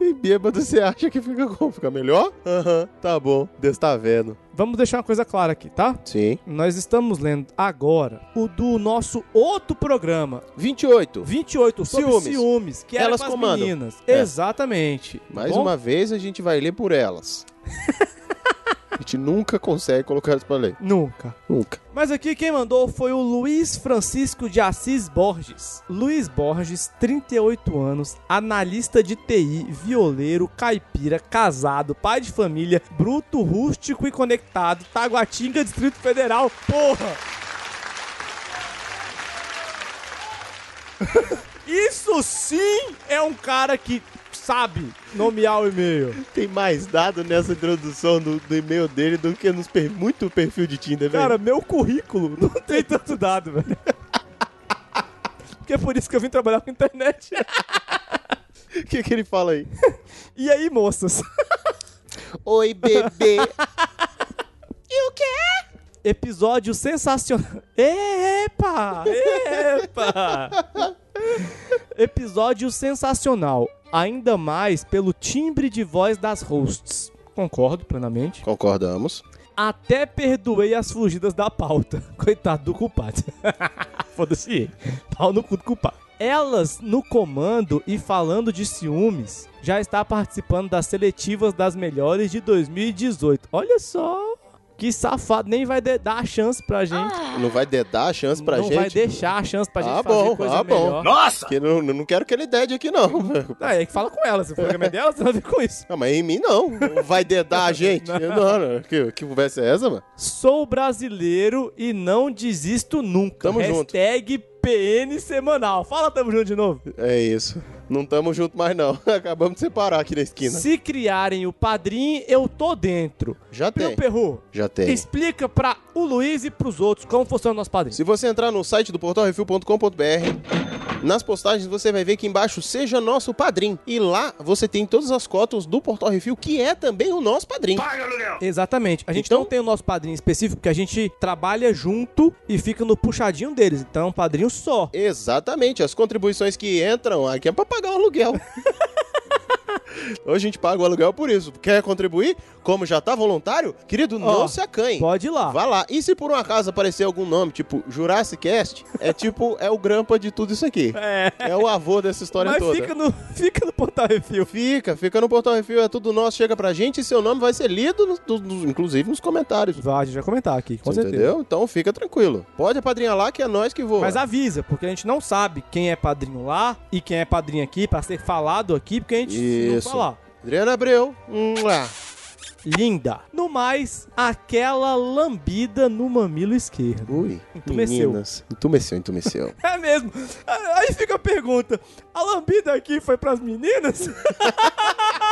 Speaker 1: E bêbado, você acha que fica como? Fica melhor? Aham, tá bom. Deus tá vendo.
Speaker 2: Vamos deixar uma coisa clara aqui, tá?
Speaker 1: Sim.
Speaker 2: Nós estamos lendo agora o do nosso outro programa.
Speaker 1: 28.
Speaker 2: 28, sobre ciúmes,
Speaker 1: Ciúmes.
Speaker 2: que era
Speaker 1: Elas
Speaker 2: com as
Speaker 1: comandam.
Speaker 2: meninas.
Speaker 1: É.
Speaker 2: Exatamente.
Speaker 1: Mais
Speaker 2: Bom,
Speaker 1: uma vez a gente vai ler por elas. a gente nunca consegue colocar elas pra ler.
Speaker 2: Nunca.
Speaker 1: Nunca.
Speaker 2: Mas aqui quem mandou foi o Luiz Francisco de Assis Borges. Luiz Borges, 38 anos, analista de TI, violeiro, caipira, casado, pai de família, bruto, rústico e conectado, Taguatinga, Distrito Federal. Porra! Isso sim é um cara que sabe nomear o e-mail.
Speaker 1: Tem mais dado nessa introdução do, do e-mail dele do que nos per- muito perfil de Tinder, né, velho.
Speaker 2: Cara, meu currículo não tem tanto dado, velho. Porque é por isso que eu vim trabalhar com internet.
Speaker 1: o que, que ele fala aí?
Speaker 2: E aí, moças?
Speaker 1: Oi, bebê.
Speaker 2: E o quê? Episódio sensacional. Epa! Epa! Episódio sensacional. Ainda mais pelo timbre de voz das hosts. Concordo plenamente.
Speaker 1: Concordamos.
Speaker 2: Até perdoei as fugidas da pauta. Coitado do culpado. Foda-se. ele. Pau no cu do culpado. Elas no comando e falando de ciúmes já está participando das seletivas das melhores de 2018. Olha só. Que safado, nem vai de- dar a chance pra gente.
Speaker 1: Não vai dedar a chance Ah, pra
Speaker 2: não
Speaker 1: gente.
Speaker 2: vai deixar a chance pra gente
Speaker 1: ah,
Speaker 2: fazer
Speaker 1: bom,
Speaker 2: coisa
Speaker 1: ah, bom.
Speaker 2: melhor.
Speaker 1: Que não, não quero que ele dede aqui, não.
Speaker 2: Ah, é que fala com ela. Se for o programa é dela, você vai ver com isso.
Speaker 1: Não, mas em mim não. Não Vai dedar a gente. não, não. Que, que conversa é essa, mano?
Speaker 2: Sou brasileiro e não desisto nunca.
Speaker 1: Tamo junto.
Speaker 2: Hashtag PN semanal. Fala tamo junto de novo.
Speaker 1: É isso. Não tamo junto mais, não. Acabamos de separar aqui na esquina.
Speaker 2: Se criarem o padrinho, eu tô dentro.
Speaker 1: Já
Speaker 2: Meu
Speaker 1: tem.
Speaker 2: perru,
Speaker 1: Já tem.
Speaker 2: explica pra o Luiz e pros outros como funciona o nosso padrinho.
Speaker 1: Se você entrar no site do portalrefil.com.br, nas postagens você vai ver que embaixo seja nosso padrinho. E lá você tem todas as cotas do Portal Refil, que é também o nosso padrinho.
Speaker 2: Exatamente. A gente
Speaker 1: Então-
Speaker 2: não tem o nosso padrinho específico, porque a gente trabalha junto e fica no puxadinho deles. Então é um padrinho só.
Speaker 1: Exatamente, as contribuições que entram aqui é pra pagar o aluguel. Hoje a gente paga o aluguel por isso. Quer contribuir? Como já tá voluntário? Querido, não se acanhe.
Speaker 2: Pode ir lá.
Speaker 1: Vá lá. E se por um acaso aparecer algum nome, tipo Jurassic Cast, é tipo, é o grampa de tudo isso aqui.
Speaker 2: É.
Speaker 1: É o avô dessa história
Speaker 2: Mas
Speaker 1: toda.
Speaker 2: fica no, fica no Portal Refil.
Speaker 1: Fica, fica no Portal Refil, é tudo nosso, chega pra gente e seu nome vai ser lido, no- no- no- inclusive nos comentários.
Speaker 2: Vai, a gente vai comentar aqui, com
Speaker 1: Você
Speaker 2: certeza.
Speaker 1: Entendeu? Então fica tranquilo. Pode apadrinhar lá que é nós que voa.
Speaker 2: Mas avisa, porque a gente não sabe quem é padrinho lá e quem é padrinho aqui pra ser falado aqui, porque a gente
Speaker 1: Isso.
Speaker 2: não fala.
Speaker 1: Adriana Abreu. hum, lá.
Speaker 2: Linda. No mais, aquela lambida no mamilo esquerdo.
Speaker 1: Ui,
Speaker 2: Entumeceu.
Speaker 1: meninas. Entumeceu, entumeceu.
Speaker 2: É mesmo. Ah, Aí fica a pergunta: a lambida aqui foi pras meninas?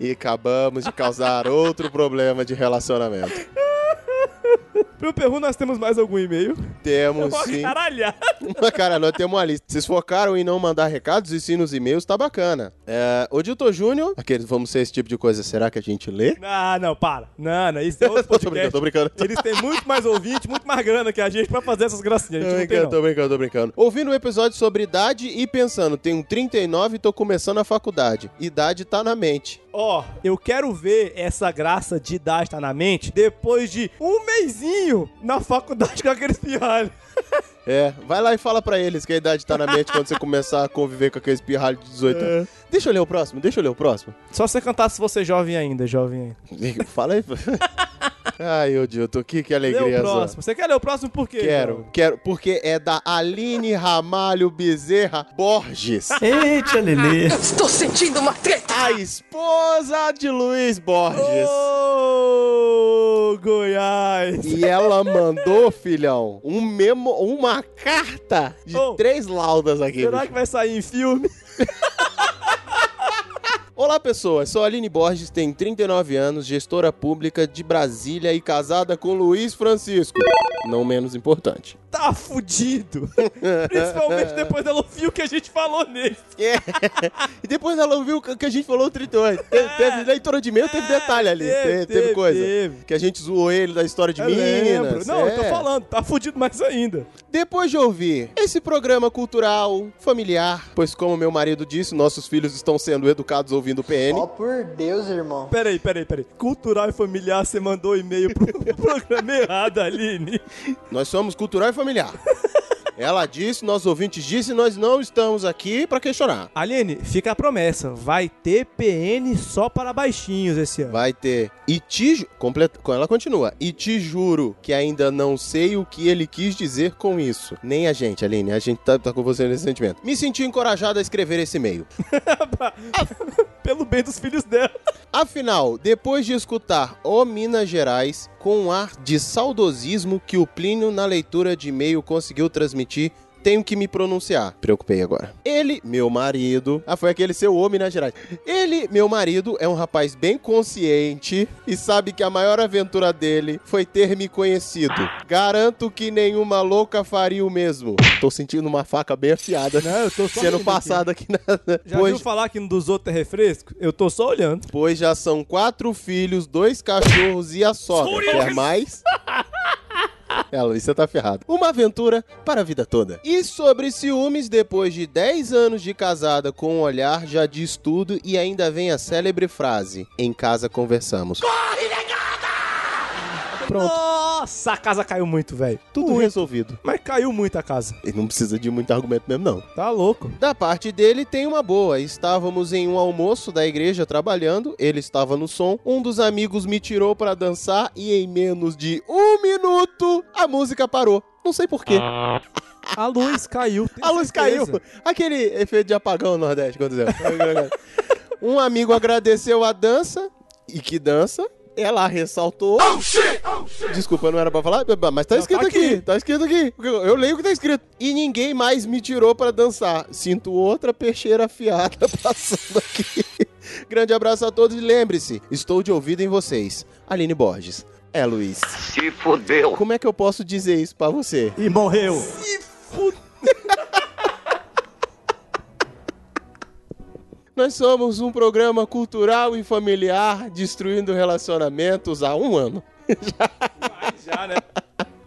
Speaker 1: e acabamos de causar outro problema de relacionamento.
Speaker 2: Pro Peru, nós temos mais algum e-mail?
Speaker 1: Temos
Speaker 2: Ó,
Speaker 1: sim.
Speaker 2: Caralho!
Speaker 1: Mas, cara, nós temos uma lista. Vocês focaram em não mandar recados e sim nos e-mails, tá bacana. É, Odilto Júnior, aqueles vamos ser esse tipo de coisa, será que a gente lê?
Speaker 2: Ah, não, para. Não, não, isso é outro
Speaker 1: Tô
Speaker 2: podcast.
Speaker 1: brincando, tô brincando.
Speaker 2: Eles têm muito mais ouvinte, muito mais grana que a gente pra fazer essas gracinhas. A
Speaker 1: Tô
Speaker 2: gente não tem,
Speaker 1: brincando,
Speaker 2: não.
Speaker 1: tô brincando, tô brincando. Ouvindo o episódio sobre idade e pensando, tenho 39 e tô começando a faculdade. Idade tá na mente.
Speaker 2: Ó, eu quero ver essa graça de idade tá na mente depois de um mêsinho na faculdade com aqueles pirralhos.
Speaker 1: É, vai lá e fala pra eles que a idade tá na mente quando você começar a conviver com aqueles pirralhos de
Speaker 2: É.
Speaker 1: 18 anos. Deixa eu ler o próximo, deixa eu ler o próximo.
Speaker 2: Só se você cantar se você é jovem ainda, jovem ainda.
Speaker 1: Fala aí. Ai, Odilto, que, que
Speaker 2: Lê
Speaker 1: alegria.
Speaker 2: o
Speaker 1: Zó.
Speaker 2: próximo. Você quer ler o próximo por quê?
Speaker 1: Quero,
Speaker 2: João?
Speaker 1: quero, porque é da Aline Ramalho Bezerra Borges.
Speaker 3: Eita, Lelê.
Speaker 1: Estou sentindo uma treta. A esposa de Luiz Borges.
Speaker 2: Ô, Goiás!
Speaker 1: E ela mandou, filhão, um memo, uma carta de
Speaker 2: Ô,
Speaker 1: três laudas aqui.
Speaker 2: Será
Speaker 1: bicho.
Speaker 2: que vai sair em filme?
Speaker 1: Olá, pessoas. Sou a Aline Borges, tenho 39 anos, gestora pública de Brasília e casada com Luiz Francisco. Não menos importante.
Speaker 2: Tá fudido. Principalmente depois dela ouvir o que a gente falou nele.
Speaker 1: E depois ela ouviu o que a gente falou 38. Teve, teve leitura de e-mail, teve detalhe ali.
Speaker 2: Ah, teve,
Speaker 1: Teve,
Speaker 2: teve,
Speaker 1: teve coisa.
Speaker 2: teve.
Speaker 1: Que a gente zoou ele da história de
Speaker 2: Eu
Speaker 1: Minas.
Speaker 2: lembro. Não, eu tô
Speaker 1: é.
Speaker 2: falando, tá fudido mais ainda.
Speaker 1: Depois de ouvir esse programa cultural, familiar, pois como meu marido disse, nossos filhos estão sendo educados ouvindo o PN.
Speaker 6: por Deus, irmão.
Speaker 2: Peraí, peraí, peraí. Cultural e familiar, você mandou e-mail pro programa errado, Aline.
Speaker 1: Nós somos cultural e familiar. Ela disse, nossos ouvintes disse, nós não estamos aqui pra questionar.
Speaker 2: Aline, fica a promessa. Vai ter PN só para baixinhos esse ano.
Speaker 1: Vai ter. E te ju- completa- Ela continua. E te juro que ainda não sei o que ele quis dizer com isso. Nem a gente, Aline. A gente tá, tá com você nesse sentimento. Me senti encorajado a escrever esse e-mail. Ah.
Speaker 2: Pelo bem dos filhos dela.
Speaker 1: Afinal, depois de escutar O Minas Gerais, com um ar de saudosismo que o Plínio na leitura de e-mail conseguiu transmitir, tenho que me pronunciar. Preocupei agora. Ele, meu marido. Ah, foi aquele seu O Minas Gerais. Ele, meu marido, é um rapaz bem consciente e sabe que a maior aventura dele foi ter me conhecido. Garanto que nenhuma louca faria o mesmo. Tô sentindo uma faca bem afiada
Speaker 2: Não, eu tô só
Speaker 1: Ah, sendo
Speaker 2: rindo aqui.
Speaker 1: passada aqui na.
Speaker 2: Já
Speaker 1: Pois-
Speaker 2: ouviu falar que no dos outros é refresco? Eu tô só olhando.
Speaker 1: Pois já são quatro filhos, dois cachorros e a sogra. Quer mais? É, Luiz, você tá ferrado. Uma aventura para a vida toda. E sobre ciúmes, depois de 10 anos de casada com um olhar, já diz tudo e ainda vem a célebre frase: Em casa conversamos. Pronto.
Speaker 2: Nossa, a casa caiu muito, velho.
Speaker 1: Tudo resolvido.
Speaker 2: Mas caiu muito a casa.
Speaker 1: E não precisa de muito argumento mesmo, não.
Speaker 2: Tá louco.
Speaker 1: Da parte dele tem uma boa. Estávamos em um almoço da igreja trabalhando, ele estava no som. Um dos amigos me tirou para dançar e em menos de um minuto a música parou. Não sei porquê.
Speaker 2: A luz caiu. tenho
Speaker 1: A luz caiu.
Speaker 2: certeza.
Speaker 1: Aquele efeito de apagão no Nordeste aconteceu. um amigo agradeceu a dança e que dança. Ela ressaltou. Desculpa, não era pra falar, mas tá
Speaker 2: Não,
Speaker 1: escrito
Speaker 2: tá
Speaker 1: aqui.
Speaker 2: aqui.
Speaker 1: Tá escrito aqui. Eu eu leio o que tá escrito. E ninguém mais me tirou pra dançar. Sinto outra peixeira afiada passando aqui. Grande abraço a todos e lembre-se, estou de ouvido em vocês. Aline Borges. É, Luiz.
Speaker 6: Se fudeu.
Speaker 1: Como é que eu posso dizer isso pra você?
Speaker 3: E morreu.
Speaker 1: Nós somos um programa cultural e familiar destruindo relacionamentos há um ano.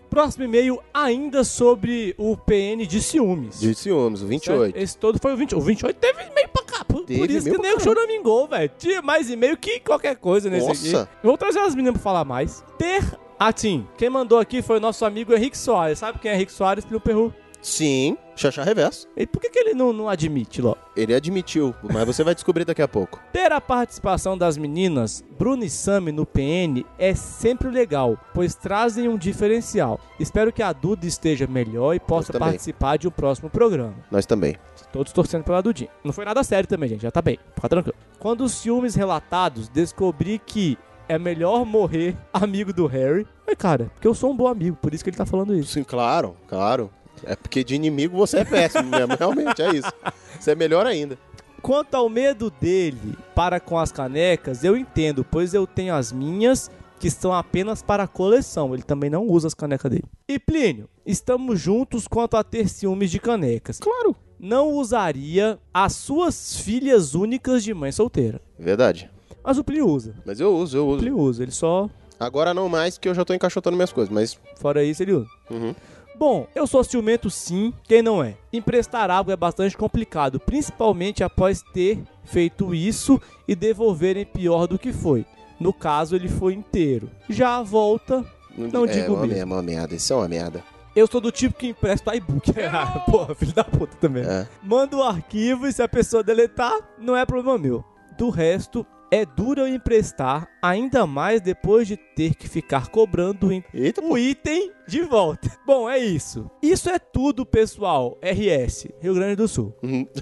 Speaker 2: Próximo e-mail ainda sobre o PN de ciúmes.
Speaker 1: De ciúmes, o 28.
Speaker 2: Esse todo foi o 28. O 28 teve e-mail pra, cá, Por,
Speaker 1: Teve
Speaker 2: por isso
Speaker 1: e-mail
Speaker 2: que
Speaker 1: pra
Speaker 2: nem o
Speaker 1: caramba.
Speaker 2: choramingou, velho. Tinha mais e-mail que qualquer coisa nesse
Speaker 1: Nossa.
Speaker 2: aqui. Vou trazer as meninas pra falar mais. Ter Atim. Quem mandou aqui foi o nosso amigo Henrique Soares. Sabe quem é Henrique Soares, Pio Perru?
Speaker 1: Sim, Xaxá Reverso.
Speaker 2: E por que, que ele não, não admite, Ló?
Speaker 1: Ele admitiu, mas você vai descobrir daqui a pouco.
Speaker 2: Ter a participação das meninas Bruno e Sami no PN é sempre legal, pois trazem um diferencial. Espero que a Duda esteja melhor e possa
Speaker 1: também.
Speaker 2: participar de um próximo programa.
Speaker 1: Nós também.
Speaker 2: Todos torcendo pela Dudinha. Não foi nada sério também, gente. Já tá bem. Fica tranquilo. Quando os ciúmes relatados, descobri que é melhor morrer amigo do Harry. Mas, cara, porque eu sou um bom amigo, por isso que ele tá falando isso.
Speaker 1: Sim, claro, claro. É porque de inimigo você é péssimo mesmo, realmente, é isso. Você é melhor ainda.
Speaker 2: Quanto ao medo dele para com as canecas, eu entendo, pois eu tenho as minhas que são apenas para coleção. Ele também não usa as canecas dele. E Plínio, estamos juntos quanto a ter ciúmes de canecas.
Speaker 1: Claro.
Speaker 2: Não usaria as suas filhas únicas de mãe solteira.
Speaker 1: Verdade.
Speaker 2: Mas o Plínio usa.
Speaker 1: Mas eu uso, eu
Speaker 2: O
Speaker 1: uso.
Speaker 2: Plínio usa, ele só.
Speaker 1: Agora não mais, que eu já tô encaixotando minhas coisas, mas.
Speaker 2: Fora isso, ele usa.
Speaker 1: Uhum.
Speaker 2: Bom, eu sou ciumento sim, quem não é? Emprestar água é bastante complicado, principalmente após ter feito isso e devolverem pior do que foi. No caso, ele foi inteiro. Já a volta, não
Speaker 1: é,
Speaker 2: digo
Speaker 1: uma
Speaker 2: mesmo.
Speaker 1: merda, uma merda, isso é uma merda.
Speaker 2: Eu sou do tipo que empresta iBook. Ah, Porra, filho da puta também.
Speaker 1: É.
Speaker 2: Manda o arquivo e se a pessoa deletar, não é problema meu. Do resto, é duro eu emprestar, ainda mais depois de ter que ficar cobrando o, in- o um item de volta. Bom, é isso. Isso é tudo, pessoal. RS, Rio Grande do Sul.
Speaker 1: Uhum.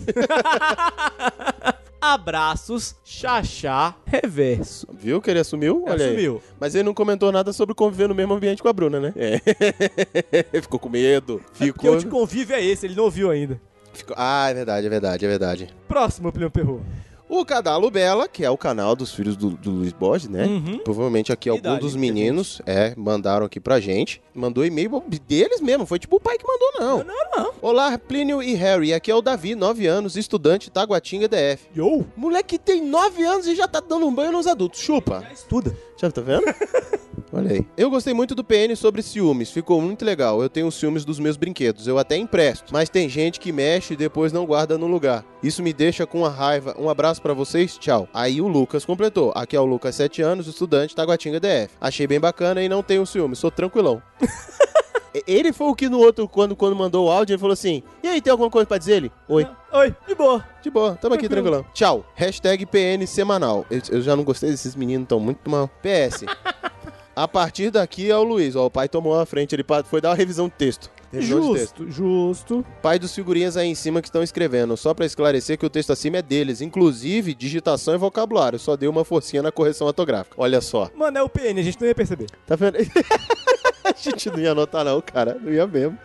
Speaker 2: Abraços, Xaxá, Reverso.
Speaker 1: Viu que ele assumiu?
Speaker 2: É,
Speaker 1: Olha aí.
Speaker 2: assumiu.
Speaker 1: Mas ele não comentou nada sobre conviver no mesmo ambiente com a Bruna, né? É. Ficou com medo.
Speaker 2: Porque o
Speaker 1: Ficou.
Speaker 2: de convívio é esse, ele não ouviu ainda.
Speaker 1: Ficou- Ah, é verdade, é verdade, é verdade.
Speaker 2: Próximo, Plínio Perro.
Speaker 1: O Cadalo Bela, que é o canal dos filhos do, do Luiz Borges, né?
Speaker 2: Uhum.
Speaker 1: Provavelmente aqui algum
Speaker 2: Idade,
Speaker 1: dos
Speaker 2: né, gente?
Speaker 1: meninos é, mandaram aqui pra gente. Mandou e-mail deles mesmo, foi tipo o pai que mandou, não.
Speaker 2: Não, não.
Speaker 1: Olá, Plínio e Harry, aqui é o Davi, 9 anos, estudante Taguatinga DF.
Speaker 2: Yo!
Speaker 1: Moleque tem 9 anos e já tá dando um banho nos adultos, chupa.
Speaker 2: Estuda.
Speaker 1: Já tá vendo? Olha aí. Eu gostei muito do PN sobre ciúmes, ficou muito legal. Eu tenho ciúmes dos meus brinquedos, eu até empresto, mas tem gente que mexe e depois não guarda no lugar. Isso me deixa com uma raiva. Um abraço pra vocês, tchau. Aí o Lucas completou. Aqui é o Lucas, 7 anos, estudante Taguatinga DF. Achei bem bacana e não tenho ciúmes, sou tranquilão. E- Ele foi o que no outro, quando, quando mandou o áudio, ele falou assim: E aí, tem alguma coisa pra dizer ele? Oi.
Speaker 2: Oi, de boa.
Speaker 1: De boa, tamo aqui tranquilão. Tchau. Hashtag PN semanal. Eu, eu já não gostei desses meninos, tão muito mal. PS. a partir daqui é o Luiz. Ó, o pai tomou a frente, ele pa- foi dar uma revisão de texto. Revisão de texto.
Speaker 2: Justo, justo.
Speaker 1: Pai dos figurinhas aí em cima que estão escrevendo. Só pra esclarecer que o texto acima é deles, inclusive digitação e vocabulário. Só deu uma forcinha na correção ortográfica. Olha só.
Speaker 2: Mano, é o PN, a gente não ia perceber.
Speaker 1: Tá vendo? a gente não ia anotar, não, cara. Não ia mesmo.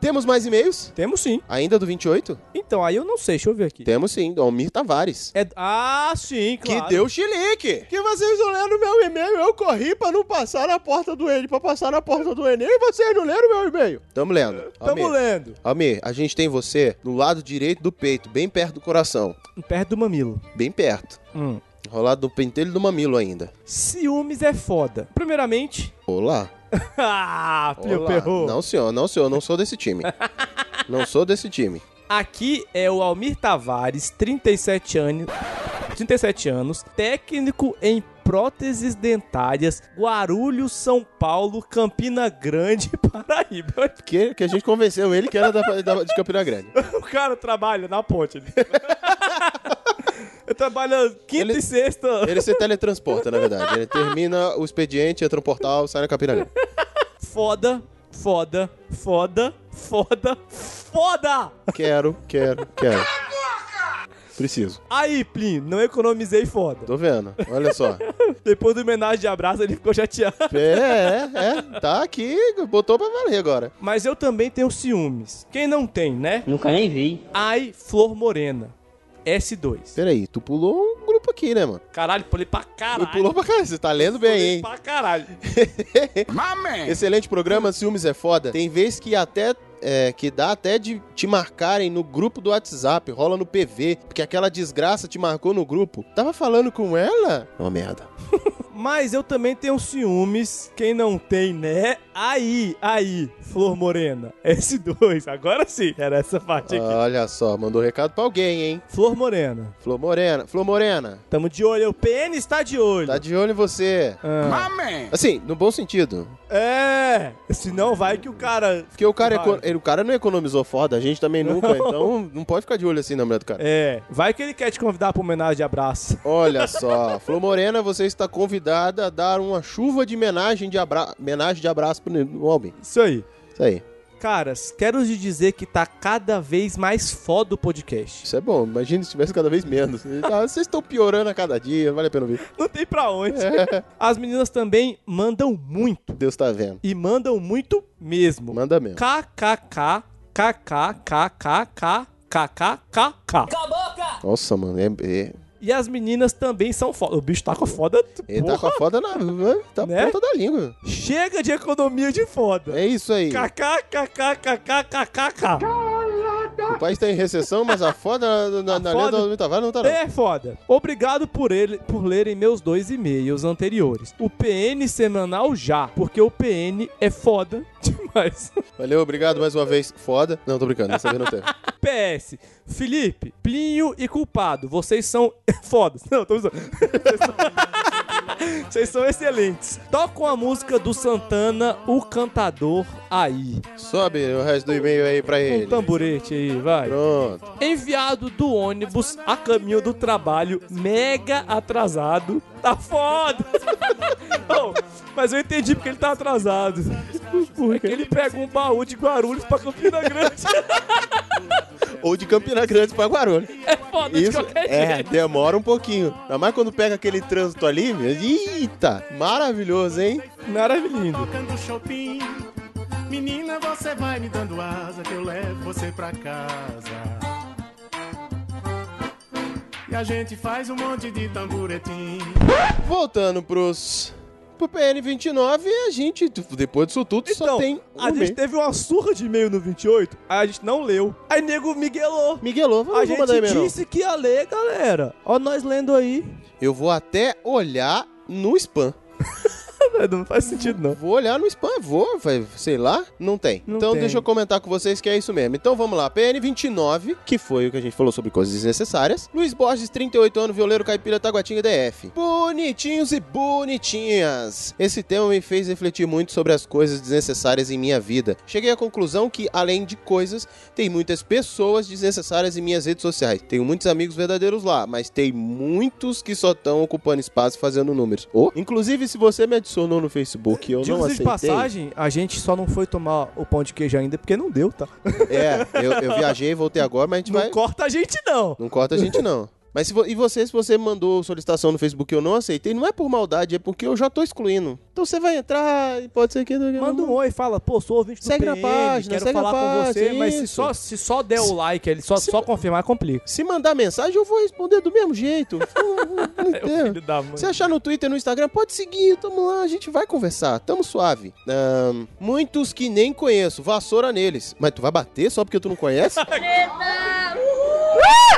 Speaker 1: Temos mais e-mails?
Speaker 2: Temos sim.
Speaker 1: Ainda do 28?
Speaker 2: Então, aí eu não sei, deixa eu ver aqui.
Speaker 1: Temos sim, do Almir Tavares.
Speaker 2: É... Ah, sim,
Speaker 1: Que
Speaker 2: claro.
Speaker 1: deu chilique! Que vocês não leram meu e-mail, eu corri pra não passar na porta do Enem, pra passar na porta do Enem e vocês não leram meu e-mail! Tamo lendo.
Speaker 2: Tamo lendo.
Speaker 1: Almir, a gente tem você no lado direito do peito, bem perto do coração.
Speaker 2: Perto do mamilo.
Speaker 1: Bem perto.
Speaker 2: Hum.
Speaker 1: Rolado do pentelho do mamilo ainda.
Speaker 2: Ciúmes é foda. Primeiramente...
Speaker 1: Olá.
Speaker 2: ah, Plio
Speaker 1: Olá.
Speaker 2: Perro.
Speaker 1: Não, senhor, não, senhor, não sou desse time. não sou desse time.
Speaker 2: Aqui é o Almir Tavares, 37 anos, 37 anos, técnico em próteses dentárias, Guarulhos, São Paulo, Campina Grande, Paraíba.
Speaker 1: Que, que a gente convenceu ele que era da, da- de Campina Grande.
Speaker 2: O cara trabalha na ponte. Ele, ele trabalha quinta e sexta.
Speaker 1: Ele se teletransporta, na verdade. Ele termina o expediente, entra no portal, sai na Campina Grande.
Speaker 2: Foda, foda, foda, foda, foda!
Speaker 1: Quero, quero, quero. Preciso.
Speaker 2: Aí, Plin, não economizei foda.
Speaker 1: Tô vendo. Olha só.
Speaker 2: Depois do homenagem de abraço, ele ficou chateado.
Speaker 1: É, é, é. Tá aqui, botou pra valer agora.
Speaker 2: Mas eu também tenho ciúmes. Quem não tem, né? Nunca nem vi. Ai, Flor Morena. S2.
Speaker 1: Peraí, tu pulou um grupo aqui, né, mano?
Speaker 2: Caralho, pulei pra caralho.
Speaker 1: Tu pulou pra caralho. Você tá lendo bem, hein?
Speaker 2: Pra caralho.
Speaker 1: Excelente programa, ciúmes é foda. Tem vez que até. é, que dá até de te marcarem no grupo do WhatsApp, rola no PV, porque aquela desgraça te marcou no grupo. Tava falando com ela? Uma merda.
Speaker 2: Mas eu também tenho ciúmes. Quem não tem, né? Aí, aí, Flor Morena. Esse dois, agora sim. Era essa parte aqui.
Speaker 1: Olha só, mandou recado pra alguém, hein?
Speaker 2: Flor Morena.
Speaker 1: Flor Morena. Flor Morena.
Speaker 2: Tamo de olho. O PN está de olho.
Speaker 1: Tá de olho em você.
Speaker 2: Ah.
Speaker 1: Assim, no bom sentido.
Speaker 2: É. Senão vai que o cara...
Speaker 1: Porque o cara,
Speaker 2: Vai.
Speaker 1: eco- ele- o cara não economizou foda, a gente também nunca,
Speaker 2: Não.
Speaker 1: então não pode ficar de olho assim na mulher do cara.
Speaker 2: É. Vai que ele quer te convidar pra homenagem e abraço.
Speaker 1: Olha só, Flor Morena, você está convidada a dar uma chuva de homenagem de, abra... homenagem de abraço pro no homem.
Speaker 2: Isso aí.
Speaker 1: Isso aí.
Speaker 2: Caras, quero te dizer que tá cada vez mais foda o podcast.
Speaker 1: Isso é bom, imagina se tivesse cada vez menos. Ah, Vocês estão piorando a cada dia, não vale a pena ouvir.
Speaker 2: Não tem pra onde.
Speaker 1: É.
Speaker 2: As meninas também mandam muito.
Speaker 1: Deus tá vendo.
Speaker 2: E mandam muito mesmo.
Speaker 1: Manda mesmo.
Speaker 2: KKK, KKKKK, KKKK.
Speaker 1: Nossa, mano, é, é,
Speaker 2: E as meninas também são foda. O bicho tá com a foda.
Speaker 1: ele
Speaker 2: porra,
Speaker 1: tá com a foda na, tá
Speaker 2: Né?
Speaker 1: ponta da língua.
Speaker 2: Chega de economia de foda.
Speaker 1: É isso aí.
Speaker 2: KKKKKKKK.
Speaker 1: O país tá em recessão, mas a foda na, na, na
Speaker 2: foda-
Speaker 1: linha do Almir Tavares não tá não.
Speaker 2: É foda. Obrigado por, ele, por lerem meus dois e-mails anteriores. O PN semanal já, porque o PN é foda demais.
Speaker 1: Valeu, obrigado mais uma vez. Foda. Não, tô brincando, dessa vez não teve.
Speaker 2: PS, Felipe, Plinho e Culpado, vocês são fodas. Não, tô usando. Vocês são- Vocês são excelentes. Tocam a música do Santana, o cantador aí.
Speaker 1: Sobe o resto do e-mail aí pra
Speaker 2: Um
Speaker 1: ele.
Speaker 2: tamborete aí, vai.
Speaker 1: Pronto.
Speaker 2: Enviado do ônibus a caminho do trabalho, mega atrasado. Tá foda! Não, mas eu entendi porque ele tá atrasado. Porque ele pega um baú de Guarulhos pra Campina Grande.
Speaker 1: Ou de Campina Grande pra Guarulhos.
Speaker 2: É foda de
Speaker 1: Isso
Speaker 2: qualquer
Speaker 1: é,
Speaker 2: jeito.
Speaker 1: demora um pouquinho. Ainda mais quando pega aquele trânsito ali. meu, Eita, maravilhoso, hein?
Speaker 2: Maravilhoso.
Speaker 17: tocando Chopin. Menina, você vai me dando asa que eu levo você pra casa. E a gente faz um monte de tamburetim.
Speaker 1: Voltando pros. Pro PN29, a gente, depois disso tudo, só
Speaker 2: Então,
Speaker 1: tem. Um
Speaker 2: a gente
Speaker 1: e-mail.
Speaker 2: teve uma surra de e-mail no 28, aí a gente não leu. Aí nego miguelou.
Speaker 1: Miguelou,
Speaker 2: A
Speaker 1: vamos
Speaker 2: gente
Speaker 1: mandar e-mail. não.
Speaker 2: disse que ia ler, galera. Ó, nós lendo aí.
Speaker 1: Eu vou até olhar no spam.
Speaker 2: não faz sentido, não.
Speaker 1: Vou olhar no spam, vou, vai, sei lá, não tem. então
Speaker 2: tem.
Speaker 1: deixa eu comentar com vocês que é isso mesmo. Então vamos lá, PN29, que foi o que a gente falou sobre coisas desnecessárias. Luiz Borges, 38 anos, violeiro caipira Taguatinga DF. Bonitinhos e bonitinhas. Esse tema me fez refletir muito sobre as coisas desnecessárias em minha vida. Cheguei à conclusão que, além de coisas, tem muitas pessoas desnecessárias em minhas redes sociais. Tenho muitos amigos verdadeiros lá, mas tem muitos que só estão ocupando espaço e fazendo números. Ou, inclusive, se você me adicionou no Facebook, eu não
Speaker 2: Diga-se de
Speaker 1: aceitei.
Speaker 2: passagem, a gente só não foi tomar o pão de queijo ainda porque não deu, tá?
Speaker 1: É, eu, eu viajei e voltei agora, mas a gente
Speaker 2: Não
Speaker 1: vai.
Speaker 2: corta a gente, não.
Speaker 1: Não corta a gente, não. Mas se vo- e você, se você mandou solicitação no Facebook e eu não aceitei, não é por maldade, é porque eu já tô excluindo. Então você vai entrar e pode ser que.
Speaker 2: Manda um oi, fala, pô, sou ouvinte do
Speaker 1: Segue na
Speaker 2: PN,
Speaker 1: página,
Speaker 2: quero
Speaker 1: segue
Speaker 2: falar
Speaker 1: na
Speaker 2: com
Speaker 1: página,
Speaker 2: você, mas se
Speaker 1: isso.
Speaker 2: só, se só der o like, ele só,
Speaker 1: se-
Speaker 2: só confirmar, complica.
Speaker 1: Se mandar mensagem, eu vou responder do mesmo jeito. Não entendo.
Speaker 2: Filho da mãe.
Speaker 1: Se achar no Twitter, no Instagram, pode seguir, tamo lá, a gente vai conversar, tamo suave. Ahn, muitos que nem conheço, vassoura neles. Mas tu vai bater só porque tu não conhece?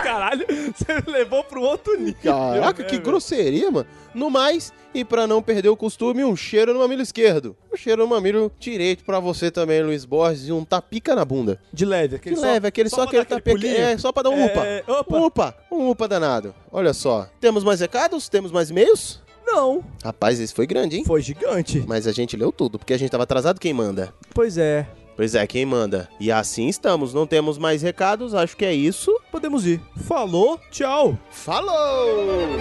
Speaker 2: Caralho, você levou pro outro nível.
Speaker 1: Caraca,
Speaker 2: né,
Speaker 1: que
Speaker 2: velho?
Speaker 1: grosseria, mano. No mais, e pra não perder o costume, um cheiro no mamilo esquerdo. Um cheiro no mamilo direito pra você também, Luiz Borges, e um tapica na bunda.
Speaker 2: De leve, aquele
Speaker 1: que leve, aquele só, aquele
Speaker 2: pra dar
Speaker 1: tapica.
Speaker 2: pulinho.
Speaker 1: É, só pra dar um upa.
Speaker 2: É,
Speaker 1: Um upa, um upa danado. Olha só. Temos mais recados? Temos mais e-mails?
Speaker 2: Não,
Speaker 1: Rapaz, esse foi grande, hein?
Speaker 2: foi gigante.
Speaker 1: Mas a gente leu tudo, porque a gente tava atrasado, quem manda?
Speaker 2: Pois é,
Speaker 1: Pois é, quem manda? E assim estamos, não temos mais recados, acho que é isso.
Speaker 2: podemos ir. Falou, tchau.
Speaker 1: Falou!